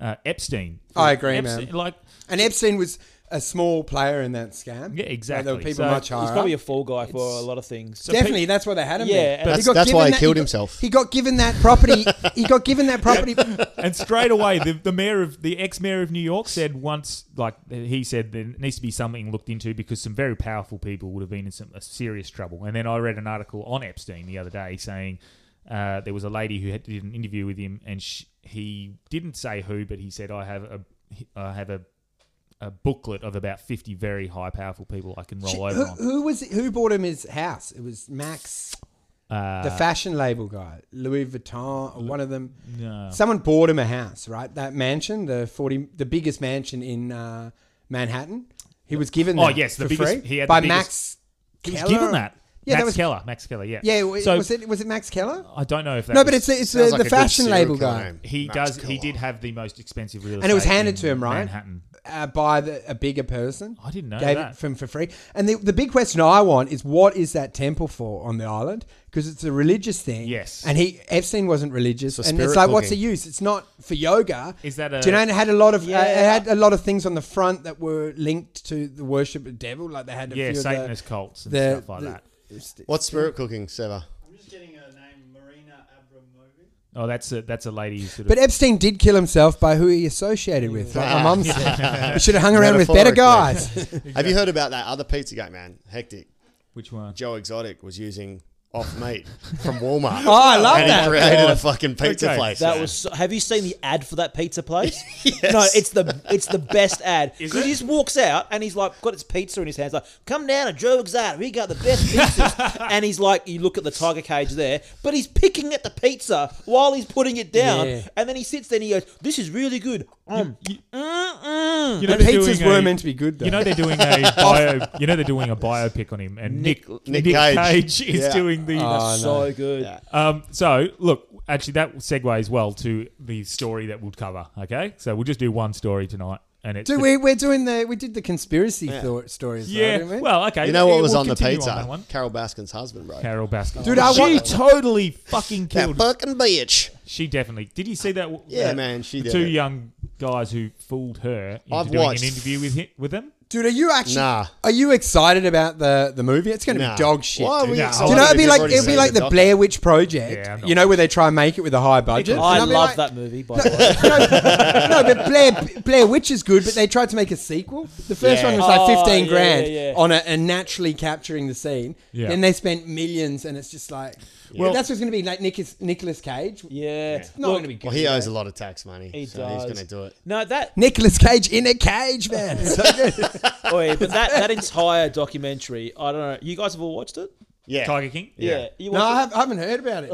S1: uh, Epstein.
S4: I agree,
S1: Epstein,
S4: man.
S1: Like
S4: and Epstein was a small player in that scam.
S1: Yeah,
S4: Like,
S1: exactly.
S4: there were people
S1: So
S4: much *laughs* higher.
S6: He's probably a
S4: up.
S6: fall guy for a lot of things. So
S4: Definitely, that's why they had him.
S6: Yeah,
S4: there.
S6: and That's-
S4: got
S5: that's why
S4: given
S5: he killed
S4: got-
S5: himself.
S4: He got given that property. he got
S1: *laughs*
S4: given that property.
S1: and straight away, the, the mayor of the ex mayor of New York said once, like he said, there needs to be something looked into because some very powerful people would have been in some serious trouble. And then I read an article on Epstein the other day saying uh, there was a lady who had, did an interview with him, and sh he didn't say who, but he said, "I have a, I have a." A booklet of about fifty very high powerful people I can roll
S4: who,
S1: over on.
S4: who was who bought him his house? It was Max,
S1: Uh,
S4: the fashion label guy, Louis Vuitton, or one of them.
S1: No.
S4: Someone bought him a house, right? That mansion, the forty, the biggest mansion in uh, Manhattan. He was given.
S1: Oh,
S4: that
S1: yes, the
S4: for
S1: biggest-
S4: free
S1: he had the
S4: by
S1: biggest-
S4: Max.
S1: He was
S4: Keller?
S1: given that.
S4: Yeah,
S1: Max
S4: that was
S1: Keller. Max Keller. Yeah.
S4: Yeah, w-
S1: So
S4: was it was it Max Keller?
S1: I don't know if that
S4: No,
S1: was-
S4: but it's it's uh, the
S5: Sounds like a good
S4: fashion
S5: serial
S4: label
S5: killer
S4: guy,
S5: name.
S1: He
S5: Max
S1: does. He
S5: Killer.
S1: did have the most expensive real estate,
S4: and it was handed
S1: in
S4: to him, right?
S1: Manhattan.
S4: Uh, by the, a bigger person.
S1: I didn't know
S4: Gave
S1: that.
S4: it from for free. And the, the big question I want is what is that temple for on the island? Because it's a religious thing.
S1: Yes.
S4: And he Epstein wasn't religious,
S5: It's a
S4: and it's
S5: spirit
S4: like, what's the
S5: cooking.
S4: use? It's not for yoga.
S1: Is that a-
S4: Do you know? And it had a lot of uh,
S6: Yeah.
S4: it had a lot of things on the front that were linked to the worship of devil. Like they had a
S1: Yeah,
S4: few
S1: Satanist
S4: of
S1: cults
S4: the,
S1: and
S4: the-
S1: stuff like
S4: the-
S1: that.
S5: What's spirit cooking, Seva?
S7: I'm just getting a name, Marina Abramovic.
S1: Oh, that's a that's a lady. Who sort
S4: But
S1: of,
S4: Epstein did kill himself by who he associated with. Like my
S1: *laughs*
S4: mum said, you should have hung around with better
S5: Metaphorically.
S4: guys.
S5: Have you heard about that other Pizzagate man? Hectic.
S1: which one?
S5: Joe Exotic was using off meat from Walmart.
S4: Oh, I
S1: *laughs*
S4: love
S5: and
S4: that.
S5: he created a fucking pizza
S1: Okay.
S5: place.
S6: That
S5: man.
S6: was. So, have you seen the ad for that
S4: *laughs*
S6: pizza place? No, it's the it's the best ad because he just walks out and he's like got his pizza in his hands, like come down to Joe Exotic, we got the best pizzas.
S4: *laughs*
S6: and he's like, you look at the tiger cage there, but he's picking at the pizza while he's putting it down,
S4: Yeah.
S6: and then he sits there and he goes, "This is really good." Mm. Mm-mm.
S5: Hmm.
S1: You know
S4: The
S1: they're
S4: pizzas
S1: doing
S4: were
S1: a-
S4: meant to be good, though.
S1: You know they're doing
S4: *laughs*
S1: a bio. You know they're doing a biopic on him, and Nick Nick,
S5: Nick
S1: Cage.
S5: Cage.
S1: is
S5: Yeah.
S1: doing the.
S4: Oh,
S6: so good.
S1: Um, so look, actually, that segues well to the story that we'll cover. Okay, so we'll just do one story tonight, and it's
S4: Dude,
S1: the-
S4: we, we're doing the we did the conspiracy thought stories. though,
S1: yeah.
S4: didn't we?
S1: well, okay.
S5: You know
S1: yeah,
S5: what was
S1: we'll
S5: on the
S1: continue
S5: pizza?
S1: that one.
S5: Carol Baskin's husband, bro.
S1: Carol Baskin.
S4: Dude, I
S1: she
S4: want-
S1: totally fucking
S5: that
S1: killed.
S5: fucking bitch.
S1: she definitely. Did you see that?
S5: Yeah,
S1: that-
S5: man, she
S1: the
S5: did
S1: two
S5: it.
S1: young guys who fooled her into
S5: I've
S1: doing
S5: watched-
S1: an interview with him, with them.
S4: dude, are you actually
S5: Nah.
S4: are you excited about the the movie? It's going to
S5: Nah.
S4: be dog shit.
S5: Why are
S4: dude.
S5: we
S1: Nah,
S5: excited
S4: Do you know
S5: if
S4: it'd be
S5: you've
S4: like
S5: already
S4: it'd be
S5: seen
S4: like the
S5: doc?
S4: Blair Witch Project?
S1: Yeah, I'm not
S4: you know where they try and make it with a high budget.
S6: I
S4: And I'd be
S6: love
S4: like-
S6: that movie. By the
S4: *laughs*
S6: way.
S4: no, but Blair Blair Witch is good, but they tried to make a sequel. The first
S1: Yeah.
S4: one was like
S6: Oh,
S4: fifteen
S6: yeah,
S4: grand
S6: yeah, yeah.
S4: on a, and naturally capturing the scene.
S1: Yeah.
S4: Then they spent millions, and it's just like
S1: Well-
S4: that's what's going to be like Nicholas Nicholas Cage.
S6: Yeah,
S4: It's not
S6: Look,
S4: going to be good.
S5: Well, he owes a lot of tax money.
S6: He
S5: so
S6: does.
S5: He's going to do it.
S6: no that.
S4: Nicholas Cage in a cage, man. It's so good.
S5: *laughs*
S6: Oi, oh, but that that entire documentary. I don't know. You guys have all watched it?
S5: Yeah.
S1: Tiger King.
S5: Yeah.
S6: you
S4: no,
S6: watched it?
S4: I, have, I haven't heard about it.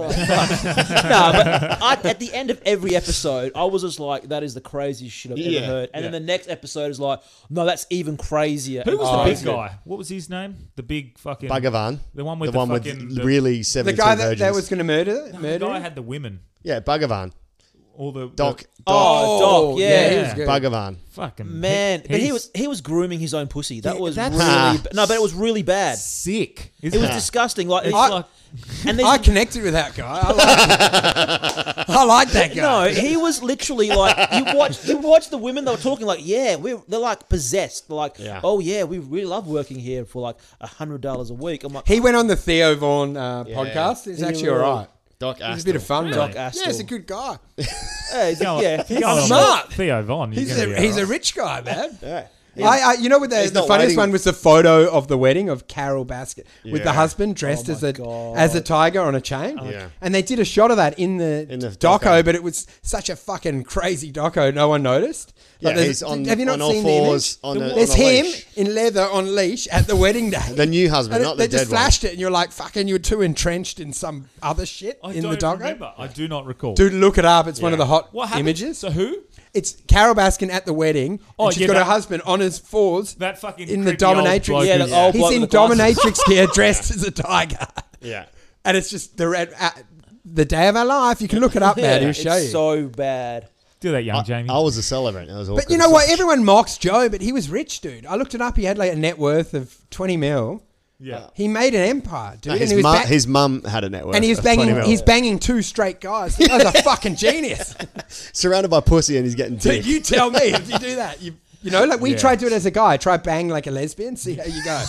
S6: no, but I, at the end of every episode, I was just like, "That is the craziest shit I've
S5: Yeah,
S6: ever heard." And then
S1: yeah.
S6: the next episode is like, "No, that's even crazier." Oh,
S1: Who
S6: And
S1: was
S5: Oh,
S6: it's
S1: the big
S6: crazier.
S1: guy? What was his name? The big fucking
S5: Bhagavan.
S1: The one with the
S5: the one
S1: fucking-
S5: with
S1: the-
S5: really
S4: the
S5: 72
S4: guy that, that
S5: virgins.
S4: was going to murder
S1: The
S4: murder.
S1: guy
S4: him?
S1: had the women.
S5: Yeah, Bhagavan.
S1: All the
S5: Doc. Doc.
S6: Oh,
S4: Oh,
S6: Doc, yeah,
S4: he
S1: yeah.
S4: was good.
S5: Bhagavan.
S1: the fucking
S6: man.
S1: he-
S6: but he
S1: he's
S6: was he was grooming his own pussy. That
S4: Yeah,
S6: was
S4: that's-
S6: really
S5: Ah.
S6: ba- no, but it was really bad.
S1: sick.
S6: It was disgusting. Like,
S1: It's
S6: I-
S1: like
S6: and
S4: I
S6: there's
S4: connected with that guy. I like,
S6: *laughs*
S4: I like that guy.
S6: No, he was literally like you watch you watch the women they were talking like yeah we they're like possessed They're like
S5: Yeah.
S6: oh yeah we really love working here for like a hundred dollars a week. I'm like oh,
S4: He went on the Theo Vaughn uh, podcast. It's
S6: He
S4: actually all
S6: was-
S4: right.
S5: Doc
S4: It was
S5: Astor.
S4: a bit of fun,
S6: Doc
S4: mate. Yeah,
S6: Astor.
S4: he's a good guy.
S6: yeah, he's like, yeah.
S1: Go on,
S4: smart.
S1: Theo Von. you're
S4: He's
S1: gonna
S4: a,
S1: be
S4: he's a
S1: alright.
S4: rich guy, man.
S5: *laughs* Yeah.
S4: I, I, you know what? The,
S5: He's
S4: the
S5: not
S4: funniest
S5: waiting.
S4: one was the photo of the wedding of Carol Basket with the
S5: Yeah.
S4: husband dressed
S6: Oh
S4: as
S6: my
S4: a
S6: God.
S4: as a tiger on a chain.
S1: Oh,
S5: Yeah.
S4: And they did a shot of that in the,
S5: In the
S4: doco,
S5: doco.
S4: but it was such a fucking crazy doco. No one noticed. Like,
S5: Yeah,
S4: there's-
S5: he's on,
S4: have you not
S5: on all
S4: seen
S5: fours
S4: the image?
S5: on a,
S4: There's
S5: on a
S4: him
S5: leash.
S4: in leather on leash at the wedding day.
S5: The new husband,
S4: And it-
S5: not
S4: they
S5: the
S4: just
S5: dead one.
S4: flashed it, and you're like, "Fucking, you're too entrenched in some other shit
S1: I
S4: in
S1: don't
S4: the doco."
S1: remember. I do not recall.
S4: Dude, look it up. It's one of the hot
S1: what happened?
S4: images.
S1: So who?
S4: It's Carol Baskin at the wedding.
S1: Oh,
S4: and she's
S1: yeah,
S4: got
S1: that-
S4: her husband on his fours
S1: That fucking
S4: in the
S1: creepy old
S4: dominatrix.
S1: bloke
S6: Yeah,
S1: who's-
S6: that old
S4: He's
S6: bloke
S4: in
S6: with the glasses.
S4: dominatrix gear, dressed as a tiger,
S5: Yeah.
S4: and it's just the red. Uh, the day of our life. You can look it up, man.
S6: Yeah,
S4: He'll show
S6: it's
S4: you.
S6: so bad.
S1: Do that, young
S5: I,
S1: Jamie.
S5: I was a celebrant. It was all
S4: But you
S5: good
S4: know what?
S5: stuff.
S4: Everyone mocks Joe, but he was rich, dude. I looked it up. He had like a net worth of 20 mil.
S1: yeah.
S4: He made an empire, dude.
S5: No, his,
S4: and he was
S5: mu-
S4: ba-
S5: his mum had a network.
S4: and he was banging, he's
S5: banging
S4: banging two straight guys. That was a fucking genius.
S5: surrounded by pussy, and he's getting
S4: Dude,
S5: dick.
S4: you tell me if you *laughs* do that. You, you know, like we
S1: Yeah.
S4: try to do it as a guy. Try bang like a lesbian. See how you go.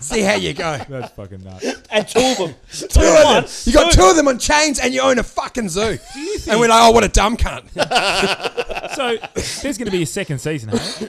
S4: see how you go.
S1: That's fucking nuts.
S6: and two of them.
S4: *laughs* Two of them. You got two of them on chains, and you own a fucking zoo. And we're like, oh, what a dumb cunt.
S1: So there's going to be a second season. Huh?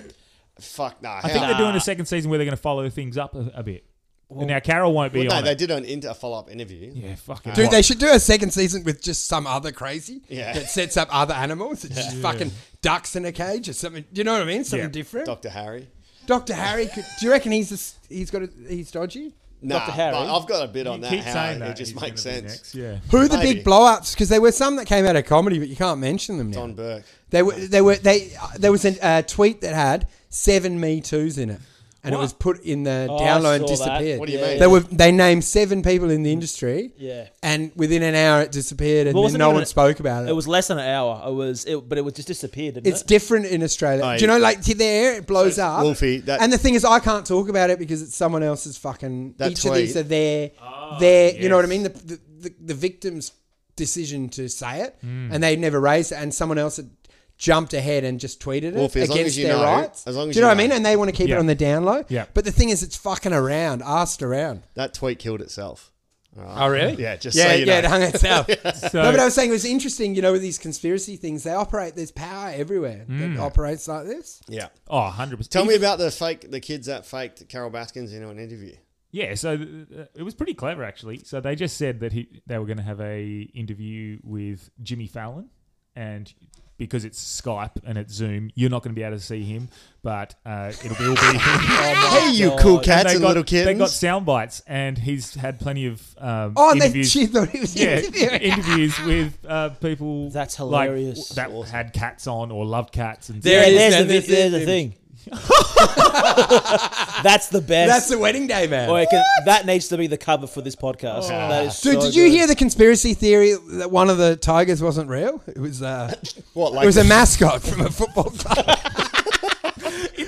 S5: Fuck nah.
S1: I think they're doing a second season where they're going to follow things up a, a bit. now Carol won't be
S5: no,
S1: on.
S5: they
S1: it.
S5: did an inter- a follow up interview.
S1: yeah, fucking
S4: Dude,
S1: what?
S4: they should do a second season with just some other crazy
S5: Yeah.
S4: that sets up other animals. It's just fucking ducks in a cage or something. Do you know what I mean? Something
S1: Yeah.
S4: different.
S5: Doctor Harry.
S4: Dr. Harry, could, do you reckon he's a s he's got a, he's dodgy?
S5: Nah,
S6: Dr. Harry?
S5: But I've got a bit on
S1: You
S5: that.
S1: keep
S5: how
S1: saying that.
S5: It just
S1: he's
S5: makes
S1: gonna be next,
S5: sense.
S1: Yeah.
S4: Who are the
S5: Maybe.
S4: big blow-ups? Because there were some that came out of comedy, but you can't mention them now.
S5: Don Burke.
S4: They were, they were, they. Uh, there was a uh, tweet that had seven Me Too's in it, and it
S1: What?
S4: was put in the
S6: Oh, I
S4: download and
S6: saw that.
S4: disappeared.
S5: What do you mean?
S4: They were, they named seven people in the industry,
S6: Yeah.
S4: and within an hour it disappeared, and
S6: Well,
S4: then
S6: wasn't it
S4: no
S6: even
S4: one
S6: a-
S4: spoke about it.
S6: It was less than an hour. It was, it, but it was just disappeared,
S4: *laughs*
S6: didn't
S4: it's
S6: it?
S4: different in Australia.
S5: Oh,
S4: Do you know, like to there, it blows up.
S5: Wolfie, that-
S4: and the thing is, I can't talk about it because it's someone else's fucking.
S5: That
S4: each of these
S5: tweet-
S4: are their, their. You know what I
S1: Ah, yes.
S4: mean? The the, the, the victim's decision to say it,
S1: Hmm.
S4: and they never raised it, and someone else had jumped ahead and just tweeted it
S5: Wolfie, as long
S4: against
S5: as you
S4: their
S5: know-
S4: rights.
S5: as long as
S4: Do you know
S5: you
S4: what I mean?
S5: know.
S4: And they want to keep
S1: Yeah.
S4: it on the down low.
S1: Yeah.
S4: But the thing is, it's fucking around, asked around.
S5: That tweet killed itself.
S4: Oh, really?
S5: Yeah, just
S4: Yeah,
S5: so you
S4: yeah, it
S5: know.
S4: hung
S5: *laughs*
S4: itself.
S1: So,
S4: No, but I was saying it was interesting, you know, with these conspiracy things, they operate, there's power everywhere
S1: Hmm.
S4: that operates like this.
S5: yeah.
S1: oh, 100 percent.
S5: Tell me about the fake, the kids that faked Carol Baskins into an interview.
S1: Yeah, so uh, it was pretty clever actually. So they just said that he, they were going to have a interview with Jimmy Fallon, and because it's Skype and it's Zoom, you're not going to be able to see him, but uh, it'll be all
S5: *laughs*
S1: be.
S5: hey, you cool
S1: And
S5: cats
S1: Oh they
S5: and
S1: got,
S5: little
S1: They got
S5: kittens.
S1: sound bites, and he's had plenty of um,
S4: Oh, and they,
S1: interviews.
S4: *laughs* she thought he was
S1: yeah,
S4: interviewing.
S1: interviews with uh, people.
S6: That's
S1: like, w-
S6: hilarious.
S1: that had cats on or loved cats, and
S6: There
S4: Yeah,
S6: it
S4: it
S6: is.
S4: is,
S6: and
S4: it is,
S6: There's, there's
S4: it
S6: the
S4: is.
S6: thing. *laughs* That's the best.
S4: That's the wedding day, man.
S6: Or it can- that needs to be the cover for this podcast. That is
S4: Dude,
S6: so
S4: did you
S6: good.
S4: hear the conspiracy theory that one of the tigers wasn't real? It was uh,
S5: What, like
S4: it was a
S5: the-
S4: mascot from a football club.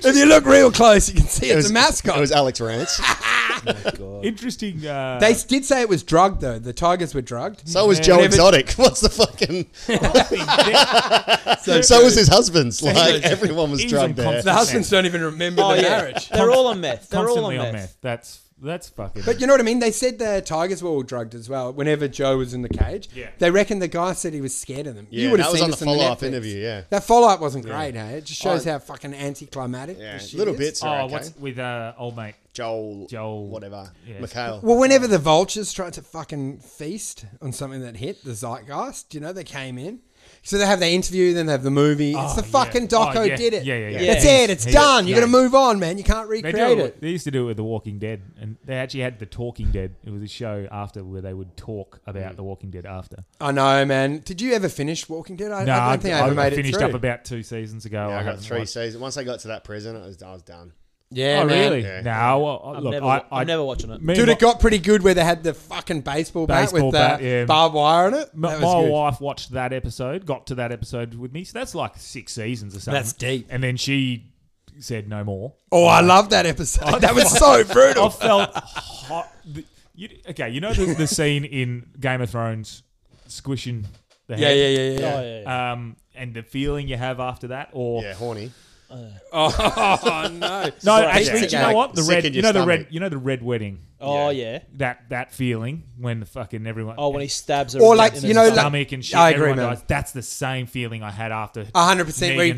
S4: if you look real close, you can see it's
S5: was-
S4: a mascot.
S5: It was Alex
S1: *laughs*
S5: Rance.
S1: interesting. Uh,
S4: they did say it was drugged though. The tigers were drugged.
S5: So was Joe
S4: Never-
S5: Exotic. *laughs* What's the fucking?
S1: so,
S5: So was his husband's. Like
S1: Exactly.
S5: everyone was
S1: He's
S5: drugged
S1: on
S5: there.
S4: the husbands don't even remember
S6: Oh,
S4: the
S6: yeah.
S4: marriage.
S6: They're all on meth. They're all
S1: constantly
S6: on meth.
S1: That's that's fucking.
S4: But you know what I mean? They said the tigers were all drugged as well. Whenever Joe was in the cage,
S1: Yeah.
S4: they reckon the guy said he was scared of them.
S5: Yeah,
S4: you would have
S5: that was
S4: seen
S5: on the
S4: this in
S5: follow-up
S4: Netflix.
S5: interview, yeah.
S4: that follow-up wasn't great. Hey, it just shows
S5: Oh.
S4: how fucking anticlimactic.
S5: Yeah,
S4: this shit
S5: little
S4: is.
S5: bits
S1: oh,
S5: are okay.
S1: what's with uh, old mate?
S5: Joel,
S1: Joel-
S5: whatever,
S1: yeah.
S5: Mikhail.
S4: Well, whenever the vultures tried to fucking feast on something that hit the zeitgeist, you know, they came in. So they have the interview, then they have the movie. it's
S1: Oh,
S4: the
S1: yeah.
S4: fucking doco
S1: Oh, yeah.
S4: did it.
S1: Yeah, yeah, yeah.
S6: Yeah.
S4: That's it. It's
S1: He-
S4: done. You
S1: yeah.
S4: got to move on, man. You can't
S1: They,
S4: recreate
S1: do
S4: it.
S1: it. they used to do it with The Walking Dead, and they actually had The Talking Dead. It was a show after where they would talk
S5: Mm.
S1: about The Walking Dead after.
S4: I know, man. Did you ever finish Walking Dead? I,
S1: No,
S4: I don't think I, ever made
S1: finished
S4: it through.
S1: up about two seasons ago.
S5: Yeah, I got
S1: haven't
S5: three
S1: watched-
S5: seasons. Once I got to that prison, I was, I was done.
S4: yeah,
S1: Oh,
S4: man.
S1: really?
S5: Yeah.
S1: No, I- I-
S6: I'm,
S1: look,
S6: never,
S1: I, I,
S6: am never watching it.
S1: me and
S4: Dude,
S1: my-
S4: it got pretty good where they had the fucking baseball,
S1: Baseball
S4: bat
S1: bat,
S4: with the
S1: yeah.
S4: barbed wire in it.
S1: My,
S4: That was
S1: my
S4: good.
S1: wife watched that episode, got to that episode with me. So that's like six seasons or something.
S4: That's deep.
S1: And then she said no more.
S4: Oh, I love that episode. *laughs* that was so brutal.
S1: I felt hot. the- You, okay, you know the, the scene in Game of Thrones squishing the
S4: Yeah,
S1: head?
S4: yeah, yeah,
S6: Oh, *laughs*
S4: yeah.
S6: yeah, yeah.
S1: Um, and the feeling you have after that, or
S5: Yeah, horny.
S4: Oh no.
S1: no,
S4: Right.
S1: actually, do you know
S5: Like,
S1: what? The
S5: sick
S1: red,
S5: in
S1: you
S5: your
S1: know the red,
S5: stomach.
S1: you know the red wedding.
S6: Oh, yeah.
S1: That that feeling when the fucking everyone.
S6: Oh, when he stabs her.
S4: Or
S6: in the-
S4: like,
S6: in the
S4: you know,
S6: stomach.
S4: like-
S1: stomach and shit.
S4: I agree,
S1: everyone
S4: man.
S1: dies. That's the same feeling I had after.
S4: A hundred percent where he
S1: Negan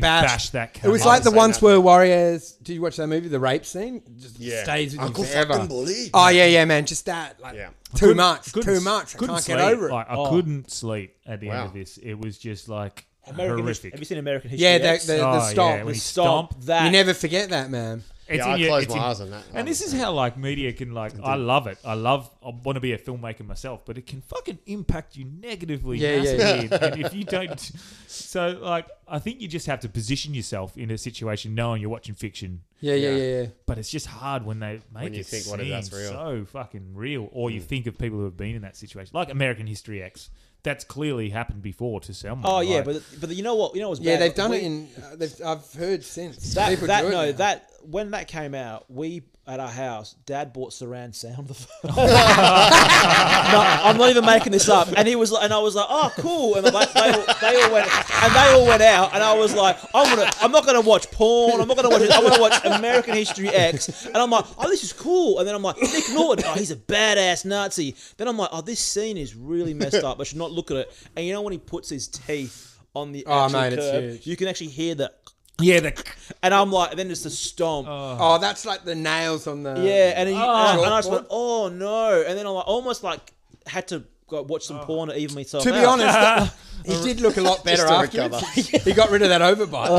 S1: bashed
S4: bashed.
S1: that
S4: It was
S1: cunt.
S4: like the
S5: Honestly,
S4: ones
S5: no.
S4: where warriors. Did you watch that movie, the rape scene? Just
S5: Yeah.
S4: stays with
S5: Uncle
S4: you forever.
S5: fucking bully.
S4: Oh yeah, yeah, man. Just that. Like
S5: Yeah.
S4: too
S1: Couldn't-
S4: much,
S1: couldn't-
S4: too much. I
S1: couldn't
S4: can't
S1: sleep.
S4: get over it.
S1: Like, I
S6: Oh.
S1: couldn't sleep at the
S5: Wow.
S1: end of this. It was just like
S6: American History-
S1: horrific.
S6: Have you seen American History?
S4: yeah, the,
S6: X?
S4: the,
S1: Oh,
S4: the
S1: yeah,
S4: stomp.
S1: when
S6: The
S1: he
S6: stomp,
S1: stomped.
S6: that.
S4: you never forget that, man.
S1: It's
S5: Yeah, I
S1: your-
S5: closed
S1: it's
S5: my eyes on that.
S1: And this is how like media can like. I love it. I love. I want to be a filmmaker myself, but it can fucking impact you negatively.
S4: Yeah, yeah,
S1: massively. and if you don't, *laughs* so like, I think you just have to position yourself in a situation knowing you're watching fiction.
S4: Yeah, yeah, yeah, yeah.
S1: But it's just hard when they make
S5: you
S1: it
S5: think,
S1: seem
S5: what if that's real?
S1: so
S5: Hmm.
S1: fucking real, or you think of people who have been in that situation, like American History X. that's clearly happened before to someone.
S6: Oh yeah,
S1: right?
S6: but but you know what? You know what's
S4: Yeah,
S6: bad?
S4: they've done
S6: We-
S4: it in. Uh, they've, I've heard since.
S6: that.
S4: People
S6: that
S4: do it
S6: no,
S4: now.
S6: that when that came out, we at our house, Dad bought surround sound. *laughs* The first. no, I'm not even making this up. And he was like, and I was like, oh cool. And like, they, all, they all went and they all went out, and I was like, I'm gonna, I'm not gonna watch porn. I'm not gonna watch. it. I'm gonna watch American History X. And I'm like, oh this is cool. And then I'm like, Nick Norton, oh he's a badass Nazi. Then I'm like, oh this scene is really messed up. I should not look at it. And you know when he puts his teeth. On the
S4: Oh,
S6: actual
S4: mate, it's
S6: curb,
S4: huge.
S6: you can actually hear the
S1: yeah, the
S6: and I'm like, then it's the stomp.
S4: Oh, that's like the nails on the.
S6: yeah, and, he, and I- and I just
S4: Porn?
S6: went, oh no. And then I like, almost like had to go watch some porn to even myself
S4: To
S6: out.
S4: be honest, that- he did look a lot better
S5: to
S4: afterwards. he got rid of that overbite.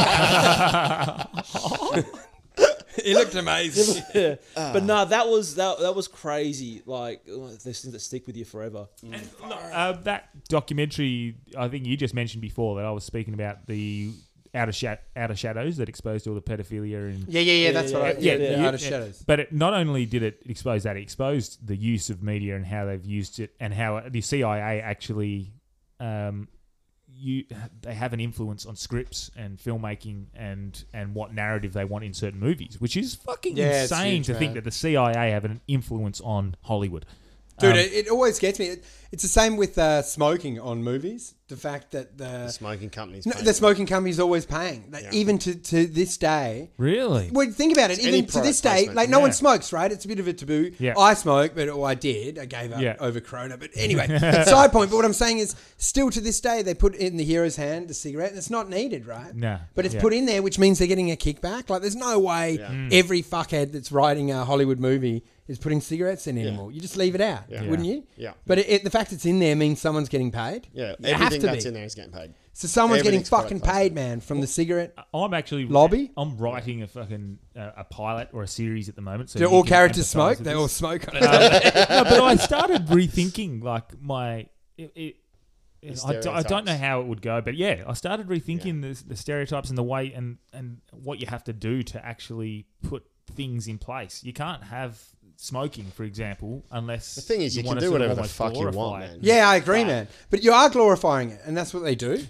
S4: *laughs* he looked amazing.
S6: *laughs* Yeah.
S4: uh.
S6: but no, that was that that was crazy. Like oh, there's things that stick with you forever.
S4: Mm.
S1: Uh, that documentary, I think you just mentioned before that I was speaking about the outer sha- outer shadows that exposed all the pedophilia and
S4: Yeah, yeah, yeah. That's
S6: yeah,
S4: what I. Yeah,
S6: yeah,
S4: yeah,
S6: yeah.
S4: Out of shadows.
S1: But it not only did it expose that, it exposed the use of media and how they've used it, and how the CIA actually, um, you they have an influence on scripts and filmmaking and and what narrative they want in certain movies, which is fucking
S4: Yeah, it's
S1: insane
S4: huge,
S1: to think
S4: man.
S1: that the CIA have an influence on Hollywood.
S4: Dude,
S1: Um,
S4: it, it always gets me. It, it's the same with uh, smoking on movies. The fact that the,
S5: Smoking companies.
S4: no,
S5: pay
S4: the
S5: for
S4: smoking company's always paying, Like, even to, to this day.
S1: Really?
S4: Well, think about it.
S5: It's any
S4: Even to this
S5: product
S4: day,
S5: placement,
S4: like no one
S1: yeah.
S4: smokes, right? It's a bit of a taboo.
S1: Yeah.
S4: I smoke, but oh, I did. I gave up
S1: Yeah.
S4: over Corona. But
S1: *laughs*
S4: anyway, side point. But what I'm saying is, still to this day, they put in the hero's hand the cigarette, and it's not needed, right?
S1: No.
S4: But it's
S1: Yeah.
S4: put in there, which means they're getting a kickback. Like, there's no way
S5: Mm.
S4: every fuckhead that's writing a Hollywood movie is putting cigarettes in anymore. You just leave it out,
S5: Yeah.
S4: wouldn't you?
S5: Yeah.
S4: But it, it, the fact it's in there means someone's getting paid.
S5: Yeah,
S4: You have
S5: everything
S4: to
S5: that's
S4: be.
S5: in there is getting paid.
S4: So someone's getting
S5: everything's product
S4: fucking
S5: placement.
S4: paid, man, from the cigarette.
S1: I'm actually
S4: Lobby?
S1: I'm writing a fucking uh, a pilot or a series at the moment. So
S4: Do
S1: you
S4: all
S1: can
S4: characters
S1: empathise
S4: smoke?
S1: with
S4: They
S1: this.
S4: all smoke on it.
S1: no, but I started rethinking like my. It, it, I, d- I don't know
S5: stereotypes.
S1: how it would go, but yeah, I started rethinking the, the stereotypes and the way and and what you have to do to actually put things in place. You can't have smoking, for example, unless
S5: The thing is, you, can
S1: wanna
S5: do
S1: sort of
S5: whatever the
S1: almost
S5: fuck you want,
S1: glorify it.
S5: man.
S4: Yeah, I agree, man. But you are glorifying it, and that's what they do.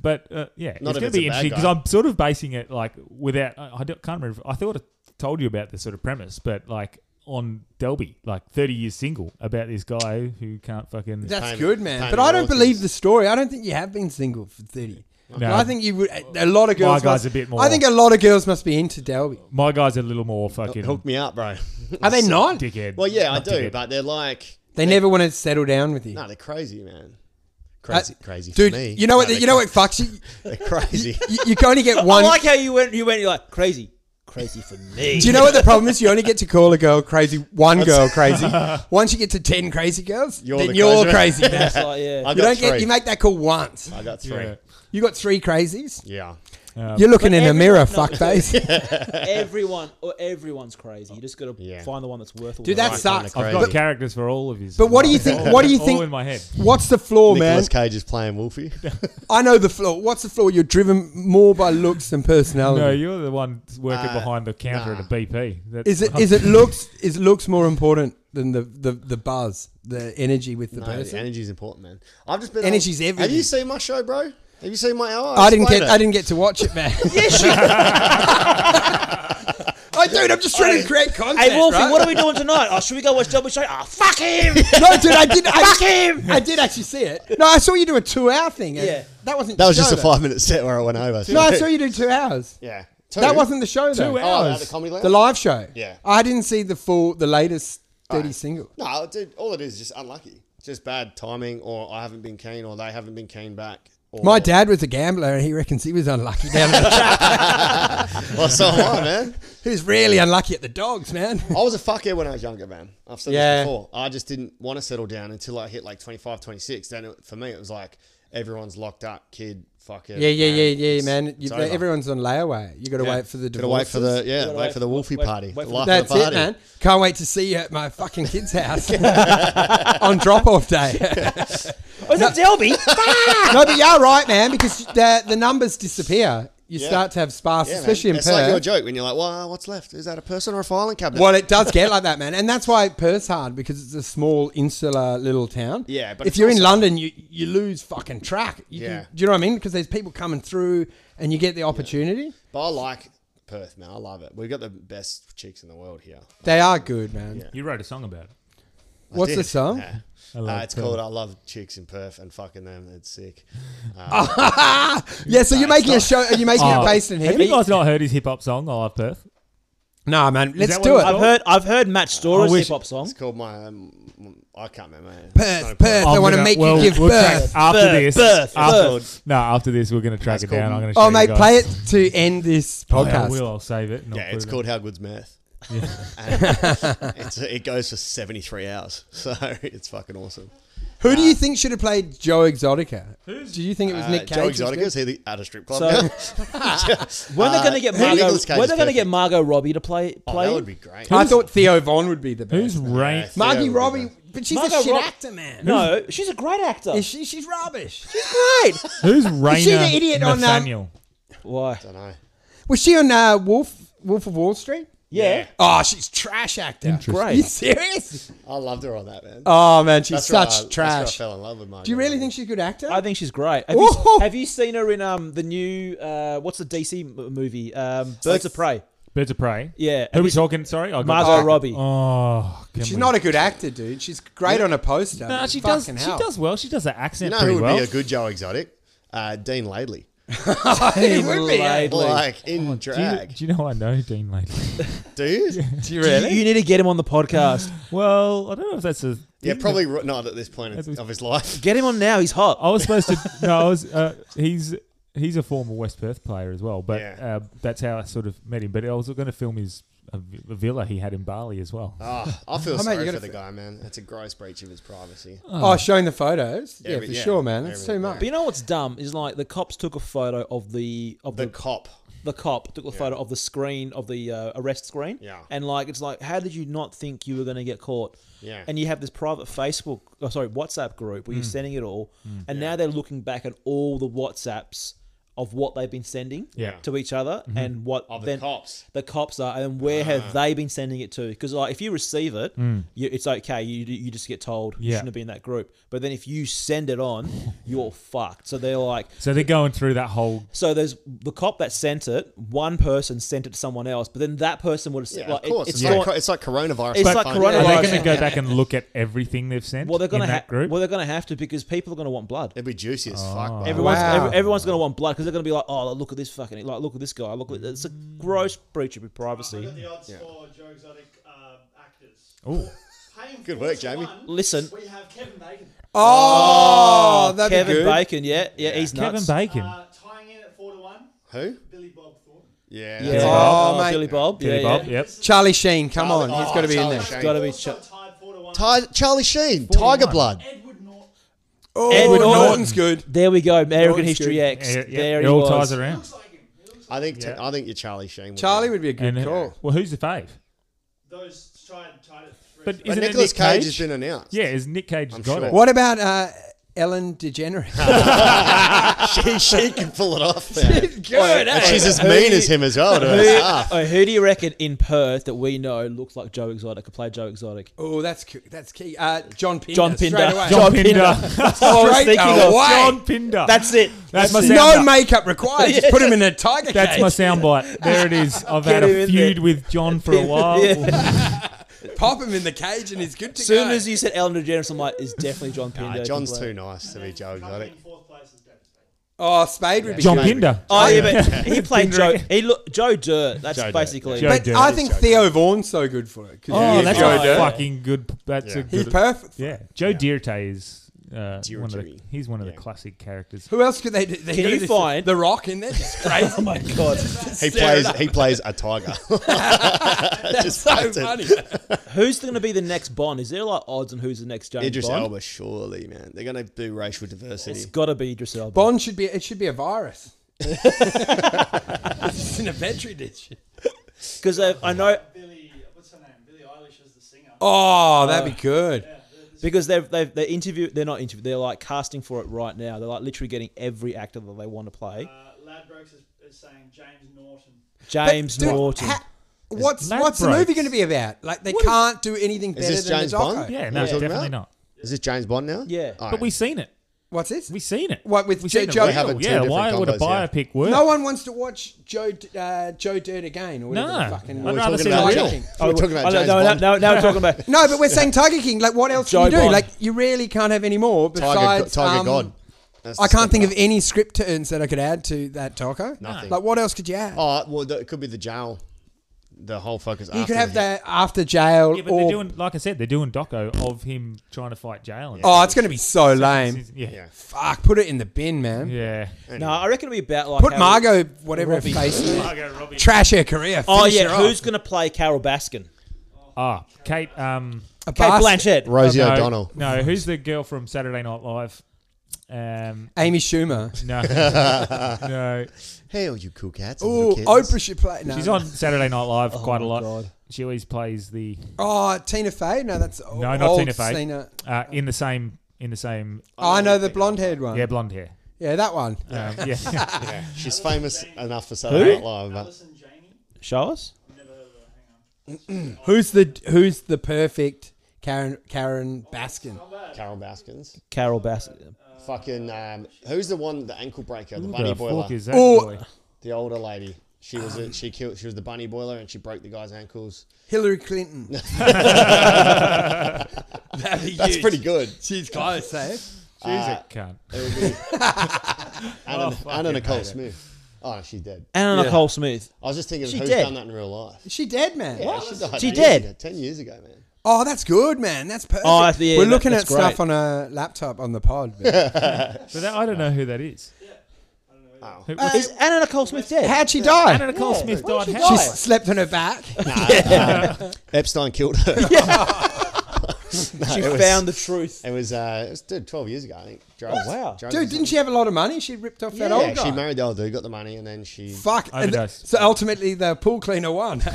S1: but uh, yeah, it's going
S5: Not if it's
S1: to be
S5: a bad
S1: interesting because
S5: guy.
S1: I'm sort of basing it like without. I, I don't- can't remember. I thought I told you about this sort of premise, but like on Delby, like 30 years single, about this guy who can't fucking.
S4: That's
S5: Time-
S4: good, man.
S5: time
S4: But I don't
S5: royalties.
S4: believe the story. I don't think you have been single for thirty.
S1: No.
S4: I think you would. A lot of girls.
S1: My guy's
S4: must-
S1: a bit more-
S4: I think a lot of girls must be into Delby.
S1: My guy's a little more fucking
S5: Hook me up, bro. *laughs*
S4: Are they not?
S1: dickhead.
S5: well, *laughs* yeah, I
S1: Not
S5: do,
S1: dickhead.
S5: but they're like,
S4: They never want to settle down with you.
S5: no, they're crazy, man.
S4: Uh,
S5: Crazy, crazy
S4: dude.
S5: for me.
S4: You know what?
S5: No,
S4: you know what fucks
S5: *laughs*
S4: you.
S5: They're crazy.
S4: *laughs* You, you can only get one.
S6: I like how you went you went you're like crazy.
S4: *laughs*
S6: Crazy for me.
S4: do you know what the problem is? You only get to call a girl crazy, one
S1: *laughs*
S4: girl crazy. Once you get to ten crazy girls,
S5: You're
S4: then
S5: the
S4: you're crazy.
S5: crazy one. *laughs*
S4: man.
S6: It's
S4: *laughs*
S6: like, yeah.
S5: I
S4: you
S5: got
S4: don't
S5: three.
S4: get. You make that call once.
S5: I got three. Yeah.
S4: You got three crazies.
S1: Um,
S4: You're looking
S6: But
S4: in a mirror,
S6: everyone- no.
S4: fuckface.
S6: Everyone or everyone's crazy. You just gotta
S5: Yeah.
S6: find the one that's worth all
S4: Dude,
S6: the
S4: that
S6: hype.
S4: sucks.
S5: I've
S1: I've
S5: Crazy.
S1: got
S5: But-
S1: characters for all of you.
S4: But what do you think? What do you
S1: all
S4: think?
S1: in my head.
S4: What's the flaw,
S5: Nicholas
S4: man?
S5: Cage is playing Wolfie. *laughs*
S4: I know the flaw. What's the flaw? You're driven more by looks than
S1: No,
S4: personality.
S1: you're the one working
S5: Uh,
S1: behind the counter
S5: nah.
S1: at a BP. That's
S4: is it is it looks is looks more important than the the, the buzz, the energy with the
S5: no,
S4: person?
S5: energy's important, man. I've just been.
S4: Energy's
S5: on, Have
S4: everything.
S5: you seen my show, bro? Have you seen my hour?
S4: I didn't
S5: explained
S4: get
S5: it.
S4: I didn't get to watch it, man. yes, *laughs* I dude, I'm just trying to create content.
S6: Hey Wolfie,
S4: right?
S6: what are we doing tonight? Oh, should we go watch Double Show? Ah,
S4: *laughs*
S6: fuck him!
S4: No, dude, I did. I, him! *laughs* I did actually see it. No, I saw you do a two hour thing. and
S6: Yeah.
S4: that wasn't.
S5: That
S4: the
S5: was just
S4: show,
S5: a
S4: though.
S5: five minute set where I went over.
S4: No, I saw you do two hours.
S5: *laughs* Yeah.
S4: That wasn't the show though.
S1: Two
S5: Oh,
S1: hours.
S5: at the comedy lounge.
S4: The live show.
S5: Yeah. Oh.
S4: I didn't see the full, the latest dirty single.
S5: No, dude, all it is is just unlucky. It's just bad timing, or I haven't been keen, or they haven't been keen back. Or,
S4: My dad was a gambler, and he reckons he was unlucky down
S5: *laughs*
S4: at the track.
S5: Well, so am I, man.
S4: He was really unlucky at the dogs, man.
S5: *laughs* I was a fuckhead when I was younger, man. I've said
S4: Yeah.
S5: this before. I just didn't want to settle down until I hit like 25, 26. Then it, for me, it was like everyone's locked up, kid, fuck it.
S4: Yeah, yeah,
S5: man,
S4: yeah, yeah,
S5: it's-
S4: man. You,
S5: it's over.
S4: everyone's on layaway. You got to wait for the
S5: Gotta
S4: divorce.
S5: wait for the yeah,
S6: Gotta
S5: wait,
S6: wait
S5: for the
S6: for-
S5: Wolfie
S6: wait-
S5: party.
S6: wait
S5: the
S6: for
S5: life
S6: the-
S5: of
S4: That's
S5: the
S4: it,
S5: party.
S4: man. Can't wait to see you at my fucking kid's
S5: *laughs*
S4: house *laughs* on drop off day.
S6: Oh, is that Delby?
S4: *laughs*
S6: Fuck!
S4: no, but you're right, man, because the, the numbers disappear. you
S5: Yeah.
S4: start to have sparse,
S5: Yeah, man.
S4: especially in
S5: It's
S4: Perth.
S5: like your joke when you're like, "Wow, what's left? Is that a person or a filing cabinet?"
S4: Well, it does get like that, man, and that's why Perth's hard because it's a small insular little town.
S5: Yeah, but
S4: if
S5: it's
S4: you're in
S5: also-
S4: London, you you lose fucking track. You,
S5: Yeah.
S4: do, you know what I mean? Because there's people coming through, and you get the opportunity.
S5: But I like Perth, man. I love it. We've got the best chicks in the world here.
S4: They are good, man.
S5: Yeah.
S1: *laughs* You wrote a song about it.
S5: I
S4: What's
S5: did.
S4: the song?
S5: Yeah. Uh,
S1: love
S5: it's
S1: Perth.
S5: called "I Love Chicks in Perth" and fucking them. It's
S4: *laughs*
S5: sick. Uh,
S4: Yeah, so you're
S5: No, it's
S4: making a show. Are you making a based in
S1: Oh, Uh, have you
S4: here?
S1: guys not heard his hip hop song? I love Perth.
S4: No, man. Let's
S1: that
S4: do
S1: what
S4: it.
S1: it's
S6: I've heard I've heard Matt Stora's
S1: wish-
S6: hip hop song.
S5: It's
S4: *laughs*
S5: called my. Um, I can't remember. man. It's not
S4: Perth,
S5: important.
S4: Perth. I want to make you give birth.
S1: after
S6: Birth,
S1: this.
S6: birth,
S1: after,
S6: birth.
S1: No, after this, we're going to track
S5: That's
S1: it down.
S5: called-
S1: I'm going to.
S4: Oh, mate, play it to end this
S1: I
S4: podcast.
S1: will. I'll save it. and I'll
S5: Yeah,
S1: put
S5: it's
S1: it
S5: called "How Good's Math."
S1: *laughs*
S5: And it's, it goes for 73 hours, *laughs* so it's fucking awesome.
S4: Who do you think should have played Joe Exotica? Do you think it was
S5: Uh,
S4: Nick Cage?
S5: Joe
S4: instead?
S5: Exotica is he the, at a strip club
S6: So-
S5: now?
S6: When they're gonna get
S5: Uh, Nicolas Cage
S6: Margot, when
S5: is
S6: they're gonna
S5: perfect.
S6: get Margot Robbie to play
S5: Oh,
S6: play.
S5: that
S6: it?
S5: would be great.
S4: I thought Theo Vaughn would be the best.
S1: Who's ranked?
S5: Theo would
S4: Margie
S5: be
S4: Robbie?
S5: great.
S4: But she's
S6: Margot
S4: a shit
S6: Rob-
S4: actor, man.
S6: no, she's a great actor.
S4: Is she? She's rubbish.
S6: great.
S1: Who's Raina?
S4: she the idiot on, um,
S1: Nathaniel?
S6: Why?
S5: I don't know.
S4: Was she on uh, Wolf Wolf of Wall Street?
S6: Yeah.
S4: Oh, she's trash actor.
S1: Interesting.
S4: Are you serious?
S5: I loved her on that
S4: *laughs*
S5: man.
S4: Oh man, she's
S5: where I-
S4: such
S5: where
S4: trash.
S5: I fell in love with Margot.
S4: Do you really
S5: Robbie.
S4: think she's a good actor?
S6: I think she's great. Have you,
S4: Ooh.
S6: have you seen her in um the new uh what's the DC m- movie um Birds of Prey?
S1: Birds of prey.
S6: Yeah.
S1: Who are we talking? Sorry, I got-
S6: Margot Robbie.
S1: Oh, can
S4: she's
S1: we-
S4: not a good actor, dude. She's great on a poster.
S1: Nah,
S4: but
S1: she does.
S4: fucking
S1: She
S4: hell.
S1: does well. She does her
S5: You
S1: accent
S5: know who
S1: pretty
S5: would
S1: well.
S5: be a good Joe Exotic? Uh, Dean Laidley.
S4: It would be, yeah.
S6: Laidley.
S5: Like in
S1: Do you,
S5: drag,
S1: do you know I know Dean Lately?
S5: dude. Yeah,
S4: Do you
S6: You-
S4: really?
S6: You, need to get him on the podcast.
S1: well, I don't know if that's a. thing,
S5: probably ro- not at this point
S1: That's-
S5: of his
S6: *laughs*
S5: life.
S6: Get him on now. He's hot.
S1: I was supposed to. No, I was. Uh, he's he's a former West Perth player as well, but
S5: Yeah.
S1: uh, that's how I sort of met him. But I was going to film his a vi- a villa he had in Bali as well.
S5: Ah, I feel
S4: mate,
S5: sorry
S4: you
S5: for
S4: gotta
S5: the
S4: fi-
S5: guy, man. That's a gross breach of his privacy.
S4: Oh, showing the photos. Yeah,
S5: Every-
S4: for
S5: yeah,
S4: sure, man. That's
S5: every-
S4: too
S5: yeah.
S4: much.
S6: But you know what's dumb is like the cops took a photo of the of the
S5: The
S6: the,
S5: cop.
S6: cop took a photo of the screen of the uh, arrest screen.
S5: Yeah.
S6: And like it's like how did you not think you were going to get caught?
S5: Yeah.
S6: And you have this private Facebook, oh, sorry, WhatsApp group where you're sending it all, and now they're looking back at all the WhatsApps of what they've been sending
S1: Yeah.
S6: to each other and what
S5: Of the
S6: then
S5: cops. Ah.
S6: the cops are and where have they been sending it to because like if you receive it you, it's okay you, you just get told you
S1: Yeah.
S6: shouldn't have been in that group but then if you send it on *laughs* you're fucked so they're like
S1: So they're going through that whole.
S6: so there's the cop that sent it one person sent it to someone else but then that person would have sent
S5: Yeah,
S6: like,
S5: of
S6: it-
S5: course.
S6: it's
S5: it's, like,
S6: gone-
S5: co- it's like coronavirus.
S6: It's
S5: They
S6: like
S5: find-
S1: Are
S6: coronavirus.
S1: they
S6: Yeah.
S1: going to go back and look at everything they've sent
S6: well they're gonna
S1: in
S6: have
S1: that group?
S6: well they're gonna have to because people are gonna want blood
S5: It'd be juicy as fuck, bro.
S6: Everyone's,
S4: Wow.
S6: every, everyone's going to want blood because they're going to be like, oh, look at this fucking, like, look at this guy, look at it's a gross breach of
S7: I
S5: Hmm?
S6: privacy.
S7: got the odds for Joe Exotic uh, actors.
S1: Ooh.
S7: Paying
S5: Good
S7: four
S5: work,
S7: to
S5: Jamie.
S7: one,
S6: Listen.
S7: We have Kevin Bacon
S4: oh, that'd
S6: Kevin
S4: be good.
S6: Bacon, yeah, yeah, he's
S1: Kevin
S6: nuts.
S1: Bacon.
S7: uh, tying in at four to one.
S5: Who?
S7: Billy Bob Thornton.
S5: Yeah.
S6: Yeah.
S5: that's-
S4: Bob. Oh, mate.
S6: Billy Bob,
S1: Billy
S6: yeah,
S1: Bob.
S6: yeah.
S1: Yep.
S4: Charlie Sheen, come on,
S5: Oh,
S4: he's got to be in
S5: Charlie
S4: there.
S5: Shane.
S6: Gotta be
S7: Also
S6: Ch-
S7: tied four to one.
S5: Ti- Charlie Sheen, Tiger
S1: 41.
S5: Blood.
S7: Edward Norton.
S4: Oh,
S6: Edward Norton.
S4: Norton's good.
S6: There we go, American
S4: Norton's
S6: History
S4: good.
S6: X.
S1: Yeah, yeah,
S6: There
S1: it
S6: he
S1: all
S6: was.
S1: ties around.
S7: Looks like him. He looks like
S5: I think. T-
S1: Yeah.
S5: I think your Charlie Sheen. Would
S4: Charlie
S5: be-
S4: would be a good
S1: And uh, who-
S4: call.
S1: well, who's the fave?
S7: Those tied tied at three.
S1: But
S7: to
S5: But
S1: isn't
S5: Nicolas
S1: it Nick Cage?
S5: Cage has been announced.
S1: yeah, is Nick Cage
S5: I'm
S1: got
S5: sure.
S1: it?
S4: What about uh, Ellen DeGeneres? *laughs*
S5: *laughs* she, she can pull it off. man.
S4: good,
S5: And she's as mean as him as well. to
S6: Who,
S5: her staff.
S6: oh, who do you reckon in Perth that we know looks like Joe Exotic? Could play Joe Exotic.
S4: Oh, that's cu- that's key. Uh, John Pinder.
S6: John
S4: straight
S6: Pinder.
S4: away.
S1: John Pinder.
S6: That's what I was
S4: Straight
S6: thinking
S4: away.
S6: of.
S4: Why?
S1: John Pinder.
S6: That's it.
S1: That's my
S6: it.
S1: sound-
S4: No
S1: Pinder.
S4: makeup required. Just put him in a tiger
S1: That's
S4: cage.
S1: my soundbite. There it is. I've had
S6: Get him
S1: a
S6: in
S1: feud
S6: there.
S1: with John for a while.
S6: Yeah.
S4: Pop him in the cage and he's good to
S6: As soon
S4: go.
S6: as you said Ellen DeGeneres, I'm like, it's definitely John Pinder.
S5: Nah, John's
S6: Can play.
S5: too nice to be Joe Exotic.
S7: Coming in fourth place is David Spade.
S4: oh, Spade would be.
S1: John
S4: good.
S1: Pinder.
S6: Oh yeah, but he played Joe. He look Joe Dirt. That's
S5: Joe Dirt,
S6: basically.
S1: yeah. Joe
S4: But
S1: Dirt.
S4: I think Theo Vaughn's so good for it. 'cause
S1: Oh,
S4: he's
S1: that's
S4: Joe
S1: a
S4: Dirt.
S1: fucking good. That's
S5: Yeah.
S1: a
S4: He's
S1: good.
S4: perfect.
S1: yeah, Joe Dirte is uh,
S5: Dirty.
S1: one of the. He's one of the
S5: Yeah.
S1: classic characters.
S4: Who else could they? do- they
S6: Can
S4: got
S6: you
S4: this-
S6: find-
S4: the Rock in there? Just crazy. oh my god,
S5: He plays. He plays a tiger.
S4: *laughs*
S5: *laughs*
S4: that's so
S5: fucked it.
S4: funny.
S6: Who's going to be the next Bond? Is there like odds on who's the next James
S5: Idris
S6: Bond?
S5: Elba, surely, man. They're gonna do racial
S6: It's
S5: diversity.
S6: got to be Idris Elba.
S4: Bond should be. It should be a virus. *laughs* it's just in a petri dish.
S6: Because I know
S7: Billy, what's her name? Billy Eilish is the singer.
S4: Oh, that'd be good.
S6: because they've they've they interview they're not interview they're like casting for it right now. They're like literally getting every actor that they want to play.
S7: Uh, lad jokes as, as saying James Norton.
S6: James
S4: Dude,
S6: Norton.
S4: ha- what's
S1: Lad
S4: what's the
S1: Bros.
S4: movie going to be about? Like they
S5: What is-
S4: can't do anything
S5: Is
S4: better
S5: this
S4: than
S5: James
S4: the doco.
S5: Bond?
S1: Yeah, no,
S5: Yeah.
S1: definitely
S5: Yeah.
S1: not.
S5: Is this James Bond now?
S6: Yeah.
S5: All
S1: But
S5: right.
S1: we've seen it.
S4: What's this?
S1: We've seen it.
S4: What, with
S1: We've
S4: Joe-
S1: seen it
S4: Joe-
S1: well.
S5: We're having two
S1: Yeah,
S5: different
S1: why would a
S5: combos, yeah.
S1: biopic work?
S4: No one wants to watch Joe uh, Joe Dirt again or whatever.
S1: No.
S4: the fucking
S1: I'd
S4: We're
S1: rather
S4: talking
S1: see
S4: about
S1: the
S4: Tiger
S1: real.
S4: King.
S5: We're talking about
S6: no,
S5: James
S6: Oh, no,
S5: Bond.
S6: No, now we're talking
S5: *laughs*
S6: about.
S4: No, but we're saying Tiger King. Like, what else
S6: Joe
S4: can you do?
S6: Bond.
S4: Like, you really can't have any more
S5: Tiger,
S4: besides
S5: Tiger
S4: um,
S5: God. That's
S4: I
S5: the
S4: can't
S5: second
S4: think of
S5: one.
S4: any script turns that I could add to that taco.
S5: Nothing.
S4: Like, what else could you add?
S5: Oh, well, the, it could be the jail. The whole focus.
S4: you
S5: after
S4: could have
S5: the
S4: that
S5: hit.
S4: after jail
S1: Yeah, but
S4: or
S1: they're doing, like I said, they're doing doco of him trying to fight jail. And
S4: oh, it's going to be so lame.
S1: Yeah.
S5: Yeah.
S1: yeah.
S4: Fuck, put it in the bin, man.
S6: No, I reckon it'll be about like.
S4: Put
S6: how-
S4: Margot, whatever her face, is, trash her career.
S6: Oh
S4: finish
S6: yeah,
S4: her
S6: who's
S4: off.
S6: gonna play Carol Baskin?
S1: Ah, Kate. Um,
S4: a
S6: Kate
S4: bastard.
S6: Blanchett.
S5: Rosie
S1: no,
S5: O'Donnell.
S1: No, who's the girl from Saturday Night Live? Um,
S4: Amy Schumer.
S1: no, no,
S5: Hail you cool cats. and
S4: Oh,
S5: little kittens.
S4: Oprah should play. No.
S1: she's on Saturday Night Live quite a
S6: my
S1: lot.
S6: God.
S1: She always plays the
S4: Oh, Tina Fey. No, that's no,
S1: no,
S4: old
S1: not Tina Fey,
S4: Cena.
S1: Uh, in the same in the same
S4: I know the blonde-haired one.
S1: yeah blonde hair.
S4: Yeah, that one.
S1: Um, yeah,
S5: Yeah, she's famous enough for Saturday Night Live. But
S7: Alison Janney.
S6: Show us.
S7: Never heard of her. Hang on.
S4: Who's the Who's the perfect Karen Karen Baskin?
S5: Carol Baskins.
S6: Carol Baskin.
S5: Fucking um, who's the one? The ankle breaker, the
S1: Who
S5: bunny
S1: the
S5: boiler,
S1: fuck is that?
S4: Oh.
S1: boy?
S5: the older lady. She was a, she killed. She was the bunny boiler, and she broke the guy's ankles.
S4: Hillary Clinton.
S5: That's pretty good.
S4: She's close, eh?
S1: She's a cunt.
S5: Anna, Anna
S1: fucking
S5: Nicole
S1: hate it.
S5: Smith. Oh, she's dead.
S6: Anna Nicole Smith.
S5: I was just thinking, of
S6: She
S5: who's
S6: dead.
S5: done that in real life?
S4: Is she dead, man?
S5: Yeah, she died.
S6: She
S5: years
S6: dead.
S5: ago, Ten years ago, man.
S4: Oh, that's good, man. That's perfect.
S6: Oh, that's- yeah,
S4: We're
S6: that-
S4: looking
S6: that's
S4: at stuff
S6: great.
S4: on a laptop on the pod. but-
S1: But that, I don't know who that is.
S5: Oh.
S1: Who-
S6: Is Anna Nicole Smith dead?
S4: How'd she die?
S1: Anna Nicole Smith died.
S6: she
S1: how-
S4: She
S6: die?
S4: slept on her back.
S5: Epstein killed her.
S6: she
S5: it was-
S6: found the truth.
S5: It was, uh, it was dude, 12 years ago, I think. Drugs,
S6: Oh, wow.
S5: drugs
S4: Dude, didn't she have a lot of money? She ripped off that
S5: Yeah,
S4: old
S5: she
S4: guy.
S5: married the old dude, got the money, and then she.
S4: Fuck. And th-
S1: Overdose.
S4: so ultimately, the pool
S1: *laughs*
S4: cleaner won. *laughs* he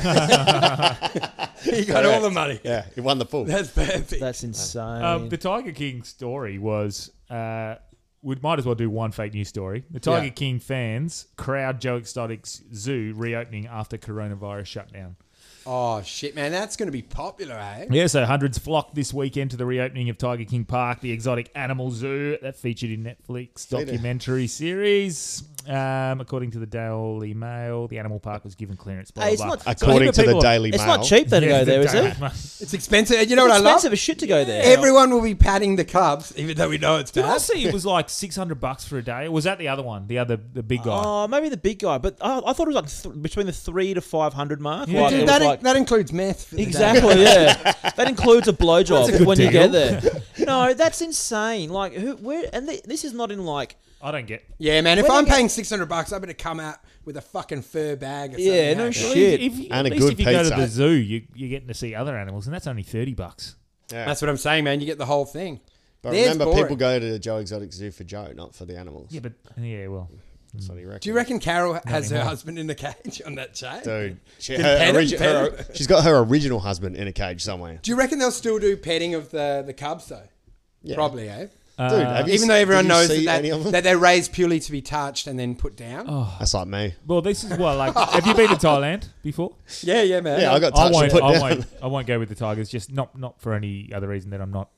S4: got all the money.
S5: Yeah, he won the pool.
S4: That's perfect.
S6: That's insane.
S1: Um, the Tiger King story was. Uh, we might as well do one fake news story. The Tiger
S4: Yeah.
S1: King fans crowd Joe Exotic's zoo reopening after coronavirus shutdown.
S4: Oh shit, man, that's gonna be popular, eh?
S1: Yeah, so hundreds flocked this weekend to the reopening of Tiger King Park, the exotic animal zoo that featured in Netflix documentary series. Um, according to the Daily Mail, the animal park was given clearance. Blah,
S6: Hey, it's
S1: blah.
S6: not-
S1: *laughs* blah. So
S5: According
S1: even
S5: to the
S1: people-
S5: Daily
S6: it's
S5: Mail.
S6: not cheap though to
S1: Yeah,
S6: go there,
S1: the
S6: is it?
S1: Daily Mail.
S4: It's expensive. You know what
S6: It's
S4: I love?
S6: expensive as shit to go there.
S4: Everyone will be patting the Cubs, even though we know it's
S1: Did I
S4: bad.
S1: see it was like six hundred bucks for a day? Or was that the other one? The other, the big guy.
S6: Oh, maybe the big guy, but I, I thought it was like th- between the three to five hundred mark.
S1: Yeah,
S6: like,
S1: dude,
S6: it
S4: Dude,
S6: was
S4: that,
S6: like-
S4: that includes meth. For the day.
S6: *laughs* exactly, yeah. That includes a blowjob
S1: good
S6: when you
S1: deal.
S6: get there.
S5: *laughs*
S6: No, that's insane. Like, who? Where? And th- this is not in like.
S1: I don't get.
S4: Yeah, man. If
S6: Where do
S4: I'm
S6: you get-
S4: paying six hundred bucks, I better come out with a fucking fur bag. Or something,
S6: Yeah, no
S4: eh?
S6: shit.
S1: If, if, at
S5: And a
S1: least
S5: good
S1: if you go to
S5: pizza.
S1: the zoo, you, you're getting to see other animals, and that's only thirty bucks.
S5: Yeah.
S4: That's what I'm saying, man. You get the whole thing.
S5: but
S4: There's
S5: remember,
S4: boring.
S5: people go to the Joe Exotic Zoo for Joe, not for the animals.
S1: Yeah, but yeah, well,
S5: That's what he reckons.
S4: Do you reckon Carol has her husband in the cage on that chain?
S5: Dude, she,
S4: Did
S5: her
S4: Penn-
S5: orig-
S4: Penn-
S5: her- she's got her original husband in a cage somewhere.
S4: Do you reckon they'll still do petting of the the Cubs though?
S5: Yeah.
S4: Probably, eh?
S5: Dude, have you
S4: Even
S5: s-
S4: though
S5: did
S4: everyone
S5: you
S4: knows
S5: see
S4: that,
S5: any of
S4: that,
S5: them?
S4: that they're raised purely to be touched and then put down.
S6: Oh.
S5: That's like me.
S1: well, this is well. Like, have you been to Thailand
S5: *laughs*
S1: before?
S4: Yeah, yeah, man.
S5: Yeah, I got
S1: I
S5: touched
S1: won't.
S5: and put *laughs*
S1: I
S5: down.
S1: won't. I won't go with the Tigers. Just not not for any other reason that I'm not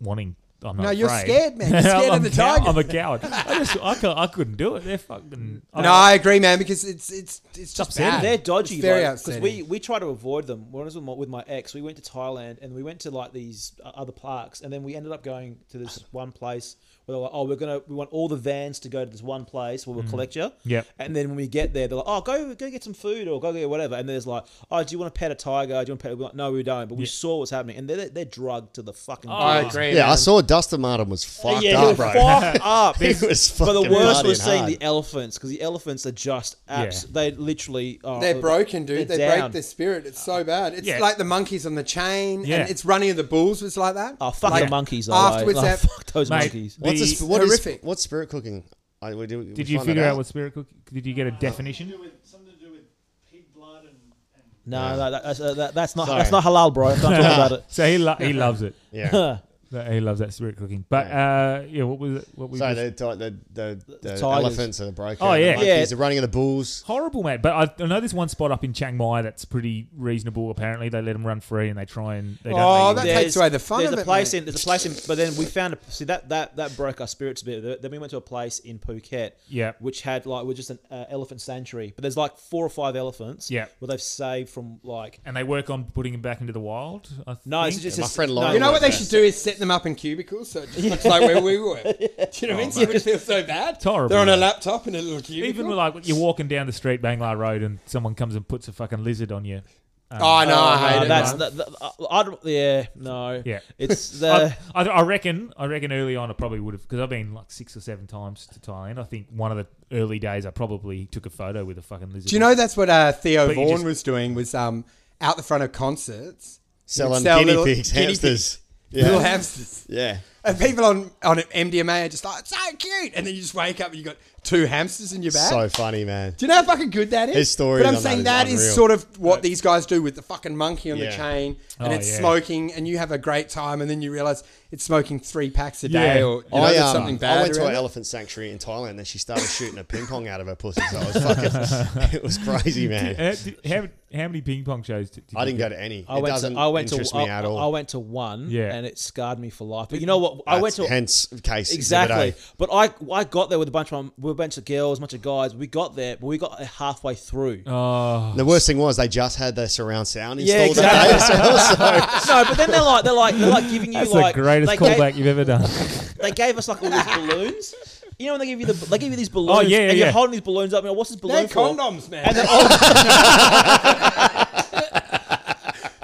S1: wanting. I'm not
S4: No, you're
S1: afraid.
S4: scared, man.
S1: *laughs*
S4: You're scared of
S1: I'm
S4: the
S1: a cow-
S4: Tigers.
S1: I'm a coward. I just I, cou- I couldn't do it. They're fucking. I-
S4: No, I agree, man, because it's it's it's just
S1: upsetting.
S4: bad.
S6: They're
S4: It's
S6: dodgy,
S4: very
S6: because
S4: upsetting.
S6: we we try to avoid them. When I was with my, with my ex, we went to Thailand and we went to like these uh, other parks, and then we ended up going
S5: *sighs*
S6: to this one place where they're like, "Oh, we're gonna we want all the vans to go to this one place where we'll
S5: Mm.
S6: collect you."
S1: Yep.
S6: And then when we get there, they're like, "Oh, go go get some food or go get whatever." And there's like, "Oh, do you want to pet a tiger? Do you want to pet?" We're like, no, we don't. But we saw what's happening, and they're they're drugged to the fucking.
S1: I
S6: gills.
S4: agree.
S5: Yeah, I saw Dustin Martin was Oh, fucked
S6: yeah,
S5: up,
S6: he
S5: bro.
S6: was fucked
S5: *laughs*
S6: up.
S5: He was
S6: But the
S5: fucking
S6: worst
S5: bloody
S6: was
S5: and
S6: seeing
S5: hard.
S6: the elephants because the elephants are just abs.
S1: Yeah.
S6: They literally oh,
S4: They're broken, dude.
S6: they're
S4: they break
S6: down.
S4: their spirit. It's so bad. It's
S1: Yeah.
S4: like the monkeys on the chain.
S1: Yeah.
S4: And it's running of the bulls was like that.
S6: Oh fuck
S4: Like,
S6: the monkeys! Though,
S4: Afterwards,
S6: eh? Like,
S4: that-
S6: fuck those
S1: Mate,
S6: monkeys.
S1: the-
S5: What's this, what is-
S4: Horrific.
S5: what's spirit cooking? I, we do,
S1: Did you figure out what spirit cook? Did you get a definition?
S7: Something to do with, something to do with pig blood and. and
S6: No, no, that, that's, uh, that, that's not
S1: *laughs*
S4: *laughs*
S5: Sorry.
S6: that's not halal, bro. Don't talk about it.
S1: So he lo- he loves it.
S5: Yeah.
S1: That- He loves that spirit cooking. But uh, yeah, what was it? What we
S5: So
S1: just-
S5: the the the, the,
S6: The tigers.
S5: elephants are broken.
S1: Oh, yeah.
S5: the monkeys
S6: Yeah.
S5: are running of the bulls.
S1: horrible, mate. But I, I know there's one spot up in Chiang Mai that's pretty reasonable. Apparently, they let them run free and they try and they don't.
S4: Oh,
S1: make
S4: that
S1: you-
S4: takes away the fun
S6: There's
S4: of
S6: a
S4: it,
S6: place
S4: mate.
S6: in. There's a place in. But then we found a. See that that that broke our spirits a bit. Then we went to a place in Phuket.
S1: Yeah.
S6: Which had like was just an uh, elephant sanctuary, but there's like four or five elephants.
S1: Yeah.
S6: Where they've saved from like.
S1: and they work on putting him back into the wild. I
S6: No,
S1: think.
S6: it's just
S5: My
S6: just-
S5: friend
S6: no,
S5: Lauren
S4: You know
S5: like
S4: what they
S5: that.
S4: should do is set them up in cubicles so it just looks like where we were. Do you know what I mean? So it would feel so bad.
S1: It's horrible,
S4: They're on a
S1: mate.
S4: laptop in a little cubicle.
S1: even with, like you're walking down the street, Bangla Road, and someone comes and puts a fucking lizard on you.
S4: oh, no, I hate
S6: Uh,
S4: it.
S6: that's
S4: man.
S6: that, that, I, I don't- yeah no
S1: Yeah.
S6: it's
S1: I,
S4: Uh,
S6: the
S1: I, I reckon. I reckon early on, I probably would have because I've been like six or seven times to Thailand. I think one of the early days, I probably took a photo with a fucking lizard.
S4: Do you know that's what uh, Theo
S1: But you
S4: Vaughan
S1: just-
S4: was doing? Was um out the front of concerts,
S5: Selling
S4: Sell
S5: guinea
S4: little
S5: pigs,
S4: guinea
S5: hamsters.
S4: little
S5: Yeah.
S4: hamsters,
S5: yeah.
S4: and people on on MDMA are just like so cute, and then you just wake up and you got two hamsters in your bag.
S5: So funny, man.
S4: do you know how fucking good that is?
S5: His story
S4: But
S5: on
S4: I'm
S5: that
S4: saying
S5: is
S4: that is
S5: unreal.
S4: sort of what these guys do with the fucking monkey on the
S5: Yeah.
S4: chain, and
S1: Oh,
S4: it's
S1: yeah.
S4: smoking, and you have a great time, and then you realize it's smoking three packs a day,
S1: Yeah.
S4: or you know,
S5: I,
S4: there's
S5: um,
S4: something
S5: I
S4: bad.
S5: went to
S4: around
S5: an
S4: it.
S5: elephant sanctuary in Thailand and she started shooting a ping pong out of her pussy. So I was fucking,
S6: *laughs*
S5: *laughs* it was crazy, man.
S1: Uh, did- how, how many ping pong shows? Did, did
S5: I
S1: you
S5: didn't
S1: do?
S5: go to any.
S6: I
S5: it
S6: went
S5: doesn't
S6: to I went
S5: interest
S6: to
S5: me
S6: I,
S5: at
S6: I
S5: all.
S6: went to one
S1: Yeah.
S6: and it scarred me for life but you know what I went to
S5: That's- hence case
S6: Exactly.
S5: Zibidey.
S6: But I I got there with a bunch of we were a bunch of girls, a bunch of guys. We got there, but we got halfway through.
S5: The worst thing was they just had their surround sound
S6: yeah,
S5: installed.
S6: exactly.
S5: that day.
S6: *laughs* no, but then they're like they're like they're like giving you
S1: That's
S6: like
S1: the greatest
S6: they
S1: callback
S6: Gave,
S1: you've ever done.
S6: they gave us like all these balloons. You know when they give you the they give you these balloons
S1: Oh, yeah, yeah,
S6: and
S1: yeah.
S6: you're holding these balloons up and you're like, what's this balloon
S4: They're
S6: for?
S4: condoms, man. *laughs*
S6: And then all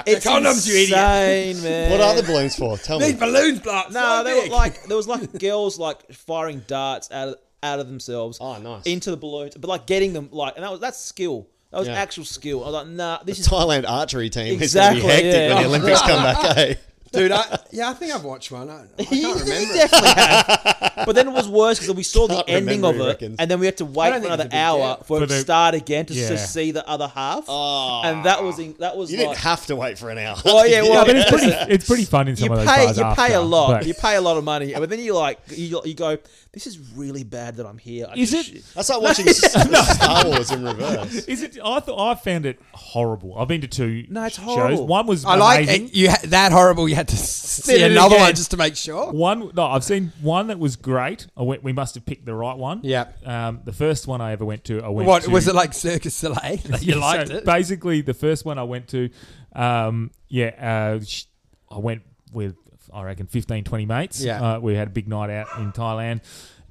S6: It's
S4: condoms, you idiot.
S6: insane, man.
S5: what are the balloons for? Tell me.
S4: These balloons blow up.
S6: No,
S4: so
S6: they were
S4: big.
S6: like there was like girls like firing darts out of out of themselves.
S5: Oh, nice.
S6: Into the balloons, but like getting them like, and that was that's skill. That was
S5: Yeah.
S6: actual skill. I was like, nah, this is
S5: Thailand archery team is going to be
S6: Exactly,
S5: hectic
S6: yeah.
S5: when the Olympics come
S6: *laughs*
S5: back, eh?
S4: dude. I, yeah, I think I've watched one. I,
S1: *laughs*
S4: I
S6: You
S4: can't remember. it.
S6: definitely have. But then it was worse because we saw the
S5: Can't
S6: ending
S5: remember,
S6: of
S5: he
S6: it,
S5: reckons.
S6: and then we had to wait
S4: don't
S6: for
S4: think
S6: another
S4: it's a big
S6: hour
S4: gap.
S6: for
S1: For
S6: it to
S1: the-
S6: start again to,
S1: Yeah.
S6: to see the other half. and that was in, that was
S5: You
S6: like
S5: didn't have to wait for an hour.
S6: Oh, yeah, well,
S1: No, but it's pretty.
S6: *laughs*
S1: It's pretty fun in *laughs* some
S6: you
S1: of those
S6: pay
S1: bars
S6: you
S1: after,
S6: pay a lot,
S1: but-
S6: you pay a lot of money, but then you like you, you go, this is really bad that I'm here. I
S1: Is
S6: just-
S1: it?
S5: That's like
S6: *laughs*
S5: watching Star Wars in reverse.
S1: Is it? I thought I found it horrible. I've been to two.
S6: No, it's
S1: shows.
S6: horrible.
S1: One was
S4: I like
S1: amazing.
S4: it. You ha- that horrible. You had to see
S1: it
S4: another
S1: again.
S4: one just to make sure.
S1: One no, I've seen one that was great. I went, we must have picked the right one.
S4: Yeah.
S1: Um, the first one I ever went to, I went.
S4: What
S1: to,
S4: was it like? Circus
S1: *laughs*
S4: Soleil. *laughs* you
S1: So
S4: liked it.
S1: Basically, the first one I went to, um, yeah, uh, sh- I went with I reckon 15, 20 mates.
S4: Yeah.
S1: uh, we had a big night out in Thailand,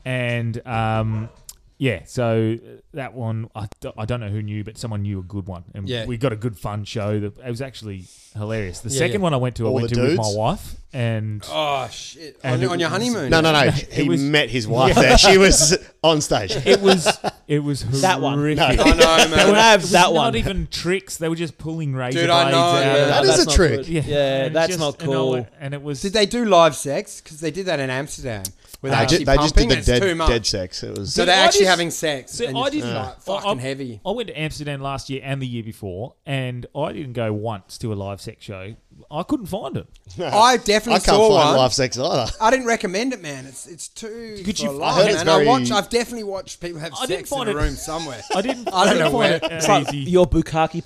S1: and um, yeah, so uh, that one I, d- I don't know who knew, but someone knew a good one, and
S4: Yeah.
S1: we got a good fun show. That it was actually hilarious. The
S4: Yeah,
S1: second
S4: yeah.
S1: one I went to,
S5: All
S1: I went
S5: the
S1: to with my
S5: dudes?
S1: wife, and
S4: Oh shit!
S1: And
S4: On,
S1: it
S4: on your
S1: was-
S4: honeymoon.
S5: No, no, no. He
S1: was-
S5: met
S6: *laughs*
S5: his wife there. She was on stage.
S1: it was it was
S4: *laughs*
S6: That one.
S1: horrific.
S4: I *laughs* know,
S1: They
S4: man.
S1: were-
S6: have
S1: it was
S6: that
S1: not
S6: one.
S1: even tricks. They were just pulling razor
S4: Dude, I
S1: blades
S4: know,
S1: out.
S4: yeah.
S1: of-
S5: That is
S6: that's
S5: a
S6: not
S5: trick.
S6: good. Yeah, that's
S1: just-
S6: not
S1: and I
S6: cool.
S1: went- And it was.
S4: Did they do live sex? Because they did that in Amsterdam. Where they,
S5: They ju-
S4: actually
S5: they just did
S4: pumping.
S5: the
S4: It's too
S5: dead,
S4: much.
S5: dead sex. It was
S4: So they're
S1: I
S4: actually
S1: didn't-
S4: having sex.
S1: So
S4: and
S1: I
S4: it's
S1: didn't.
S4: like
S1: uh, I- I-
S4: fucking
S5: *laughs*
S4: heavy.
S1: I went to Amsterdam last year and the year before, and I didn't go once to a live sex show. I couldn't find it.
S4: I definitely
S5: I can't
S4: saw
S5: find
S4: one.
S5: live sex either.
S4: I didn't recommend it, man. It's it's too.
S1: Could you-
S4: for
S1: I
S4: life,
S5: heard it's
S4: man. I
S5: very-
S4: watch. I've definitely watched people have
S1: I didn't
S4: sex in
S1: find
S4: a
S1: it-
S4: room somewhere.
S1: *laughs* I
S4: *laughs*
S1: didn't.
S4: I don't
S1: didn't find
S4: know where.
S1: It, uh,
S6: It's like
S1: easy.
S6: your bukkake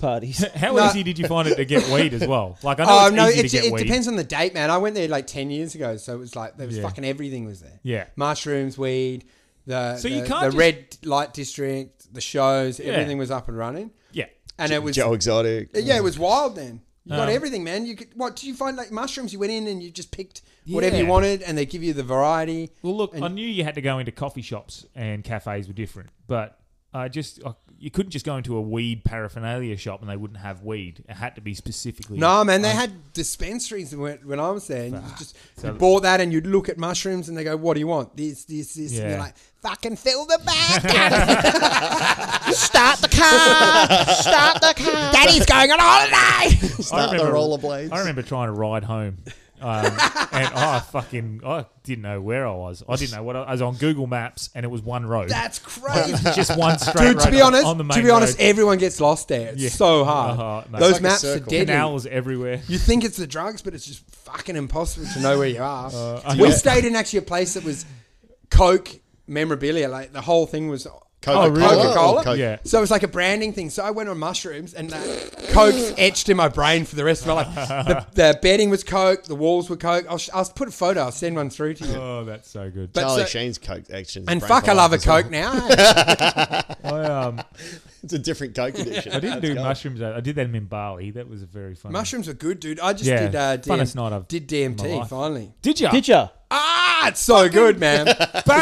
S1: *laughs*
S6: parties.
S1: How
S4: No.
S1: easy did you find it to get weed as well? Like I know
S4: Oh
S1: it's
S4: no,
S1: easy
S4: it,
S1: to get
S4: it
S1: weed.
S4: depends on the date, man. I went there like ten years ago, so it was like there was
S1: Yeah.
S4: fucking everything was there.
S1: Yeah.
S4: mushrooms, weed, the
S1: So
S4: the,
S1: you can't
S4: the
S1: just-
S4: red light district, the shows, everything was up and running,
S1: Yeah.
S4: and it was
S5: Joe Exotic.
S4: yeah, it was wild then. You got
S1: Um,
S4: everything, man. You could what did you find like mushrooms? You went in and you just picked whatever you
S1: Yeah.
S4: wanted, and they give you the variety.
S1: Well, look, I
S4: And-
S1: knew you had to go into coffee shops and cafes were different, but I just I, you couldn't just go into a weed paraphernalia shop and they wouldn't have weed. It had to be specifically.
S4: No, man, they had dispensaries when, when I was there. And you just
S1: So-
S4: you bought that and you'd look at mushrooms and they go, What do you want? This, this, this. And
S1: Yeah.
S4: you're like, Fucking fill the
S1: *laughs*
S4: bag. Start the car. Start the car. Daddy's going on holiday.
S1: I
S5: Start the
S1: *laughs* remember-
S5: rollerblades.
S1: I remember trying to ride home
S4: *laughs*
S1: Um, and I fucking I didn't know where I was. I didn't know what I, I was on Google Maps, and it was one road.
S4: That's crazy.
S1: just
S4: *laughs*
S1: one straight
S4: Dude, to
S1: road
S4: be
S1: on-
S4: honest,
S1: on the main
S4: to be honest,
S1: road.
S4: everyone gets lost there. It's
S1: Yeah.
S4: so hard.
S1: Uh-huh, mate.
S4: Those
S1: It's like
S5: a
S4: maps are
S5: circle.
S4: dead.
S1: canals everywhere.
S4: You *laughs* think it's the drugs, but it's just fucking impossible to know where
S1: *laughs*
S4: you are.
S1: Do
S4: we
S1: you-
S4: stayed in actually a place that was Coke memorabilia. Like the whole thing was
S5: Coca-Cola
S1: really?
S5: or
S4: Coca-Cola?
S5: Coke-
S1: Yeah.
S4: So it was like a branding thing. So I went on mushrooms, and that
S1: *laughs*
S4: Coke's etched in my brain for the rest of my life. The, the bedding was Coke, the walls were Coke. I'll, sh- I'll put a photo. I'll send one through to you.
S1: Oh, that's so good.
S4: But
S5: Charlie
S4: so-
S5: Sheen's Coke action.
S4: and fuck, I love a Coke now.
S1: *laughs*
S4: eh?
S1: I, um,
S5: It's a different Coke addiction.
S1: I didn't
S5: That's
S1: do
S5: gold.
S1: mushrooms. though. I did them in Bali. That was a very fun.
S4: mushrooms are good, dude. I just
S1: Yeah,
S4: did uh, DM,
S1: funnest night I've-
S4: did
S1: in my
S4: DMT
S1: life.
S4: finally.
S1: Did you?
S6: Did ya?
S4: Ah, it's so
S1: *laughs*
S4: good, man. It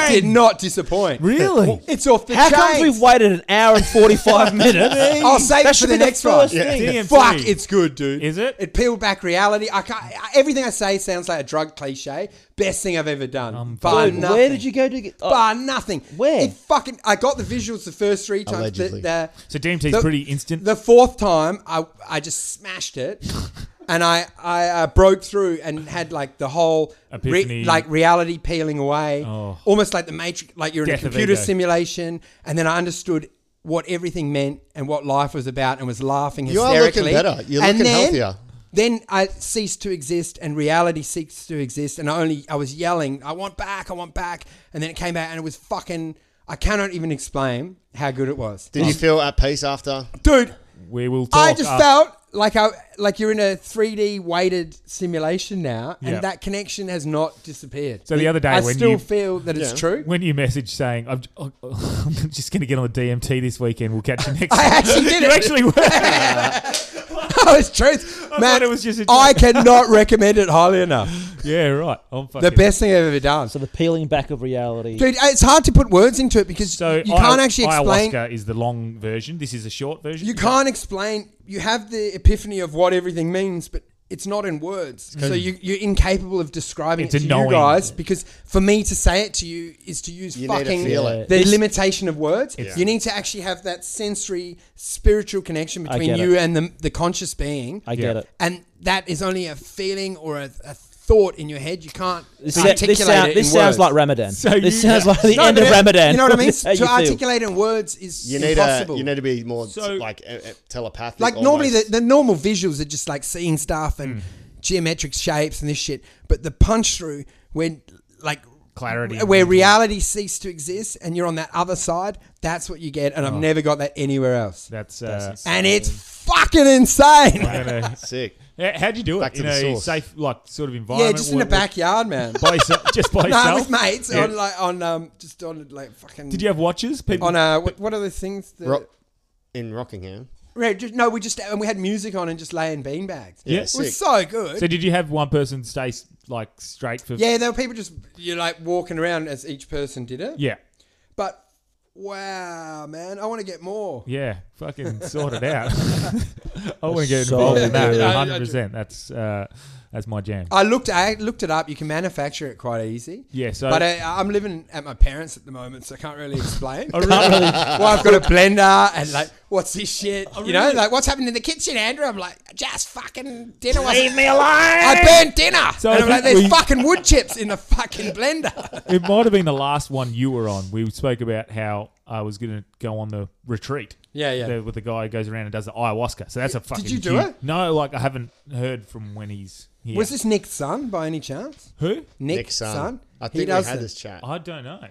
S4: did not disappoint.
S1: Really?
S4: It's off the
S6: How
S4: chains.
S6: come we've waited an hour
S1: *laughs*
S6: and 45 minutes?
S4: I'll save it
S6: That
S4: for
S6: should
S4: the
S6: be
S4: next one.
S6: first
S1: Yeah.
S6: thing.
S1: DMT.
S4: Fuck, it's good, dude.
S1: Is it?
S4: It peeled back reality. I can't, I- everything I say sounds like a drug cliche. Best thing I've ever done. bar
S6: Dude,
S4: nothing.
S6: where did you go to get... oh,
S4: Bar nothing.
S6: Where?
S4: It fucking. I got the visuals the first three times. The,
S5: Allegedly.
S4: the,
S1: So DMT
S4: The-
S1: is pretty instant.
S4: the fourth time, I I just
S1: *laughs*
S4: smashed it, and I I uh, broke through and had like the whole re-
S1: Epiphany.
S4: like reality peeling away,
S1: Oh.
S4: almost like the Matrix, like you're
S1: Death
S4: in a
S1: of
S4: computer
S1: ego.
S4: simulation. And then I understood what everything meant and what life was about, and was laughing
S5: You are looking
S4: hysterically.
S5: better. You're
S4: and
S5: looking
S4: then,
S5: healthier.
S4: Then I ceased to exist, and reality ceased to exist. And I only I was yelling, "I want back! I want back!" And then it came out, and it was fucking. I cannot even explain how good it was,
S5: Did you feel at peace after?
S4: dude.
S1: we will talk.
S4: I just
S1: after-
S4: felt like I like you're in a 3D weighted simulation now, and
S1: Yeah.
S4: that connection has not disappeared.
S1: So the other day
S4: I
S1: when
S4: still
S1: you-
S4: feel that it's
S5: Yeah.
S1: *laughs*
S4: true. *laughs*
S1: when you message saying I'm, j- oh, oh, *laughs* I'm just going to get on the DMT this weekend. We'll
S4: *laughs*
S1: catch you next.
S4: I
S1: time."
S4: actually did
S1: you
S4: it.
S1: actually were.
S4: *laughs* oh, it's truth, man.
S1: thought it was just a joke.
S4: I cannot *laughs* recommend it highly enough.
S1: yeah, right. I'm fucking.
S4: The best thing I've ever done.
S6: So the peeling back of reality.
S4: Dude, it's hard to put words into it because
S1: So
S4: you
S1: ayahu-
S4: can't actually explain.
S1: Ayahuasca is the long version. This is a short version.
S4: You can't explain. You have the epiphany of what everything means, but it's not in words. So you, you're incapable of describing
S1: It's
S4: it to you
S1: annoying.
S4: guys because for me to say it to you is to use
S5: You need to
S4: fucking
S5: feel
S6: it.
S4: the
S6: It's-
S4: limitation of words.
S5: It's-
S4: You need to actually have that sensory, spiritual connection
S6: I
S4: between
S6: get
S4: you and the, the conscious being.
S6: I get
S1: Yeah.
S6: it.
S4: and that is only a feeling or a, a thought in your head. You can't
S6: This, sa-
S4: articulate
S6: this, sound-
S4: it
S6: this
S4: in
S6: sounds
S4: words.
S6: like Ramadan.
S1: So
S6: this
S1: you-
S6: sounds like the
S4: No,
S6: end
S4: but
S6: of
S4: it-
S6: Ramadan.
S4: You know what
S6: *laughs*
S4: I mean?
S6: That's how you
S4: To
S6: feel.
S4: articulate in words is
S5: You need
S4: impossible.
S5: a. You need to be more
S1: So-
S5: like eh, eh, telepathic.
S4: like normally the,
S5: almost.
S4: the normal visuals are just like seeing stuff and
S1: Hmm.
S4: geometric shapes and this shit but the punch through when like
S1: Clarity.
S4: where reality ceased to exist and you're on that other side that's what you get and i've never got that anywhere else
S1: Oh. That's. Uh,
S4: and it's fucking *laughs* insane
S1: I don't know.
S5: sick.
S1: Yeah, How'd you do it
S5: Back to
S1: in
S5: the
S1: a
S5: source.
S1: safe, like, sort of
S4: yeah
S1: environment?
S4: just in the
S1: What- what-
S4: backyard man *laughs*
S1: By yourself, *laughs* just by
S4: no
S1: yourself.
S4: with mates
S1: Yeah.
S4: on like on um just on like fucking
S1: Did you have watches? People.
S4: on uh what, what are the things that
S5: Ro- in Rockingham.
S4: Right, just, no we just and we had music on and just laying beanbags
S5: Yeah,
S4: it was
S5: sick.
S4: so good
S1: so did you have one person stay s- like straight for?
S4: Yeah, there were people just you know, like walking around as each person did it.
S1: Yeah.
S4: But wow, man, I want to get more.
S1: Yeah, fucking sort it out. *laughs* I want to get
S6: So
S1: involved in that.
S4: good. I- I
S1: One hundred percent. That's uh, that's my jam.
S4: I looked I looked it up. You can manufacture it quite easy.
S1: Yeah, so-
S4: but uh, I, I'm living at my parents at the moment, so I can't really
S5: *laughs*
S4: explain.
S1: *laughs* I really,
S4: well, I've got a blender and like, what's
S5: Oh,
S4: this shit? You know, like what's happening in the kitchen, Andrew? I'm like, just fucking dinner. *laughs* Leave me alone. I burnt dinner.
S1: So
S4: and
S1: I
S4: I'm like,
S1: think
S4: there's
S1: we-
S4: fucking wood chips in the fucking
S5: *laughs*
S4: blender.
S1: it might have been the last one you were on. We spoke about how I was going to go on the retreat.
S4: Yeah, yeah.
S1: The- with the guy who goes around and does the ayahuasca. So that's a fucking.
S4: you do
S1: huge-
S4: it?
S1: No, like I haven't heard from when he's here.
S4: Was this Nick's son by any chance?
S1: who?
S4: Nick's,
S5: Nick's
S4: son.
S5: son. I
S4: he
S5: think we
S4: does
S5: had
S4: it.
S5: this chat.
S1: I don't know. I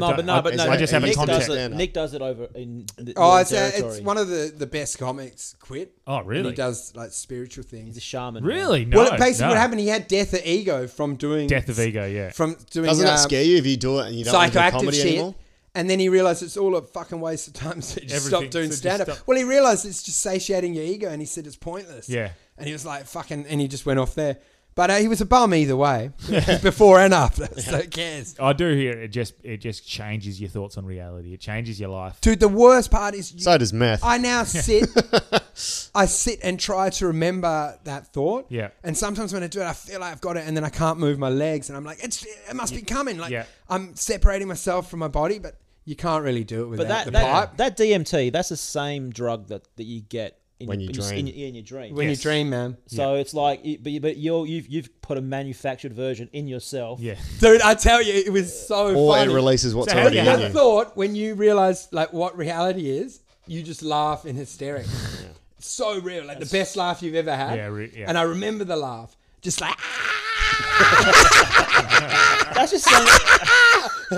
S1: don't-
S6: but
S1: I-
S6: no, but no.
S1: I just
S5: but
S1: haven't
S6: Nick does
S1: contacted.
S5: contact.
S6: it. Nick does it over in. The,
S4: Oh,
S6: Northern
S4: it's, a,
S6: Territory.
S4: it's one of the, the best comics quit.
S1: Oh,
S4: And
S1: really?
S4: he does like spiritual
S6: He's
S4: things.
S6: a shaman.
S1: Really? No.
S4: well, basically,
S1: no.
S4: what happened? He had death of ego from doing
S1: Death of ego. Yeah.
S4: From doing
S5: Doesn't
S4: um,
S5: that scare you if you do it and you don't want to do
S4: psychoactive
S5: comedy
S4: shit.
S5: anymore?
S4: And then he realized it's all a fucking waste of time, *laughs* so he just
S1: Everything,
S4: stopped doing
S1: so just
S4: stand up.
S1: stop-
S4: Well, he realized it's just satiating your ego, and he said it's pointless.
S1: Yeah.
S4: And he was like, fucking, and he just went off there. But uh, he was a bum
S1: *laughs*
S4: either way, before and after. *laughs* So who cares?
S1: I do hear it just it just changes your thoughts on reality. It changes your life.
S4: Dude, the worst part is you,
S5: So does meth.
S4: I
S1: *laughs*
S4: now sit, I sit and try to remember that thought.
S1: Yeah.
S4: And sometimes when I do it, I feel like I've got it, and then I can't move my legs, and I'm like, it's, it must be coming. Like
S1: Yeah.
S4: I'm separating myself from my body, but you can't really do it without
S6: But that
S4: the
S6: that,
S4: pipe.
S6: that DMT, that's the same drug that, that you get in
S5: When you
S6: your, in your-
S5: dream.
S6: in, your- in your dream.
S4: When
S1: Yes.
S4: you dream, man.
S6: So it's like, you- but you- but you're, you've you've put a manufactured version in yourself.
S1: Yeah.
S4: Dude, I tell you, it was so
S5: Or it
S4: funny.
S5: releases what's
S1: So how do
S5: already
S1: you
S5: in
S1: have
S5: you.
S4: I thought when you realize like what reality is, you just laugh in hysterics. *laughs* It's so real, like the best laugh you've ever had.
S1: Yeah, re- yeah.
S4: And I remember the laugh, just like
S6: That's
S1: *laughs*
S6: just something,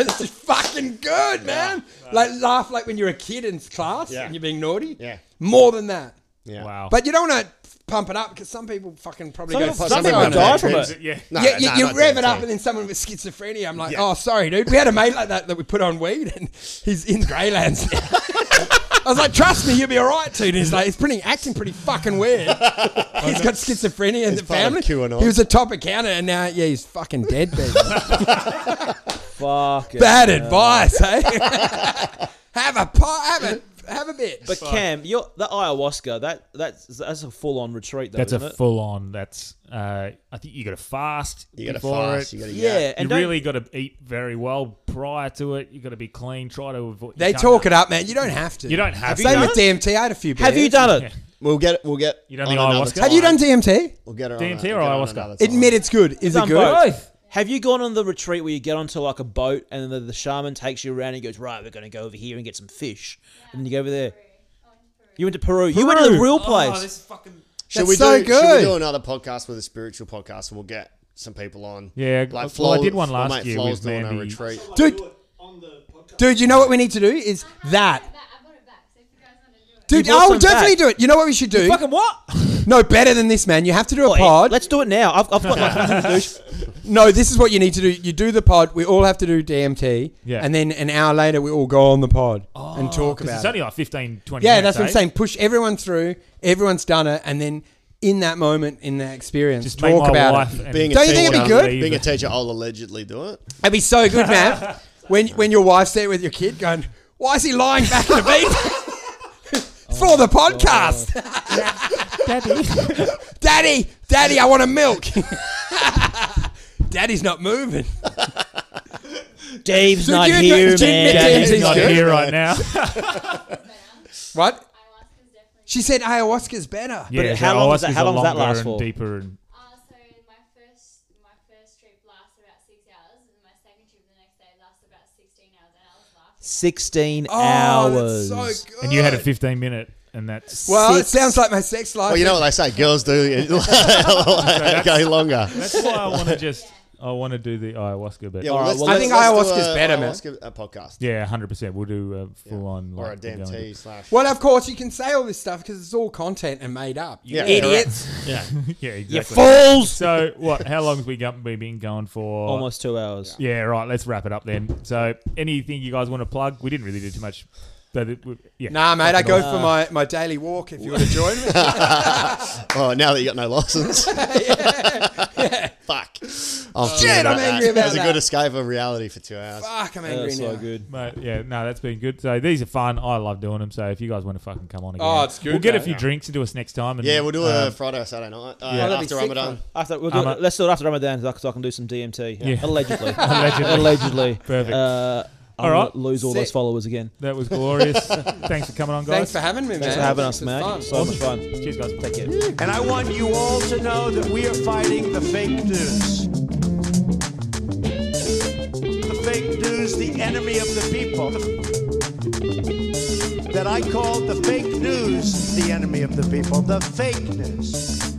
S4: it's just fucking good, man. Like laugh like when you're a kid in class
S5: Yeah.
S4: and you're being naughty.
S5: Yeah.
S4: more than that.
S5: Yeah.
S1: Wow.
S4: But you don't want to pump it up because some people fucking probably go.
S5: Plus,
S4: "Fuck."
S6: people
S5: someone
S6: die
S5: that
S6: from
S5: trips-
S6: it.
S1: yeah.
S5: No,
S4: yeah, you,
S5: no,
S4: you
S5: not
S4: rev it
S5: dead
S4: up,
S5: team.
S4: and then someone with schizophrenia. I'm like,
S5: Yeah.
S4: oh, sorry, dude. We had a mate like that that we put on weed, and he's in
S5: *laughs*
S4: Greylands. now." I was like, trust me, you'll be all right, dude. And he's like, he's pretty acting pretty fucking
S5: *laughs*
S4: weird. he's got schizophrenia in
S5: He's
S4: the
S5: part of
S4: family. He
S5: QAnon.
S4: was a top accountant, and now yeah, he's fucking dead. Baby.
S6: fuck. it.
S4: Bad advice, hey.
S1: *laughs*
S4: *laughs* have a pot, have a have a bit.
S6: But Cam, you're the ayahuasca. That that's that's a full on retreat. Though,
S1: That's
S6: isn't
S1: a
S6: it?
S1: full on. That's uh, I think you got to fast.
S5: You got to
S1: before
S5: fast.
S1: It.
S5: You got to
S6: yeah,
S1: You
S6: and don't-
S1: really got to eat very well prior to it. You got to be clean. Try to avoid.
S4: they
S1: you can't-
S4: talk it up, man. You don't have to.
S1: You don't have
S4: Same
S1: to.
S4: with DMT. I had a few.
S6: Have you
S4: beers.
S6: done it?
S5: We'll get. We'll get.
S1: You done
S5: on
S1: the
S5: another
S1: ayahuasca?
S5: time.
S4: Have you done DMT?
S5: We'll get her on
S1: DMT or
S5: a- we'll get her on
S1: ayahuasca?
S5: another time.
S4: Admit it's good. Is
S6: Done
S4: it good?
S6: both. Have you gone on the retreat where you get onto like a boat and the, the shaman takes you around and goes, right, we're going to go over here and get some fish, and then you go over there. You went to Peru. You went to the real
S1: Oh,
S6: place.
S5: Should
S4: That's
S5: we
S4: so
S5: do? Should
S4: good.
S5: we do another podcast with a spiritual podcast, and we'll get some people on?
S1: Yeah, well, I did one last
S5: mate
S1: year
S5: Flo's
S1: with
S5: doing a
S1: Mandy.
S5: retreat.
S4: Dude.
S7: Do it on the podcast.
S4: Dude, you know what we need to do is that.
S8: I brought it back, so if you guys want to do it.
S4: Dude,
S6: You brought
S4: I'll
S6: some
S4: definitely
S6: back.
S4: do it. You know what we should do?
S6: Fucking what?
S4: *laughs* no, better than this, man. You have to do a
S6: Boy,
S4: pod.
S6: Let's do it now. I've, I've got like
S4: *laughs*
S6: nothing to do.
S4: No, this is what you need to do. You do the pod. We all have to do DMT.
S1: Yeah.
S4: And then an hour later, we all go on the pod and
S6: Oh,
S4: talk
S1: Because
S4: about
S1: it's
S4: it.
S1: only like 15, 20
S4: yeah,
S1: minutes,
S4: that's what I'm
S1: eh?
S4: saying. Push everyone through. Everyone's done it. And then in that moment, in that experience,
S1: Just make
S4: talk
S1: my
S4: about
S1: wife.
S4: it.
S1: and-
S5: Being
S4: Don't
S5: a
S4: you think it'd
S5: teacher,
S4: be good?
S5: Being a teacher, I'll allegedly do it.
S4: That'd be so good,
S1: *laughs*
S4: man. when, when your wife's there with your kid going, why is he lying back in the beat? *laughs* For the podcast.
S1: Oh, Daddy.
S4: *laughs* Daddy, Daddy, I want a milk. *laughs* Daddy's not moving.
S6: Dave's
S4: Dude,
S6: not
S4: you-
S6: here,
S4: dude,
S6: man.
S4: yeah,
S1: Daddy's
S4: he's
S1: not
S4: good.
S1: here right now.
S8: um,
S4: What?
S8: Ayahuasca's definitely.
S4: She said ayahuasca's better.
S1: yeah,
S6: it-
S1: so
S6: how long does that-
S1: ayahuasca's
S6: how
S1: are
S6: long does that
S1: longer
S6: last
S1: and
S6: for?
S1: Deeper and
S8: Uh, so my first my first trip lasted about six hours, and my second trip the next day lasted about sixteen hours, and I was laughing.
S6: Sixteen
S4: Oh, that's
S6: hours.
S4: so good.
S1: and you had a 15 minute, and that's
S4: Well, it
S6: Six.
S4: sounds like my sex life.
S5: Well, you know what they say,
S1: *laughs*
S5: girls *laughs* do go longer.
S1: that's why I want to just I want to do the ayahuasca bit.
S5: Yeah, well, let's-
S6: well,
S5: let's-
S4: I think
S5: let's do
S4: ayahuasca's
S5: a-
S4: better, man.
S5: ayahuasca, A podcast
S1: Yeah, hundred percent. We'll do a full on
S5: or a
S1: like, we're going
S5: DMT slash.
S4: well, of course, you can say all this stuff because it's all content and made up. You
S5: Yeah.
S4: idiots.
S1: to- *laughs* yeah,
S6: You
S1: exactly.
S6: fools!
S1: so what? How long's we got we been going for?
S6: Almost two hours.
S1: Yeah, right. Let's wrap it up then. So, anything you guys want to plug? We didn't really do too much. But it, we, yeah.
S4: Nah, mate, I
S1: Fucking
S4: go for my, my daily walk if you want to join
S6: *laughs*
S4: me.
S5: Oh, now that you got
S4: *laughs*
S5: no license. *laughs* Fuck. I'm
S4: Shit,
S5: fuming
S4: Oh, I'm angry
S5: That was
S4: about
S5: a good
S4: that.
S5: escape of reality for two hours.
S4: Fuck, I'm angry
S6: That's
S4: now.
S6: so good.
S1: Mate, yeah, no, that's been good. So these are fun. I love doing them. So if you guys want to fucking come on again,
S4: Oh, it's good,
S1: We'll get a
S4: mate.
S1: few drinks into us next time. And,
S5: Yeah, we'll do a
S1: um,
S5: Friday or Saturday night uh,
S4: that'd be
S5: after
S4: sick
S5: Ramadan.
S4: fun.
S6: After, we'll do
S1: I'm
S6: it-
S1: a-
S6: let's do it after Ramadan so I can- so I can do some DMT.
S1: Yeah.
S6: Allegedly.
S1: *laughs* Allegedly.
S4: *laughs*
S6: Allegedly.
S1: Perfect.
S6: Uh,
S1: All
S6: I'll
S1: right.
S6: not lose all
S4: Sick.
S6: those followers again.
S1: that was glorious. Thanks for coming on, guys.
S4: Thanks for having me, man.
S6: Thanks for having us,
S4: This was
S6: man.
S4: fun.
S6: So much fun.
S1: Cheers, guys.
S6: Take care.
S3: And I want you all to know that we are fighting the fake news. The fake news, the enemy of the people. That I call the fake news the enemy of the people. The fake news.